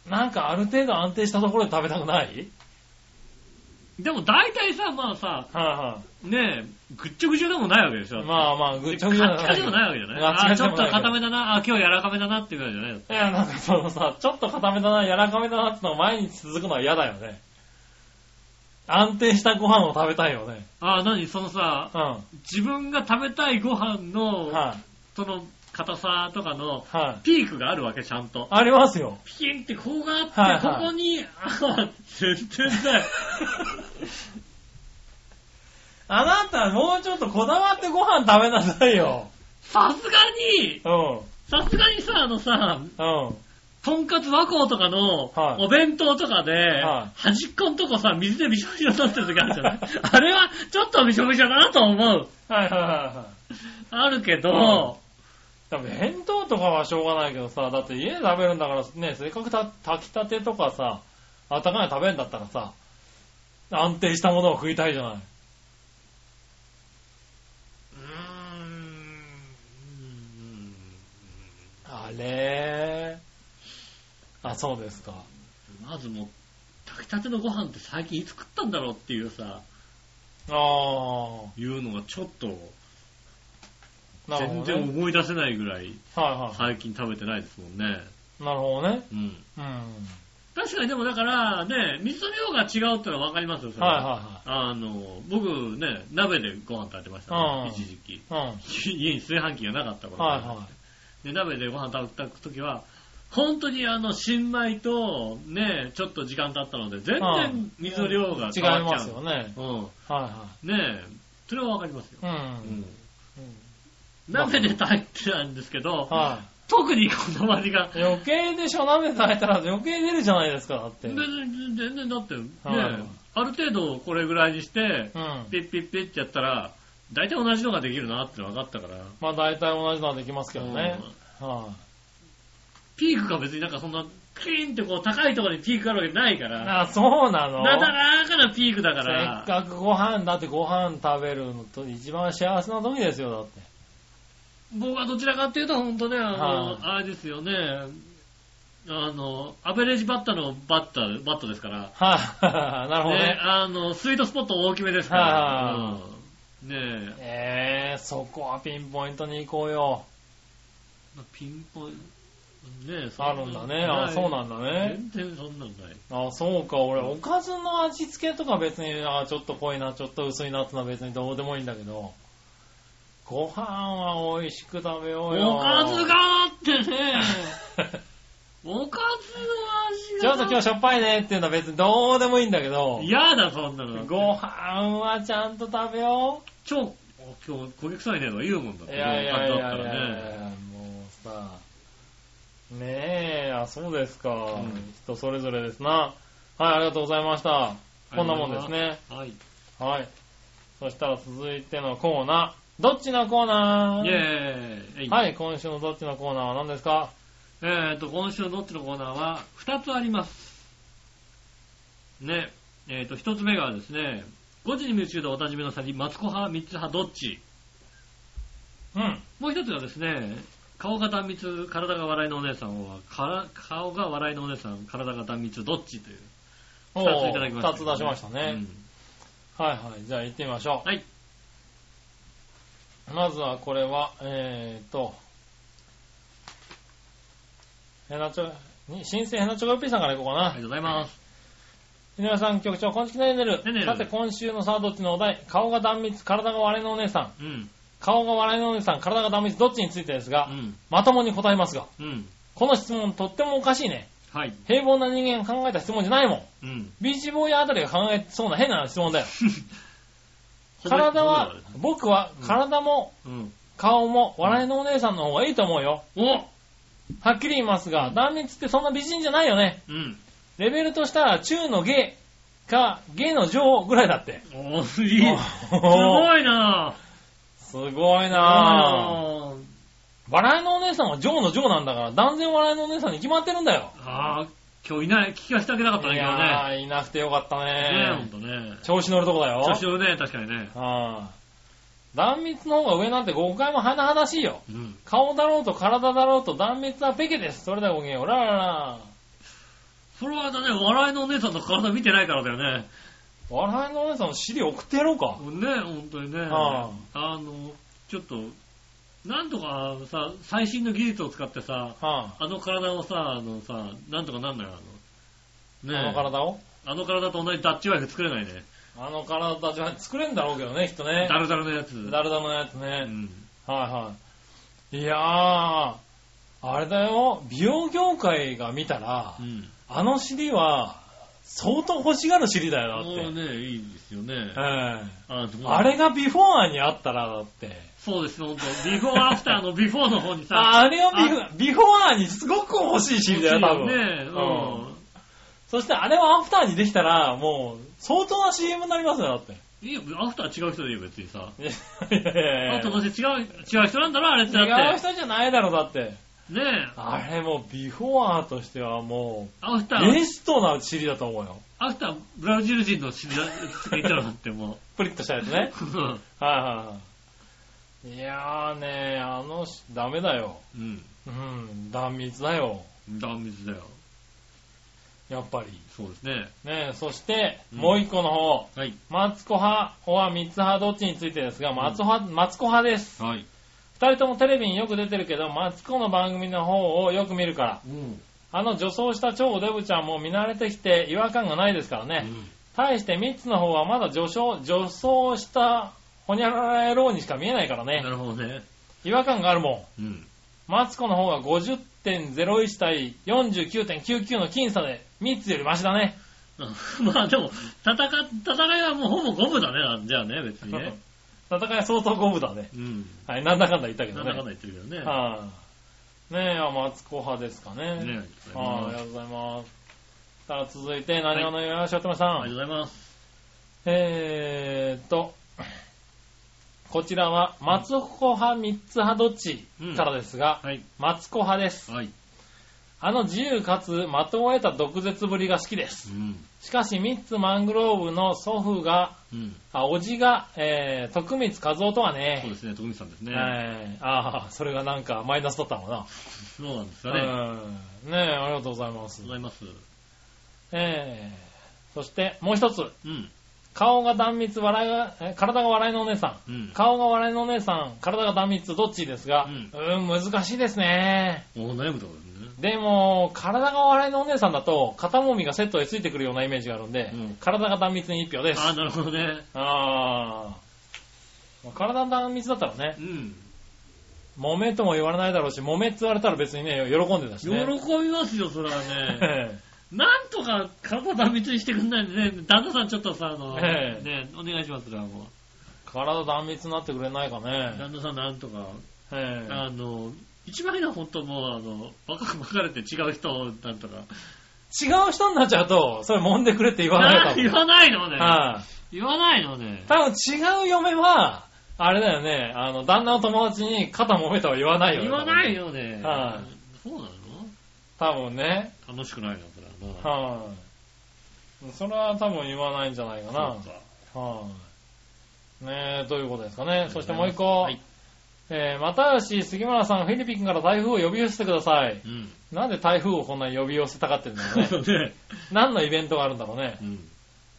C: なんかある程度安定したところで食べたくないはい
B: うん。でも大体さ、まあさ、
C: はい。
B: ね、ぐっちょぐちょでもないわけでしょ
C: まあまあ、
B: あ
C: ぐ
B: で
C: ち
B: カ
C: ょぐちょ
B: ッチカチでもないわけじゃない
C: ガチ
B: あ
C: ガ
B: ー、
C: チ
B: ち
C: で
B: ょ
C: も
B: っ
C: な
B: と
C: い
B: 固めだな、あー、今日柔らかめだなっていうぐらいじゃないの
C: いや、なんかそのさ、ちょっと固めだな、柔らかめだなってのが毎日続くのは嫌だよね。安定したご飯を食べたいよね。
B: あー、何そのさ、
C: うん。はい、
B: 自分が食べたいご飯の、その硬さとかの、
C: はい、
B: ピークがあるわけ、ちゃんと。
C: あ。りますよ。
B: ピキンってこうがあって、
C: はいはい
B: ここに、あ全然だよ。
C: あなた、もうちょっとこだわってご飯食べなさいよ。
B: さすがに、
C: うん。
B: さすがにさ、あのさ、
C: うん。
B: とんかつ和光とかの
C: はい
B: お弁当とかで、
C: は
B: 端っこんとこさ、水でびしょびしょになってる時あるじゃないあれはちょっとびしょびしょだなと思う。
C: はいはいはいはい。
B: あるけ
C: うん
B: ど、
C: でも弁当とかはしょうがないけどさ、だって家で食べるんだからね、せっかくた炊きたてとかさ、温かいの食べるんだったらさ、安定したものを食いたいじゃない。
B: うーん
C: あれー。あ、そうですか。
B: まずもう、炊きたてのご飯って最近いつ食ったんだろうっていうさ、
C: あー。
B: いうのがちょっと、
C: なる
B: 全
C: ほど、ね。
B: 然思い出せないぐらい、
C: はいは
B: 最近食べてないですもんね。
C: い。なるほどね。
B: うん。
C: うん。はい
B: 確かにでもだから、ね、水の量が違うってのはわかりますよ、それは
C: は
B: あの、僕ね、鍋でご飯食べてました、
C: うん
B: ね、一時期。
C: いはい。うん。
B: 家に炊飯器がなかった頃、
C: はいは
B: で、鍋でご飯食べた時は、本当にあの、新米とね、ちょっと時間経ったので、全然水の量が
C: い。違
B: 変わ
C: い
B: っちゃう。
C: ますよね。は
B: うん。ねえ、それはわかりますよ
C: い。はい。
B: う
C: うん。
B: ん。鍋で炊いてたんですけど、
C: は
B: 特にこだわりが、
C: い。余計でしょ、鍋炊いたら余計出るじゃないですか、だって。う
B: 全
C: ん。
B: 然、全然だって、ね
C: はい
B: ある程度これぐらいにして、ピッピッピッってやったら、大体同じのができるなっての分かったから。
C: まあ大体同じのはできますけどね。
B: うん
C: は
B: ピークが別になんかそんな、ピーンってこう高いところにピークがあるわけないか
C: い。
B: ら、
C: あ、そうなの
B: なだらかなピークだか
C: せっ
B: ら、
C: かくご飯だってご飯食べるのと一番幸せな時ですよ、だって。
B: 僕はどちらかっていうと本当ね、あの、
C: は
B: あれですよね、あの、アベレージバッターのバッター、バットですから、
C: はい、 なるほどね
B: ね、。あの、スイートスポット大きめですか
C: は
B: ら
C: いはいはい、
B: うんねえ、
C: えー、そこはピンポイントに行こうよ。
B: まあピンポイント、ねえ、
C: あるんだね。あ、そうなんだね。
B: 全然そんなんない。
C: あ、そうか。俺、おかずの味付けとか別に、あ、ちょっと濃いな、ちょっと薄いなってのは別にどうでもいいんだけど、ご飯は美味しく食べようよ。
B: おかずがあってね、おかず
C: ちょ
B: の味
C: っと
B: が。
C: 今日しょっぱいねっていうのは別にどうでもいいんだけど、
B: 嫌だ、そんなの。
C: ご飯はちゃんと食べよ
B: 超、今日、焦げ臭いねとか言うもんだっ
C: う。
B: て。
C: いやいやい
B: お
C: やい
B: かずだ
C: やい
B: ったらね
C: や、もうさ、ねえ、あ、そうですか、
B: ん
C: 人それぞれですな。はい、ありがとうございました。こんなもんですね。
B: はい。
C: はい。そしたら続いてのコーナー、どっちのコーナ
B: イ
C: ー
B: ェーイ。。
C: はいい、今週のどっちのコーナーは何ですか
B: えーと、今週のどっちのコーナーは、二つあります。ね。えーと、一つ目がですね、5時に夢中でおなじみの詐欺、マツコ派、三つ派、どっち
C: うん。
B: もう一つがですね、顔が断密、体が笑いのお姉さんは、から顔が笑いのお姉さん、体が断密、どっちという、
C: お
B: 二ついただきました、
C: 2つ出しましたね。
B: うん
C: はいはい、じゃあ行ってみましょう。
B: はい。
C: まずはこれは、えーと、ヘナチョ、に新生ヘナチョコヨッピーさんからいこうか
B: あ
C: な
B: りが。とうございます。
C: 井上さん、局長、こんちきなりねる
B: ねるね。る
C: さて、今週のさあ、どっちのお題、顔が断密、体が割れのお姉さ
B: う
C: ん。
B: ん。
C: 顔が割れのお姉さん、体が断密、どっちについてです
B: う
C: が、
B: ん。
C: まともに答えますが、
B: うん。
C: この質問とってもおかしいね。
B: はい。
C: 平凡な人間が考えた質問じゃないも
B: う
C: ん。
B: ん。
C: ビーチボーイあたりが考えそうな変な質問だよ。
B: ほど
C: 体
B: ほ
C: は
B: ど、
C: 僕は体も
B: うん。
C: 顔も笑いのお姉さんの方がいいと思うよ。
B: お
C: はっきり言いますが、断密ってそんな美人じゃないよね。
B: うん。
C: レベルとしたら中の芸か芸の女王ぐらいだって。
B: おー、いい。す
C: おー
B: ごいなぁ。
C: すごいなぁ。笑いのお姉さんは女王の女王なんだから、断然笑いのお姉さんに決まってるんだよ。
B: ああ、今日いない、聞きはしてあげなかった
C: い
B: ね、今
C: や
B: 日
C: ー、いなくてよかった
B: ね。ねえ、ほん
C: ね。
B: とね。
C: 調子乗るとこだよ。
B: 調子をね、確かにね。
C: ああ。断密の方が上なんて誤解も甚だしいよ。
B: うん。
C: 顔だろうと体だろうと断密はペケです。それではごきげんよう。ららら。
B: それはだね、笑いのお姉さんの体見てないからだよね。
C: 笑いのお姉さんの尻送ってやろうか。
B: ね、ほんとにね。
C: は
B: あの、ちょっと、なんとかさ、最新の技術を使ってさ、
C: は
B: あの体をさ、あのさ、なんとかなんないあの。
C: あ、
B: ね
C: あの体を
B: あの体と同じダッチワイフ作れないね。
C: あの体たちは作れんだろうけどね、きっとね
B: ダ。ルダルのやつ。
C: だるだのやつ
B: う
C: ね。
B: ん。
C: はいはい。いやー、あれだよ、美容業界が見たら
B: う、ん。
C: あの尻は相当欲しがる尻だよ、だっ
B: もうね、いいですよね。
C: て。
B: あ
C: うん
B: の
C: あれがビフォー案にあったら、だって。
B: そうです、ほんと。ビフォーアフターのビフォーの方にさ。
C: ああれをビフビフォー案にすごく欲しい尻だよ、多分。
B: ね
C: うんそしてあれをアフターにできたら、もう、相当な CM になりますよ、だって。
B: うん。いいよ、アフター違う人でいいよ、別にさ。
C: いやいやいやいや
B: アフターとして違う、違う人なんだろ、あれってだ
C: 違う
B: って。
C: 人じゃないだろ、だって。
B: ねえ。
C: あれもうビフォーアーとしてはも
B: アフタ
C: う、
B: ー、
C: ベストな尻だと思うよ。
B: アフター、ブラジル人の知り合いって言ったらだっても
C: プリッとしたやつね。
B: う。
C: はいはいはい。いやーねあのし、ダメだよ。
B: うん。
C: うん、断密だよ。
B: 断密だよ。
C: やっぱり。
B: そうですね。
C: ねそして、
B: うん
C: もう一個の方。
B: はい。
C: マツコ派、オアミツ派どっちについてですが、マツ派、マツコ派です。
B: はい。
C: 二人ともテレビによく出てるけど、マツコの番組の方をよく見るから。
B: うん。
C: あの女装した超デブちゃんも見慣れてきて違和感がないですからね。
B: うん
C: 対して3つの方はまだ女装、女装したほにゃらら野郎にしか見えないから
B: な
C: ね。
B: るほどね。
C: 違和感があるも
B: うん。
C: ん。マツコの方が50.01対49.99の僅差で3つよりマシだね。
B: まあでも、戦、戦いはもうほぼ五分だね、じゃあね、別に ね。
C: 戦い相当五分だね。
B: うん。
C: はい、なんだかんだ言ったけ
B: な
C: ど
B: んだ
C: ね。
B: かんだ言ってるけどね。
C: はい、ねえ、あマツコ派ですか
B: ね
C: ね。はい、ありがとうございます。さあ、続いて、何をのよしおとめさん。
B: ありがとうございます。
C: えーっと、こちらは、マツコ派、三つ派どっち
B: うん
C: からですが、
B: はい。
C: マツコ派です。
B: はい。
C: あの自由かつ的を得た毒舌ぶりが好きです。
B: うん。
C: しかし、ミッツマングローブの祖父が、
B: うん。
C: あ、おじが、えー、徳光和夫とはね、
B: そうですね、徳光さんですね。
C: えー、ああ、それがなんかマイナスだったのか
B: そうなんです
C: な。
B: よね。ありが
C: うん。ねえ、ありがとうございま
B: と
C: す
B: うご。ざいます。
C: えー、そして、もう一つ。
B: うん。
C: 顔が断密、笑いが、え体が笑いのお姉さん。
B: うん。
C: 顔が笑いのお姉さん、体が断密、どっちですが、
B: うん
C: うん、難しいですね。
B: お悩むところですね。
C: でも、体が笑いのお姉さんだと、肩もみがセットでついてくるようなイメージがあるんで、
B: うん
C: 体が断密に一票です。
B: ああ、なるほどね。
C: あーまあ。体の断密だったらね
B: う、ん。
C: 揉めとも言われないだろうし、揉めって言われたら別にね、喜んでたし
B: 喜
C: ね。
B: びますよ、それはね。
C: ええ
B: なんとか体断密にしてくんないんでね、旦那さんちょっとさ、あの、
C: ええ
B: ね、お願いしますから、もう。
C: 体断密になってくれないかね。
B: 旦那さんなんとか、
C: ええ
B: あの、一番いいのは本当もう、あの、若く別れて違う人をなんとか。
C: 違う人になっちゃうと、それ揉んでくれって言わないか
B: な
C: も。
B: 言わないのね。
C: はい
B: 言わないのね。
C: 多分違う嫁は、あれだよね、あの、旦那の友達に肩揉めたは言わないよね。
B: 言わないよね。
C: は
B: そうなの
C: 多分ね。
B: 楽しくないのそれはな。
C: はい。それは多分言わないんじゃないかな
B: そう。か
C: はい。ねえ、ということですかね。そしてもう一個。
B: はい。
C: えー、また吉、杉村さん、フィリピンから台風を呼び寄せてください。
B: うん。
C: なんで台風をこんなに呼び寄せたがってるんだろう ね。
B: ね。
C: 何のイベントがあるんだろうね
B: う。ん。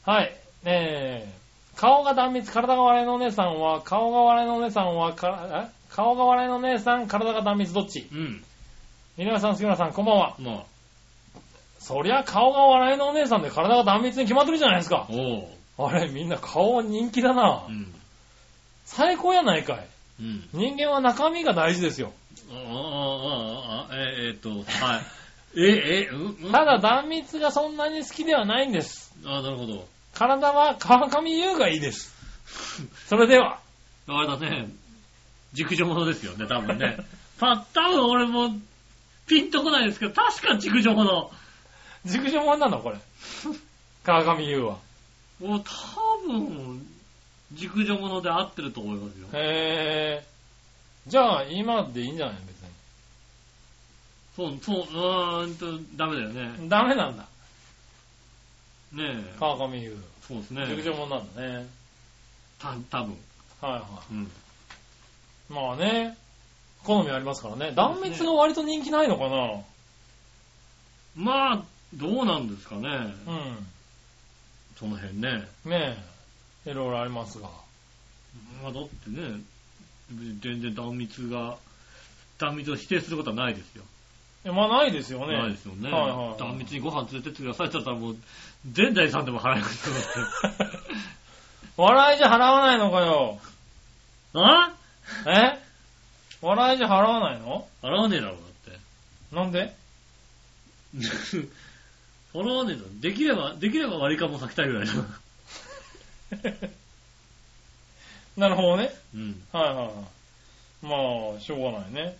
C: はい。えー、顔が断密、体が笑いのお姉さんは、顔が笑いのお姉さんは、からえ顔が笑いのお姉さん、体が断密どっち
B: うん。
C: 井上さん、杉村さん、こんばんは。
B: まあ、
C: そりゃ顔が笑いのお姉さんで体が断密に決まってるじゃないですか。
B: おう。
C: あれ、みんな顔人気だな
B: う。ん。
C: 最高やないかい。
B: うん。
C: 人間は中身が大事ですよ。
B: ああ、ああ、ああ、ええーっ と、はい。え、え、うん、うん。
C: ただ断密がそんなに好きではないんです。
B: ああ、なるほど。
C: 体は川上優がいいです。それでは、
B: あれだね。熟女ものですよね、多分 ね。た、多分俺も、ピンとこないですけど、確か熟女もの。
C: 熟女もんなのこれ。川上優は。
B: もう多分、熟女もので合ってると思いますよ。
C: へぇー。じゃあ、今でいいんじゃない別
B: そう、そう、うーんと、ダメだよね。
C: に。ダメなんだ。
B: ねえ。
C: 川上優。
B: そうですね。
C: 熟女もんなんだね。
B: た、多分。
C: はいは
B: うん。
C: い。まあね、好みありますからね。断密が割と人気ないのかな
B: まあ、どうなんですかね。
C: う
B: その辺ね。
C: ん。ねえ。いろいろありますが。
B: まあ、だってね、全然断密が、断密を否定することはないですよ。
C: いやまあないですよね。
B: ないですよね。
C: はいはい
B: 断密にご飯連れてってくださいって言ったらもう、全財産でも払いますよだって。
C: 笑いじゃ払わないのかよ。
B: あ
C: え笑いじゃ払わないの
B: 払わねえだろ、だって。
C: なんで
B: 払わねえだろ。できれば、できれば割り勘も避けたいぐ らいだ。
C: なるほどね。
B: うん。
C: はいはいはい。まあ、しょうがないね。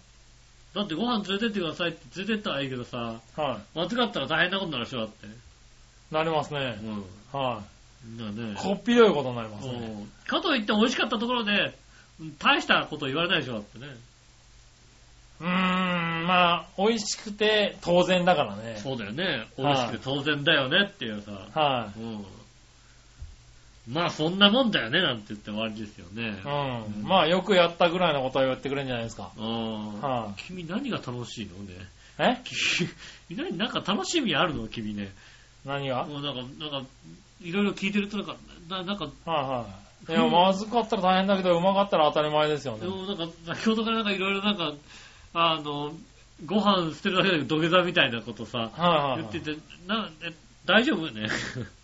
B: だってご飯連れてってくださいって連れてったらいいけどさ、
C: は
B: 間違ったら大変なことになるでしょ、だって。
C: い。なりますね。
B: うん。
C: は
B: だ
C: い。
B: ね。
C: こっぴどいことになりますね。
B: うんかといって美味しかったところで、うん大したこと言われないでしょ、だってね。
C: うーん、まあ、美味しくて当然だからね。
B: そうだよね。美味しくて当然だよねっていうさ。
C: は
B: うん。まあそんなもんだよねなんて言って終わりですよね
C: い。う。ん。まあ、よくやったぐらいのことは言ってくれるんじゃないですか。
B: うん。
C: は
B: 君何が楽しいのね。
C: い。え
B: 君、何、なんか楽しみあるの君ね。
C: 何がはい
B: もうなんか、なんか、いろいろ聞いてるとなんか、ななんか、
C: はい。いや、まずかったら大変だけど、うまかったら当たり前ですよ
B: で
C: ね。
B: もなんか、先ほどからなんかいろいろなんか、あの、ご飯捨てるだけで土下座みたいなことさ、
C: はいはい
B: 言
C: は
B: って
C: い。
B: て、な、え、大丈夫ね。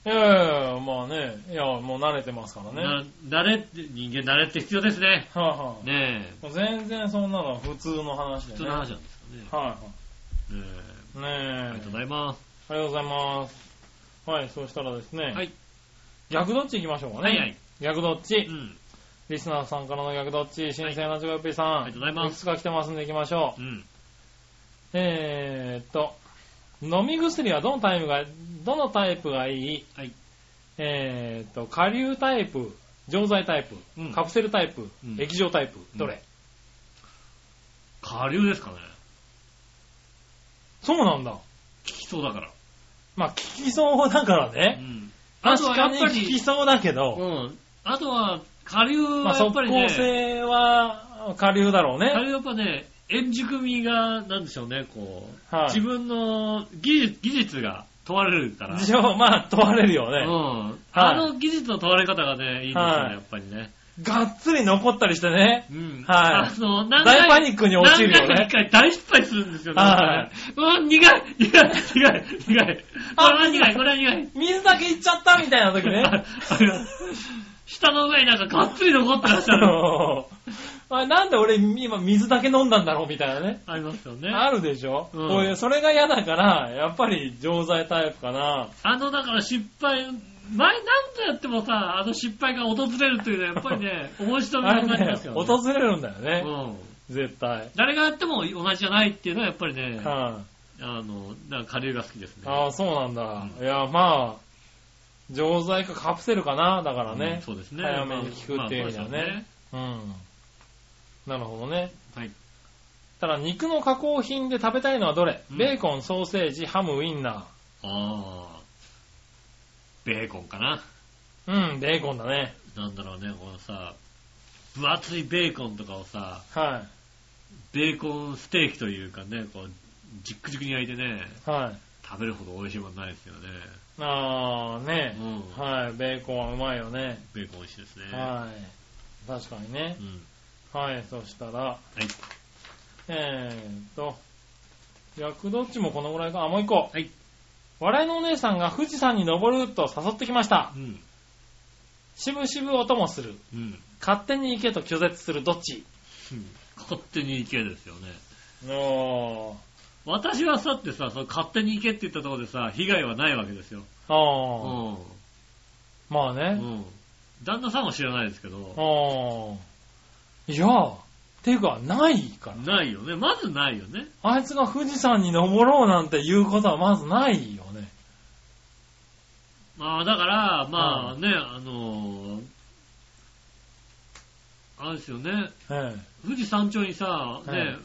C: いやいやいや、まあね。いや、もう慣れてますからね。はい
B: な慣れって、人間慣れって必要ですね。
C: はい。
B: ねえ。
C: もう全然そんなのは普通の話で
B: 普
C: ね。
B: 通の話なんですよね。
C: は
B: ね
C: いはい。
B: えあり
C: ね
B: がとう
C: え。
B: ございます。
C: ありがとうございます。はい、そしたらですね。
B: はい。
C: 逆どっち行きましょうかね。
B: はいはい。
C: 逆どっち、
B: うん。
C: リスナーさんからの逆どっち新鮮なジョヨピーさん。
B: ありがとうございます
C: くつか来てますんで行きましょう。
B: うん。
C: えーっと、飲み薬はどのタイプが、どのタイプがいい
B: はい。
C: えーっと、下流タイプ、錠剤タイプ、
B: うん
C: カプセルタイプ、
B: うん
C: 液状タイプ、どれ、
B: 下流ですかね。
C: そうなんだ。
B: 聞きそうだから。
C: まあ、聞きそうだから
B: う
C: ね。
B: ん。あ
C: 確
B: とはや
C: か
B: っ
C: に
B: ぱ
C: 聞き
B: り、
C: そうだけど、
B: うん。あとは、下流
C: まあ、
B: はや
C: 即
B: っぱり
C: 効
B: ね、
C: 性は下流だろう
B: 下
C: ね。
B: 流やっぱね、円熟味が、なんでしょうね、こう、
C: はい
B: 自分の技術技術が問われるから。
C: 事情、まあ、問われるよ
B: う
C: ね。
B: ん。あの技術の問われ方がね、いいですよ
C: は
B: ね、
C: い
B: やっぱりね。
C: がっつり残ったりしてね。
B: うん。
C: は
B: あ
C: い
B: の、何回
C: 大パニックに陥る
B: 何
C: よ
B: 回
C: ね。
B: か一回大失敗するんですよね。
C: は
B: うん、苦い苦い苦い苦い。これは苦い、これは苦い。
C: 水だけいっちゃったみたい な時ね。
B: ああれは舌の上になんかがっつり残ってらっしゃ
C: あ
B: る。
C: のあなんで俺今水だけ飲んだんだろうみたいなね。
B: ありますよね。
C: あるでしょ、
B: うん
C: こういうそれが嫌だから、やっぱり錠剤タイプかな。
B: あの、だから失敗、前何度やってもさ、あの失敗が訪れるというのはやっぱり ね、面白みが
C: あれ
B: 感じま
C: ね
B: す、よね。
C: 訪れるんだよね。
B: うん。
C: 絶対。
B: 誰がやっても同じじゃないっていうのはやっぱりね、
C: は
B: あの、なんか下流が好きですね
C: い。。ああ、そうなんだ。いや、まあ、錠剤かカプセルかな、だから
B: うん
C: ね。
B: そうですね。
C: 早めに聞くっていう意味だね
B: まあそうです
C: うん。なるほどね。
B: はい。
C: ただ、肉の加工品で食べたいのはどれ、
B: うん
C: ベーコン、ソーセージ、ハム、ウインナ
B: ああ。ベーコンかな。
C: ー。うん、ベーコンだね。
B: なんだろうね、このさ、分厚いベーコンとかをさ、
C: は
B: ベーコンステーキというかね、こう、じっくじくに焼いてね、
C: い。はい。
B: 食べるほど美味しいものないですよね。
C: あーね
B: う、ん。
C: はい、ベーコンはうまいよね。
B: ベーコン美味しいですね。
C: はい。確かにね
B: う。ん。
C: はい、そしたら、
B: はい。
C: えーっと、役どっちもこのぐらいか。あ、もう一個。
B: はい。
C: 笑いのお姉さんが富士山に登ると誘ってきました。
B: うん。
C: しぶしぶ音もする。
B: うん。
C: 勝手に行けと拒絶する。どっち
B: うん勝手に行けですよね。
C: おー。
B: 私はさってさ、その勝手に行けって言ったところでさ、被害はないわけですよ。う
C: あー。
B: ん。
C: まあ
B: う
C: ね。
B: ん。旦那さんは知らないですけど、
C: あー。いやー。ていうか、ないから。
B: ないよね。まずないよね。
C: あいつが富士山に登ろうなんていうことはまずないよね。
B: まあ、だから、まあね、あのーあれですよね、
C: え
B: 富士山頂にさ、ね、
C: はい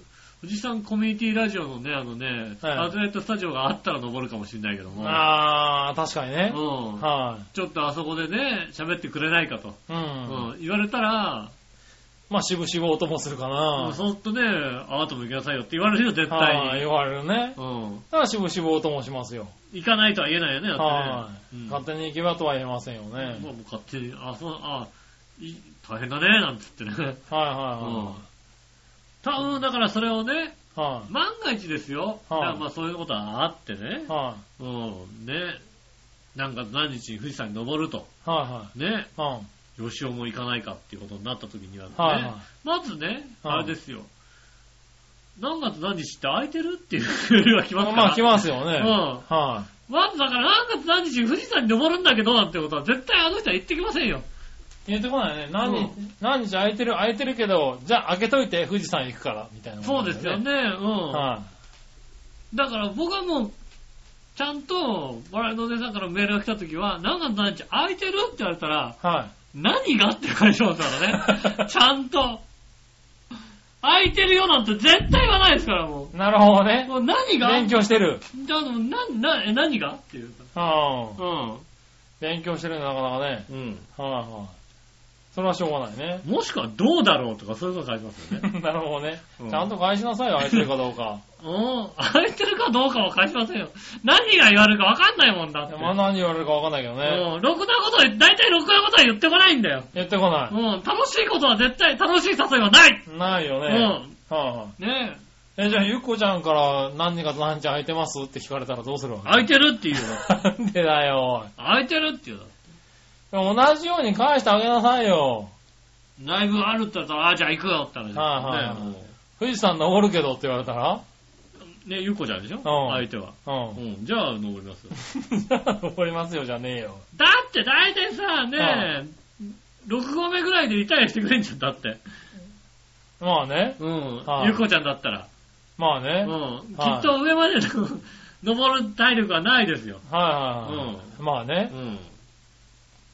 B: 富士山コミュニティラジオのね、あのね、
C: はい
B: アズレットスタジオがあったら登るかもしれないけど
C: え
B: も、
C: ああ、確かにね。
B: うん
C: は
B: ちょっとあそこでね、喋ってくれないかと、
C: い。うん。
B: うん言われたら、
C: まあ、しぶしぶ音もするか
B: もう
C: な。
B: そっとね、あなたも行きなさいよって言われるよ、絶
C: は
B: 対
C: い、
B: に。
C: 言われるね。
B: うん、
C: だから、しぶしぶ音もしますよ。
B: 行かないとは言えないよね、だ
C: は
B: って
C: い、
B: ね。うん
C: 勝手に行けばとは言えませんよね。
B: まあもう勝手に、あ、そう、あ、い大変だね、なんつってね。
C: は
B: う
C: い
B: ん
C: は
B: 多分だからそれをね、
C: いはい。は
B: 万が一ですよ。だ
C: はい
B: からまあそういうことはあってね
C: い。。は
B: うん。ね。なんか何日に富士山に登ると。
C: い。は
B: ね。
C: いはい。うん。
B: 吉尾も行かないかっていうことになった時にはね。
C: はいはい
B: まずね、あ
C: はい
B: れですよ。何月何日って空いてるっていうよりは来ますから。
C: まあ、来ますよね。
B: うん
C: は
B: まずだから何月何日に富士山に登るんだけどなんてことは絶対あの人は言ってきませんよ。
C: い。言ってこないね。何
B: う
C: 日、何日空いてる、空いてるけど、じゃあ開けといて富士山行くから、みたいなも
B: そう
C: んだ
B: ですよ。ね。うん。
C: は
B: だから僕はもう、ちゃんと、笑いのお姉さんからメールが来た時は、何月何日空いてるって言われたら、
C: い。はい。
B: 何がって返しますから ね。ちゃんと。空いてるよなんて絶対言わないですから、も
C: なるほど
B: う。
C: ね。
B: もう何が
C: 勉強してる。
B: だからもうななえ何がっていうか。
C: うん。
B: うん。
C: 勉強してるね、なかなかね。
B: うん。。
C: はいはい。それはしょうがないね
B: もしくはどうだろうとかそういうこと返しますよね。
C: なるほどね。
B: うん
C: ちゃんと返しなさいよ、空いてるかど うか。
B: うん。空いてるかどうかは返しませんよ。何が言われるかわかんないもんだっ
C: い
B: て。
C: やまあ何言われるかわかんないけどね。
B: うん。ろくなことは、大体ろくなことは言ってこないんだよ。
C: 言ってこな
B: うん、楽しいことは絶対楽しい誘いはない、
C: い。ないよね。はいはい。
B: うん。ねえ、
C: え、じゃあ、ゆっこちゃんから何時か何時空いてますって聞かれたらどうするわ
B: 空いてるっていうの。
C: け なんでだよ。
B: 空いてるっていうの。
C: でも同じように返してあげなさいよ。
B: ライブあるって言ったら、あ、じゃあ行くよって話
C: はいはい
B: ねも
C: 富士山登るけどって言われたら
B: うね、ゆっこちゃんでしょ
C: ん
B: 相手は。
C: う。
B: うんん、じゃあ登りますよ。
C: じゃあ、 登りますよじゃねえよ。
B: だって大体さ、ねえ、6合目ぐらいでリタイアしてくれんじゃん、だって。
C: まあね。
B: うん
C: は、い
B: ゆっこちゃんだったら。
C: まあ
B: う
C: ね。はい
B: ん、き
C: はい
B: っと上までの 登る体力はないですよ。
C: はいはい。まあ
B: う
C: ね。
B: ん。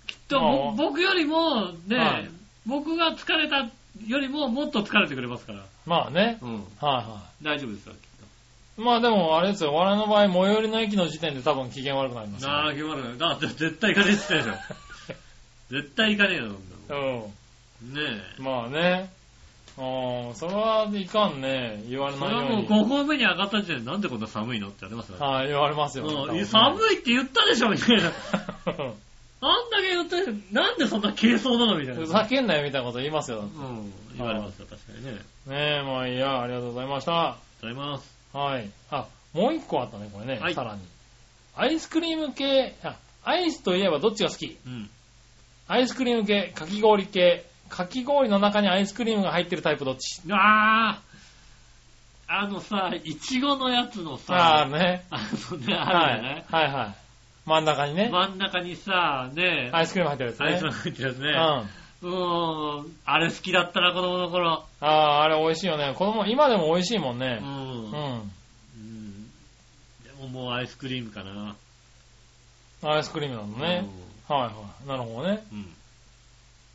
B: きっとぼ、
C: ああ
B: 僕よりも、ね、
C: はい
B: 僕が疲れたよりももっと疲れてくれますから。
C: まあね。
B: うん。
C: はいは
B: 大丈夫ですよ、きっ
C: い。まあでも、あれですよ、我々の場合、最寄りの駅の時点で多分機嫌悪くなりますよ、
B: なあ、決まるね。だって絶対行かねえって言った でしょ。絶対行かねえよ、そんなのね
C: うん。まあね。うん、それはいかんね。言わ
B: え。
C: れ
B: そ
C: な
B: れはい
C: よう
B: もう
C: に。
B: 5合目に上がった時点でなんでこんな寒いのってなりますね。
C: はい、言われますよ。
B: うんいや寒
C: 多
B: いって言ったでしょ、みたいな。
C: 分ね
B: あんだけ言ったでなんでそんな軽装なのみたいな。
C: ふざけんなよみたいなこと言いますよ。ね
B: うん、言われますよ、確かにね。ありが
C: え、まあいいや、ありがとうございました。
B: とうございます。
C: はい。あ、もう一個あったね、これね。
B: はい
C: さらに。アイスクリーム系、あ、アイスといえばどっちが好き
B: うん。
C: アイスクリーム系、かき氷系、かき氷の中にアイスクリームが入ってるタイプどっち
B: あー、あのさ、いちごのやつの
C: ああ
B: さ、あ
C: ね。
B: のね、
C: は
B: ある
C: い
B: じゃない。
C: はいはい。真ん中にね、
B: 真ん中にさ、ね、
C: アイスクリーム入ってる
B: アイス
C: やつ
B: の
C: ね。
B: 入ってるやつ
C: う
B: ね
C: ん。。あ
B: うーん、あれ好きだったな、子供の頃。
C: あー、あれ美味しいよね。子供、今でも美味しいもん
B: う。
C: ね。うんん。
B: うんでももうアイスクリームかな。
C: アイスクリームなのね。はいはい。なるほどね。
B: うん。うん。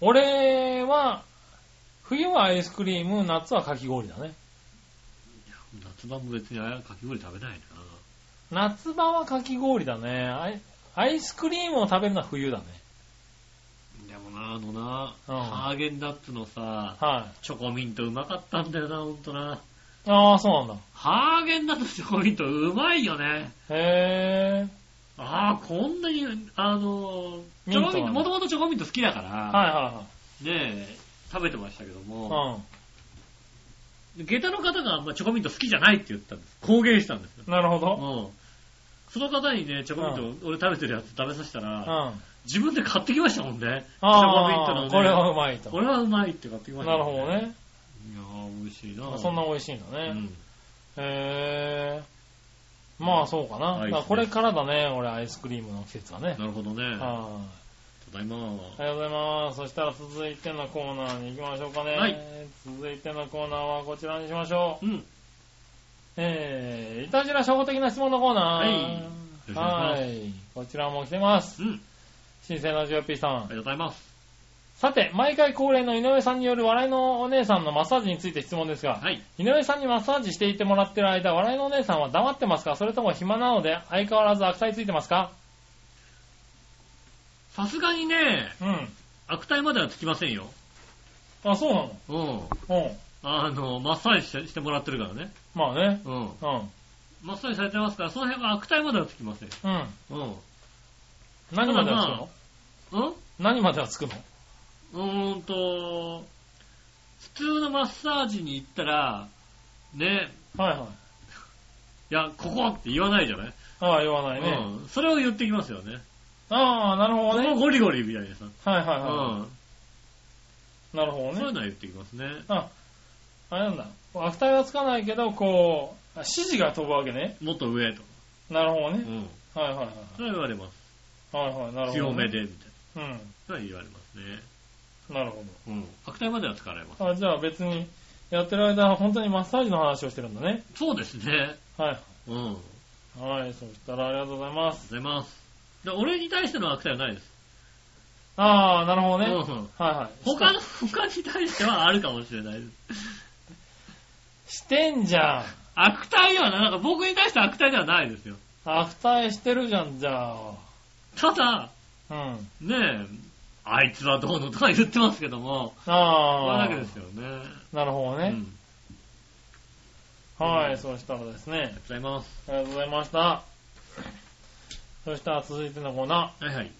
C: 俺は、冬はアイスクリーム、夏はかき氷だね。
B: 夏場も別にあやかき氷食べないな。
C: 夏場はかき氷だね。アイアイスクリームを食べるのは冬だね。
B: でもな、あのな、
C: うん
B: ハーゲンダッツのさ、
C: は
B: チョコミントうまかったんだよな、ほんとな。
C: い。ああ、そうなんだ。
B: ハーゲンダッツチョコミントうまいよね。
C: へえ。
B: ああ、こんなに、あの、チョコミン
C: ミントは
B: ト、
C: ね
B: もともとチョコミント好きだから、
C: はいは
B: ねえ、食べてましたけども、
C: いはい。
B: 下駄の方があんまチョコミント好きじゃないって言ったんです。公言したんですよ。
C: うん。なるほ
B: うん
C: ど。。
B: その方にね、チョコミント、俺食べてるやつ食べさせた
C: うん。
B: ら、
C: あ
B: 自分で買ってきましたもんね。チョコミントの
C: あ、
B: ね。
C: これはうまいと。
B: これはうまいって買ってきました、
C: なるほど。ね。
B: いやー、美味しいな
C: そんな美味しいんだ
B: う
C: ね。
B: ん。
C: へえ。まあそうかな。
B: はい
C: だからこれからだね、俺アイスクリームの季節はね。
B: なるほどね。あ
C: はい。
B: りがとうございま
C: ありがとうございます。そしたら続いてのコーナーに行きましょうかね。
B: はい
C: 続いてのコーナーはこちらにしましょう。
B: す。うん。
C: えー、いたじら初歩的な質問のコーナー。
B: はい
C: はい。こちらも来てます。
B: うん。
C: 新鮮な JP さ
B: ありが
C: ん。
B: とうございます。
C: さて、毎回恒例の井上さんによる笑いのお姉さんのマッサージについて質問ですが、
B: はい。
C: 井上さんにマッサージしていてもらってる間、笑いのお姉さんは黙ってますかそれとも暇なので相変わらず悪態ついてますか
B: さすがにね、
C: うん。
B: 悪態まではつきませんよ。
C: あ、そうな
B: うん。
C: のうん。
B: あの、マッサージしてしてもらってるからね。
C: まあね。
B: うん。
C: うん。
B: マッサージされてますから、その辺は悪態まではつきません。
C: うん。
B: うん。
C: 何まではつ
B: まあ
C: く
B: ま
C: の
B: うん
C: 何まではつくの
B: うーんと、普通のマッサージに行ったら、ね、
C: はい
B: い
C: はい。
B: や、ここって言わないじゃない、
C: ああ、言わないね。
B: うん。それを言ってきますよね。
C: ああ、なるほ
B: こ
C: どね。
B: こゴリゴリみたいなさ。
C: はいは
B: う
C: いは
B: ん。
C: い。なるほど
B: そういう
C: ね。
B: のは言ってきますね。
C: あ、あれなんだ。悪態はつかないけど、こう、あ指示が飛ぶわけね。
B: もっと上と。
C: なるほど
B: う
C: ね。
B: ん。
C: はいはいはい。
B: それは言われます。
C: はいはい、なるほど、ね。
B: 強め。で、みたいな。
C: うん。
B: それは言われますね。
C: なるほ
B: うん。悪態までは使われます。
C: ど。あじゃあ別に、やってる間は本当にマッサージの話をしてるんだね。
B: そうですね。
C: は
B: うん。ありがとう
C: い。はい、そしたらありがとうございます。
B: ございます。で俺に対しての悪態はないです。
C: ああ、なるほどね。
B: うんうん
C: はいはい。
B: 他の、他に対してはあるかもしれないです。
C: してんじゃん。
B: 悪態ではない。なんか僕に対して悪態ではないですよ。
C: 悪態してるじゃん、じゃあ。
B: ただ、
C: うん。
B: ねえ、あいつはどうのとか言ってますけども、それ
C: ああ
B: だ。けですよね。
C: なる
B: う
C: ほど
B: ん。あ
C: ね
B: り。
C: はい、そうしたらですね
B: がと、うございます。
C: ありがとうございました。そしたら続いてのコーナー、
B: はいはい。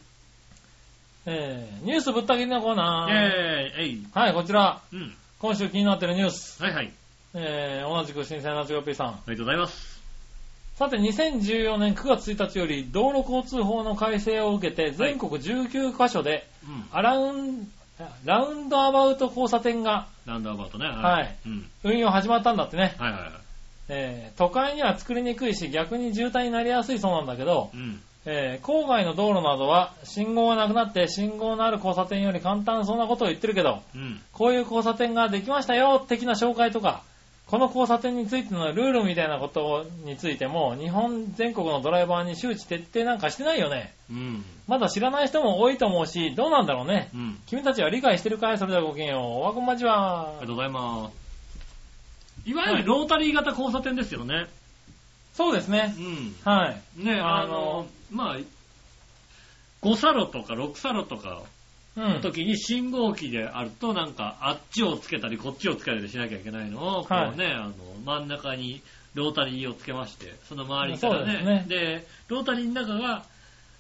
C: えー、ニュースぶった切りのコーナー。
B: えーイ、えい。
C: はい、こちら、
B: うん。
C: 今週気になってるニュース、
B: はいはい。
C: えー、同じく新鮮な GOP さん。
B: ありがとうございます。
C: さて、2014年9月1日より、道路交通法の改正を受けて、全国19カ所で、
B: うん。
C: アラウン、ラウンドアバウト交差点が
B: ランダーバートね。
C: はい。
B: うん。
C: 運用始まったんだってね。
B: はいはいは
C: えー、都会には作りにくいし、逆に渋滞になりやすいそうなんだけど
B: い。う、ん。
C: えー郊外の道路などは信号がなくなって信号のある交差点より簡単そうなことを言ってるけど、
B: うん。
C: こういう交差点ができましたよ的な紹介とか、この交差点についてのルールみたいなことについても、日本全国のドライバーに周知徹底なんかしてないよね。
B: うん。
C: まだ知らない人も多いと思うし、どうなんだろうね。
B: うん。
C: 君たちは理解してるかいそれではごきげんよう。おわこんばんち
B: あり
C: は
B: がと。うございます。いわゆるロータリー型交差点ですよね。
C: そうですね
D: う。ん。
C: はい。
D: ね、あの、まあ、5サロとか6サロとか
C: うん
D: の。時に信号機であると、なんか、あっちをつけたり、こっちをつけたりしなきゃいけないのを、こ
C: はいう
D: ね、あの、真ん中にロータリーをつけまして、その周りから
C: そうで
D: ね、
C: す
D: で、ロータリーの中が、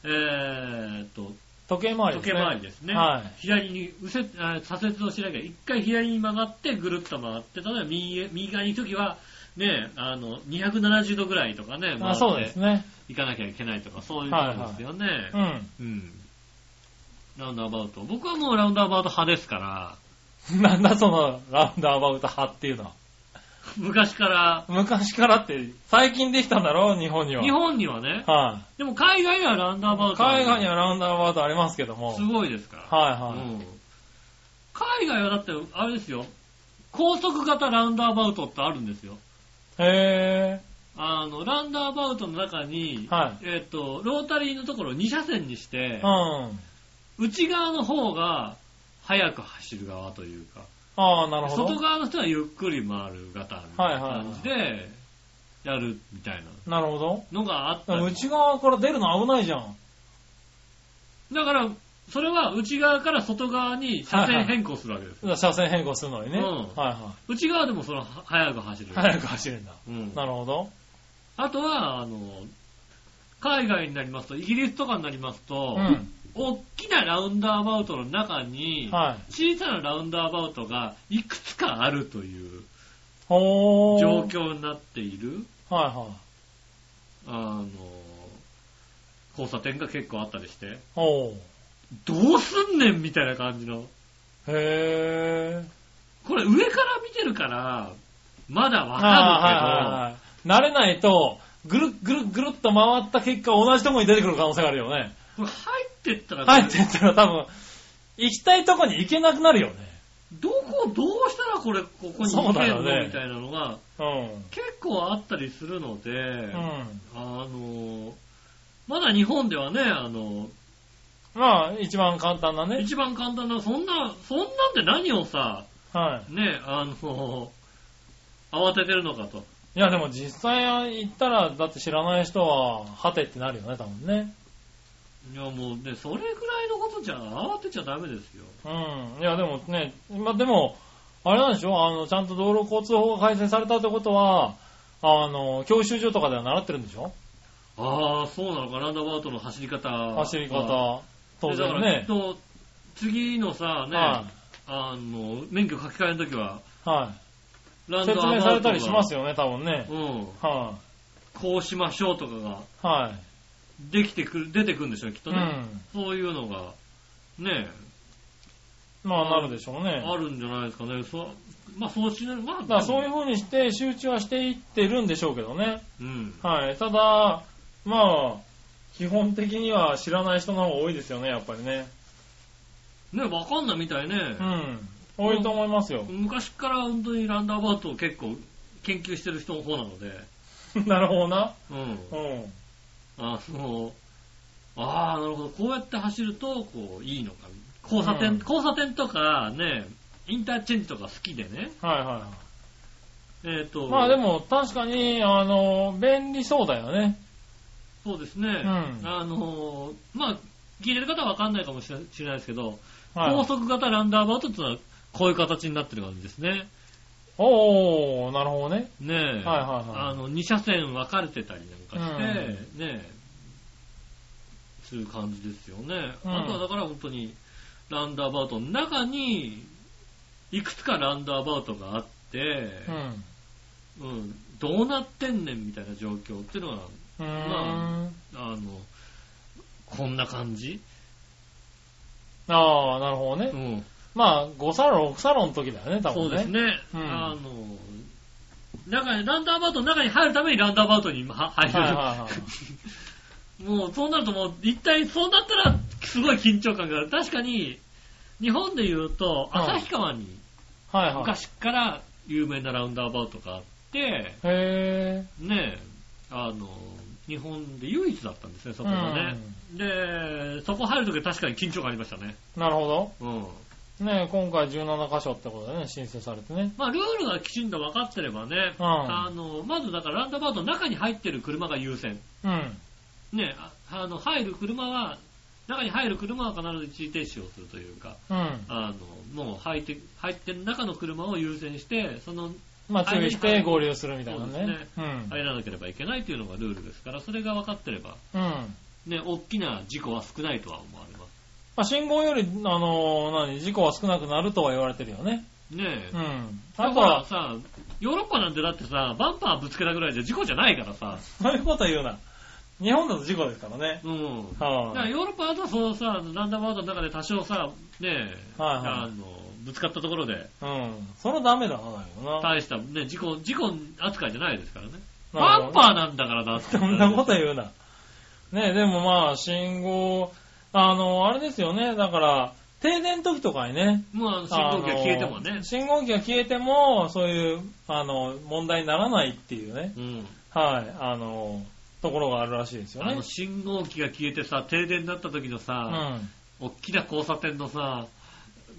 D: えーっと、
C: 時計回り
D: 時
C: ですね。
D: 計回りですね。
C: はい
D: 左に右折、あ左折をしなきゃ、一回左に曲がって、ぐるっと回って、例えば右へ右側に行くときは、ね、あの、270度ぐらいとかね、
C: あそうですね。
D: 行かなきゃいけないとか、そういうことですよね。
C: うん。
D: うん。ラウンドアバウト。僕はもうラウンドアバウト派ですから、
C: なんだそのラウンドアバウト派っていうのは。
D: 昔から、
C: 昔からって、最近できたんだろ日本には。
D: 日本にはね、
C: は
D: でも海外にはラウンドア
C: い。
D: バウト。
C: 海外にはラウンドアバウトありますけども。
D: すごいですから。
C: はいはい
D: うん海外はだって、あれですよ、高速型ラウンドアバウトってあるんですよ。
C: へ
D: あの、ラウンドアバウトの中に、
C: は
D: えっ、と、ロータリーのところを2車線にして
C: ぇー。う、ん。
D: 内側の方が速く走る側というか、
C: ああ、なるほど。
D: 外側の人はゆっくり回る型みたいな感じで、やるみたい
C: なるほど。
D: なのがあっ
C: で
D: た
C: も
D: り。
C: 内側から出るの危ないじゃん。
D: だから、それは内側から外側に車線変更するわけですよ。
C: 車線変更するのにね。
D: うん
C: は
D: 内側でもその速く走る
C: い。はい。。早く走るんだ。
D: うん
C: なるほど。
D: あとは、あの、海外になりますと、イギリスとかになりますと、
C: うん。
D: 大きなラウンドアバウトの中に、
C: はい。
D: 小さなラウンドアバウトがいくつかあるという
C: ほー。
D: 状。況になっている、
C: はいはい。
D: あの、交差点が結構あったりして、
C: ほー。
D: どうすんねんみたいな感じの。
C: へー。
D: これ上から見てるから、まだ
C: あ
D: わか
C: ーはいはいはい。慣れないと、ぐるっぐるっぐるっと回った結果、同じとこに出てくる可能性があるよね。
D: るけど、これ入ってったら、
C: 入ってったら多分、行きたいとこに行けなくなるよね。
D: どこ、どうしたらこれ、ここに
C: そ
D: 行
C: う
D: け
C: だ
D: る
C: よ
D: の、
C: ね
D: みたいなのが
C: うん。
D: 結構あったりするので、
C: うん。
D: あの、まだ日本ではね、あの、
C: まあ、一番簡単なね。
D: 一番簡単な、そんな、そんなんで何をさ、
C: はい。
D: ね、あの、慌ててるのかと。
C: いや、でも実際行ったら、だって知らない人は、はてってなるよね、多分ね。
D: いやもうね、それぐらいのことじゃ慌てちゃダメですよ。
C: うん。いや、でもね、まあでも、あれなんでしょあの、ちゃんと道路交通法が改正されたってことは、あの、教習所とかでは習ってるんでしょ
D: ああ、そうなのか、ランダバウトの走り方。
C: 走り方、当
D: でだか
C: 然
D: らきっ
C: ね。
D: と、次のさ、ね、
C: は
D: あの、免許書き換えの時は、
C: い。は
D: ラ
C: い。
D: ンダ
C: 説
D: バウト
C: 明
D: が
C: されたりしますよね、多分ね。
D: うん。
C: は
D: こうしましょうとかが、
C: い。はい。
D: できてくる、出てくるんでしょうね、きっと
C: う
D: ね。
C: ん。
D: そういうのが、ね、
C: まあ、なるでしょうね。
D: あるんじゃないですかね。そう、まあ、そうしない、まあ、
C: だからそういう風にして集中はしていってるんでしょうけどね。
D: うん。
C: はい。ただ、まあ、基本的には知らない人の方が多いですよね、やっぱりね。
D: ね、わかんないみたいね。
C: うん。多いと思いますよ。
D: 昔から本当にランダーバートを結構研究してる人の方なので、
C: なるほどな。
D: うん。
C: うん。
D: あの、ああ、なるほど。こうやって走ると、こう、いいのか。交差点、
C: うん
D: 交差点とかね、インターチェンジとか好きでね。
C: はいは
D: えっ、と、
C: い。まあで、も、確かに、あの、便利そうだよね。
D: そうですね。
C: ん
D: あのー、まあ、聞いてる方はわかんないかもしれ知れないですけど、高
C: はい。
D: 速型ランダーバートってのは、こういう形になってる感じですね。
C: おー、なるほどね。
D: ねえ。はい
C: はいはい
D: あの、2車線分かれてたりなんかして、ねえ、する感じですよね。
C: うん
D: あとはだから本当に、ランダーバウトの中に、いくつかランダーバウトがあって、
C: うん。
D: うん、どうなってんねんみたいな状況っていうのは、
C: うー
D: ま
C: ん。
D: あの、こんな感じ
C: ああ、なるほどね
D: う。ん。
C: まあ、5サロン、6サロンの時だよね、多
D: そう
C: 分ね。
D: ですね。
C: うん
D: あの、中に、ランダーバウトの中に入るためにランダーバウトに今は入る。
C: はいはいはい。
D: もうそうなるともう一体そうなったらすごい緊張感がある。確かに日本で言うと
C: うん
D: 旭川に
C: はいはい。
D: 昔から有名なラウンダーバウトがあって、
C: へ
D: ねえ、あの、日本で唯一だったんですね、そこがね。で、そこ入るとき確かに緊張感ありましたね。
C: ー。なるほど。
D: うん。
C: ねえ、今回17箇所ってことでね、申請されてね。
D: まあ、ルールがきちんと分かってればね、
C: うん
D: あの、まずだからランダバードの中に入ってる車が優先。
C: うん。
D: ね、ああの、入る車は、中に入る車は必ず一時停止をするというか、
C: うん。
D: あの、もう入って、入ってる中の車を優先して、その、
C: まあ注意して合流するみたいな
D: そうで
C: ね
D: すね。
C: うん。
D: 入らなければいけないというのがルールですから、それが分かってれば、
C: うん。
D: ね、大きな事故は少ないとは思われま
C: まあ信号より、あのー、何、事故は少なくなるとは言われてるよね。
D: す。ねえ
C: う。ん。あ
D: だ
C: とは
D: から、さ、ヨーロッパなんてだってさ、バンパーぶつけたぐらいじゃ事故じゃないからさ、
C: そういうこと言うな。日本だと事故ですからね。
D: うん。だ
C: は
D: から
C: い。
D: ヨーロッパだとそうさ、ランダムワードの中で多少さ、ねえ、
C: はいはい
D: あの、ぶつかったところで、
C: うん。それはダメだな、だけどな。
D: 大した、ね、事故、事故扱いじゃないですからね。
C: なる
D: バ
C: ほど
D: ンパーなんだからだって。
C: そんなこと言うな。ねえ、でもまあ、信号、あの、あれですよね、だから、停電の時とかにね、
D: まあ、信号機が消えても
C: あ
D: ね
C: の。信号機が消えても、そういう、あの、問題にならないっていうね、
D: うん。
C: はい、あの、ところがあるらしいですよ
D: あ
C: ね
D: の、。信号機が消えてさ、停電になった時の
C: う
D: さ、
C: ん。
D: おっきな交差点のさ、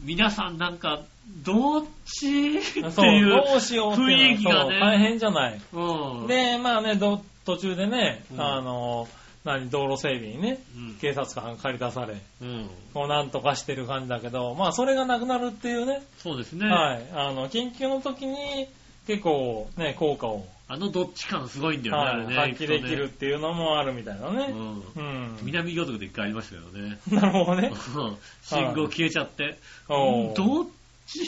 D: 皆さんなんか、どっちっていう。
C: そう、どうしようっていうの
D: 雰囲気がね
C: そう大変じゃない。
D: うん。
C: で、まあね、ど途中でね、
D: うん
C: あの、何、道路整備にね、
D: うん。
C: 警察官が駆り出され、
D: うん。
C: こうなんとかしてる感じだけど、まあそれがなくなるっていうね、
D: そうですね。
C: はい。あの、緊急の時に、結構ね、効果を、
D: あのどっち感すごいんだよね、
C: は
D: あ
C: い
D: れね。
C: 発揮できるっていうのもあるみたいな
D: きっと
C: ね。
D: ね。うん。
C: うん。
D: 南行徳で一回ありましたよね。
C: なるほどね。
D: 信号消えちゃって。
C: おー
D: どっち、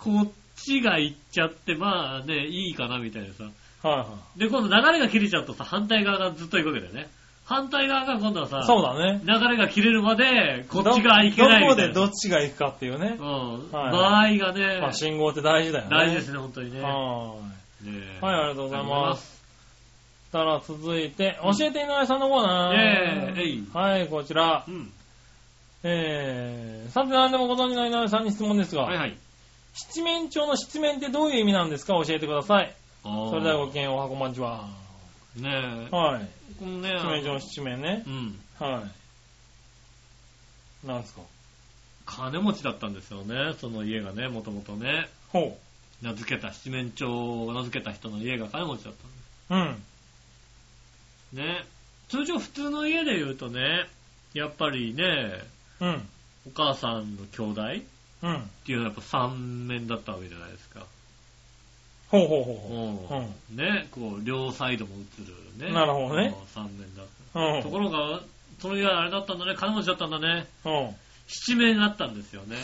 D: こっちが行っちゃって、まあね、いいかなみたいなさ。
C: はいは
D: で、今度流れが切れちゃうとさ、反対側がずっと行くわけだよね。反対側が今度はさ
C: い。、そうだね。
D: 流れが切れるまで、こっちが行けない
C: どどこ
D: みたいな。
C: でどっちが行くかっていうね
D: う。ん。場
C: は
D: 合がね、
C: まあ信号って大事だよね。
D: 大事ですね、本当にね。
C: は
D: ね
C: い。はい、ありがとうございます。たら続いて、教えて井上さんのコーナ
D: イェーイえい
C: ー。はい、こちら
D: あ。りがとうございます。
C: えー、さて何でもご存知の井上さんに質問です
D: うん。はい
C: が、
D: はい。
C: 七面鳥の七面ってどういう意味なんですか教えてください。そ
D: そ
C: れではごきげんよう、おはこんばんちは。
D: ねえ。
C: はい。
D: このね、
C: 七面鳥の七面ね
D: う。ん。
C: はい。なんですか
D: 金持ちだったんですよね、その家がね、もともとね。
C: ほ
D: 名付けた、七面鳥を名付けた人の家が金持ちだったんで
C: う。うん。
D: すね。通常普通の家で言うとね、やっぱりね、
C: うん。
D: お母さんの兄弟
C: うん。
D: っていうのはやっぱ三面だったわけじゃないですか。
C: ほうほうほう
D: う
C: ほ
D: ん
C: う。
D: ね、こう、両サイドも映るね。
C: なるほどね
D: うん。三面だっ
C: う。うん。
D: た。ところが、その家はあれだったんだね、金持ちだったんだね。七面だったんですよね。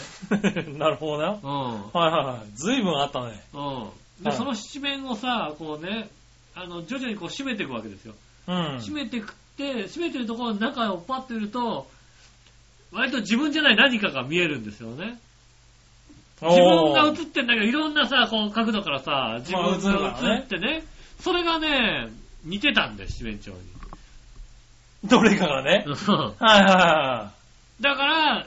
C: うん。 なるほどな。はい
D: うん。
C: はいはい。ずいぶんあったね。
D: うん。で、
C: はい
D: その七面をさ、こうね、あの、徐々にこう締めていくわけですよ。
C: うん。
D: 締めてくって、締めてるところの中をパッと見ると、割と自分じゃない何かが見えるんですよね。
C: おー
D: 自分が映ってんだけど、いろんなさ、こう角度からさ、自
C: まあ
D: 分
C: 映るから
D: が映
C: ね
D: ってね、それがね、似てたんです、七面鳥に。
C: どれかがね。
D: うん
C: はいは
D: だから、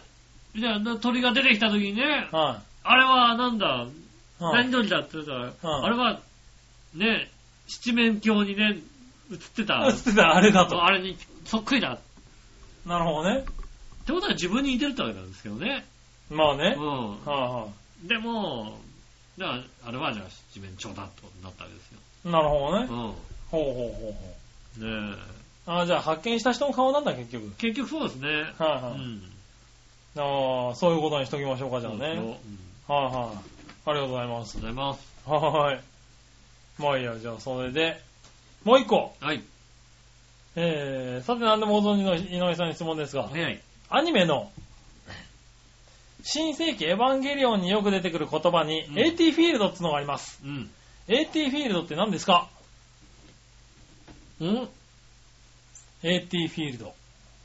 D: じゃあ鳥が出てきた時にね
C: い、は
D: あれはなんだ、
C: い。はい。
D: 何鳥だって言ったら、
C: うん
D: あれは、ね、七面鏡にね、映ってた、
C: 映ってたあれだと。
D: あれにそっくりだ。っ
C: なるほどね。
D: てことは自分に似てるってわけなんですけどね。
C: まあね。
D: う
C: は
D: ん。でも、だから、あれはじゃあ七面鳥だとなったわけですよ。
C: いはい。なるほどね
D: う。
C: ほうほうほうほう。
D: ん。ねえ。
C: あーじゃあ発見した人の顔なんだ、結局。
D: 結局そうですね。
C: はいは
D: う
C: い。
D: ん。
C: ああ、そういうことにしときましょうか、じゃあ
D: そうですようん
C: ね。はいはい。ありがとうございま
D: あ
C: す。
D: りがとうございます。
C: はーい。まあいいや、じゃあそれで、もう一個。
D: はい。
C: えー、さて何でもご存知の井上さんに質問ですが、
D: 早い。
C: アニメの、新世紀エヴァンゲリオンによく出てくる言葉に、
D: うん
C: AT フィールドってのがあります。
D: うん。
C: AT フィールドって何ですか
D: うん
C: ?AT フィールド。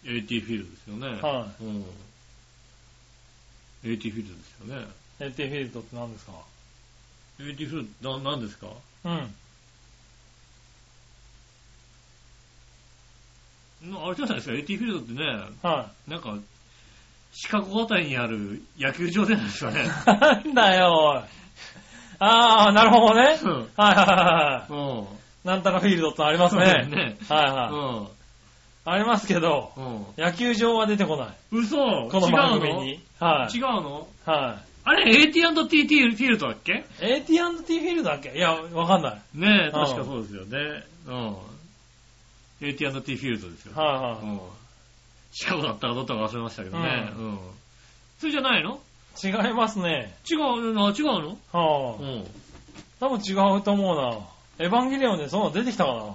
D: ?AT フィールドですよね。
C: は
D: うん。AT フィールドですよね。
C: い。AT フィールドって何ですか
D: AT フィールド、な、何ですか
C: うん。
D: なあれじゃないですか、AT フィールドってね、
C: は
D: なんか、シカゴあたりにある野球場じゃないですかね。
C: い。なんだよ、おい。ああ、なるほど ね。はい
D: うん
C: はいはいは
D: うん。
C: い。なんたらフィールドってのあります
D: そうだよ
C: ね。
D: ね。
C: はいうはい。
D: ん。
C: ありますけど、
D: うん。
C: 野球場は出てこない。
D: 嘘
C: この番組に。はい。
D: 違うの違うの
C: は
D: あれ、AT&T フィールドだっけ
C: い。AT&T フィールドだっけいや、わかんない。はい
D: ねえ、
C: うん
D: 確かそうですよね。うん。AT&T フィールドですよ。
C: は
D: うん。シカゴだったらどったか忘れましたけどね。
C: う
D: うん。それじゃないの
C: い。違いますね。
D: 違うの違うの
C: は
D: う
C: あ。
D: ん。
C: 多分違うと思うな。エヴァンゲリオンでそんなの出てきたか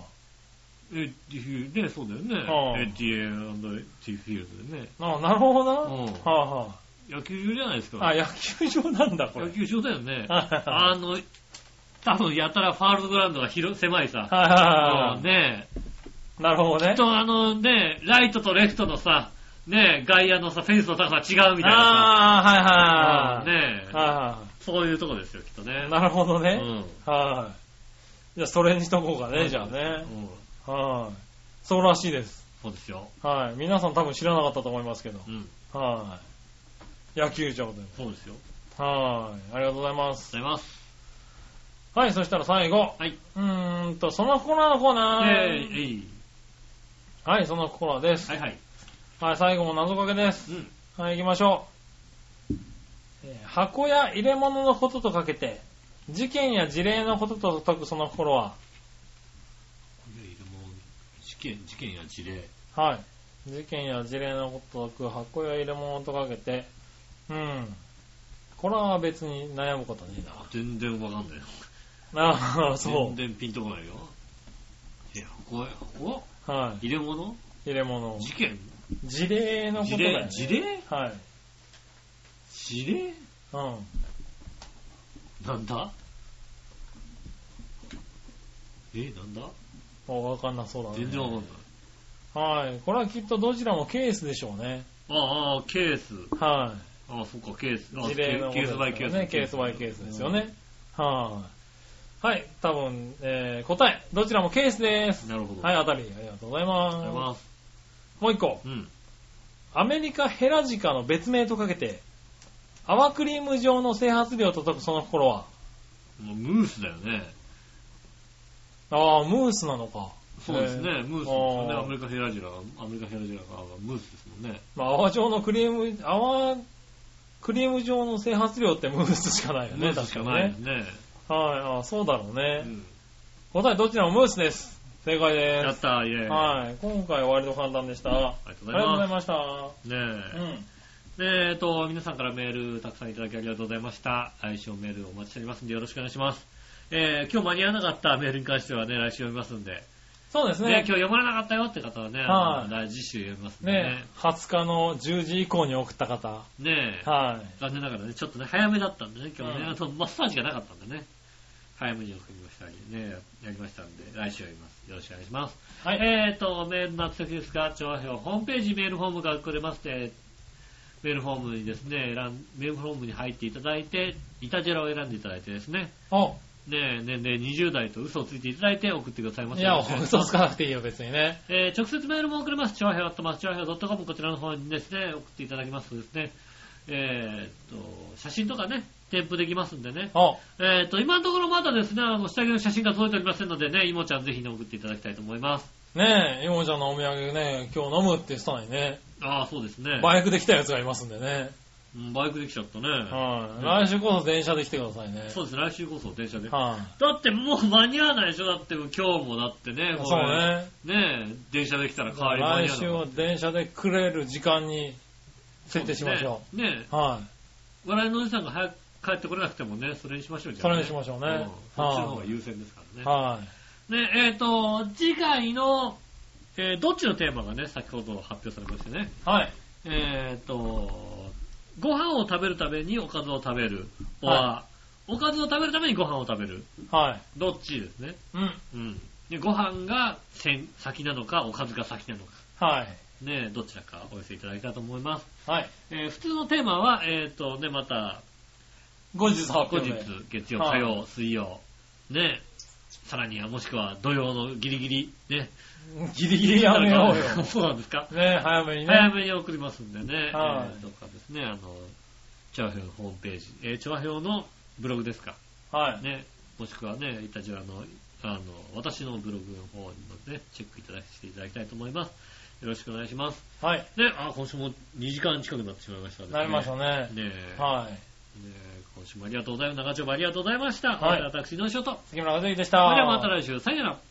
D: え、ね、そうだよね。
C: うん
D: AT&T フィールドでね。
C: な。あなるほどな。
D: うん
C: はあは
D: 野球場じゃないです
C: あ。あ、
D: か。
C: 野球場なんだ、これ。
D: 野
C: はい
D: 球場だよね。
C: は
D: あの、多分やたらファールドグラウンドが広、狭い
C: い
D: さ。
C: は
D: うん
C: いは
D: ねえ。
C: い。なるほどね。
D: と、あのね、ライトとレフトのさ、ねえ、外野のさ、フェンスの高さ違うみたいなさ。
C: ああ
D: う
C: ー、
D: ん
C: はいはい。
D: ねえ。
C: は
D: そういうとこですよ、きっとね
C: い。。なるほど
D: う
C: ね。
D: ん。
C: はい。じゃあ、それにしとこうか
D: う
C: ね、
D: ん
C: じゃあね。
D: うん
C: はい。そうらしいです。
D: そうですよ。
C: はい。皆さん多分知らなかったと思いますけど。
D: うん。
C: はい。野球場で。
D: そうですよ。
C: はい。ありがとうございます。
D: ありがとうございます。
C: はい、そしたら最後。
D: はい。
C: うーんと、そのコーナーのコーナ
D: え
C: ー。
D: いえい。
C: はい、そのコーナーです
D: は。いはい。
C: はい、最後も謎かけです。
D: うん。
C: はい、行きましょう。えー箱や入れ物のこととかけて、事件や事例のことと解くその心は、
D: いやいやもう事件、事件や事例。
C: はい。事件や事例のことと解く箱や入れ物とかけて、うん。これは別に悩むことねえな。
D: 全然わかんないよ。
C: ああ、そ
D: 全然ピンとこないよ。いや、これ、ここ
C: う。はい。
D: 入れ物
C: 入れ物。
D: 事件
C: 事例のこと
D: 事
C: だよ、ね
D: 例。事例
C: はい。
D: 事例
C: うん。
D: なんだえ、なんだ
C: もうわかんなそうだね。
D: 全然わかんない。
C: はい。これはきっとどちらもケースでしょうね。
D: ああ、ケース。
C: は
D: ああ、そっか、ケース。
C: い。
D: あ
C: 事例の
D: ケースバイ
C: ことです
D: ケース。
C: からね。ケースバイケースですよね。はい。はい。多分、えー、答え。どちらもケースで
D: う
C: す
D: ん。。なるほど。。
C: はいい、当たり。ありがとうござい
D: ありがとうござい
C: ま
D: ます。
C: す。もう一個。
D: うん。
C: アメリカヘラジカの別名とかけて、泡クリーム状の整髪量と解くその心は、
D: もうムースだよね。
C: ああ、ムースなのか。
D: そうです
C: え
D: ね、
C: ー
D: ムースですよね。
C: あー
D: アメリカヘラジラが、アメリカヘラジラがムースですもんね。
C: まあ、泡状のクリーム、泡クリーム状の整髪量ってムースしかないよ
D: ム
C: ね、
D: ースし
C: 確か
D: か
C: に
D: ないよ
C: ね。
D: ね。
C: はい、あそうだろうね。
D: うん
C: 答えどちらもムースです。正解
D: や
C: で
D: っ
C: す。
D: た、イェーイ。あ
C: はい、今回は割と簡単でした。あ
D: りがと
C: り
D: うご
C: が
D: ざい
C: とうござ
D: ま
C: いました。
D: す。ね
C: うん。
D: え。でえっと、皆さんからメールたくさんいただきありがとうございました。来週もメールお待ちしておりますんでよろしくお願いします。えー今日間に合わなかったメールに関してはね、来週読みますんで。
C: そうです
D: ね、今
C: ね
D: 日。読まれなかったよって方はね、
C: はい
D: あの来次週読みますんで
C: ね
D: ね。、
C: 20日の10時以降に送った方。
D: ねえ。
C: はい。
D: 残念ながらね、ちょっとね、早めだったんでね、今日ね、
C: うん
D: あとマッサージがなかったんでね、早めに送りましたりね、やりましたんで、来週やります。よろしくお願いします。
C: はい。
D: えーと、メールの宛先ですが、調和表ホームページメールフォームが送れまして、メールフォームにですね、選んメールフォームに入っていただいて、イタジェラを選んでいただいてですね、
C: お、
D: ねえ、年齢20代と嘘をついていただいて送ってくださいま
C: い
D: せ。
C: や、嘘つかなくていいよ、別にね。
D: えー直接メールも送れます。ちょうへアットマークちょうへ .com こちらの方にですね、送っていただきますとですね、えーっと、写真とかね、添付できますんでね。
C: お、
D: えーっと、今のところまだですね、あの、下着の写真が届いておりませんのでね、いもちゃんぜひね、送っていただきたいと思います。
C: ねえ、イモちゃんのお土産ね、今日飲むって言ってたのにね、
D: ああ、そうですね。
C: バイクで来たやつがいますんでね。
D: うんバイクできちゃったね。
C: はい。
D: う
C: 来週こそ電車で来てくださいね。
D: そうですね、来週こそ電車で。だ
C: は
D: ってもう間に合わないでしょだってもう今日もだってね、
C: い。
D: こ
C: そう
D: れ
C: ね。
D: ねえ電車できたら代わりに間に
C: 来
D: 合
C: 週
D: うの
C: は電車でくれる時間に設定しましょ
D: う。ねえ
C: う。は
D: 笑いのおじさんが早く帰ってこれなくてもね、それにしましょう
C: い。
D: じゃ
C: そ
D: あ、
C: れにしましょうね。
D: うんそっちの方
C: は
D: が優先ですか
C: い。
D: らね。
C: はい。
D: ね、えっ、と、次回の、えーどっちのテーマがね、先ほど発表されましたね。
C: はい。
D: えっ、と、ご飯を食べるためにおかずを食べる。は、
C: は
D: おかずを食べるためにご飯を食べる。
C: はい。
D: どっちですね。
C: うん。
D: うん。でご飯が先先なのか、おかずが先なのか。
C: はい。
D: ね、どちらかお寄せいただきたいと思います。
C: はい。
D: えー普通のテーマは、えっ、とね、また、
C: 後日発
D: 後
C: 表
D: 日
C: で。、
D: 月曜、
C: は
D: 火
C: い
D: 曜、水曜、ね、さらにはもしくは土曜のギリギリ、ね。
C: ギリギリやめようよ。
D: そうなんですか。
C: ね早めに
D: 早
C: ね。
D: めに送りますんでね。
C: はい
D: えーとかですね、あの、調和表のホームページ、えー、調和表のブログですか。
C: はい。
D: ね、もしくはね、いたじらの、あの、私のブログの方にもね、チェックいただいていただきたいと思います。よろしくお願いします。
C: はい。
D: ね、あ、今週も2時間近くなってしまいました、ね。
C: なりました
D: ね。
C: ね。
D: ねえ、
C: はい。
D: ねえ今週もありがとうございます。長丁場ありがとうございました。
C: はい
D: これで私、井上翔と。
C: 杉村和之でし
D: そ
C: た。
D: れではまた来週、さよなら。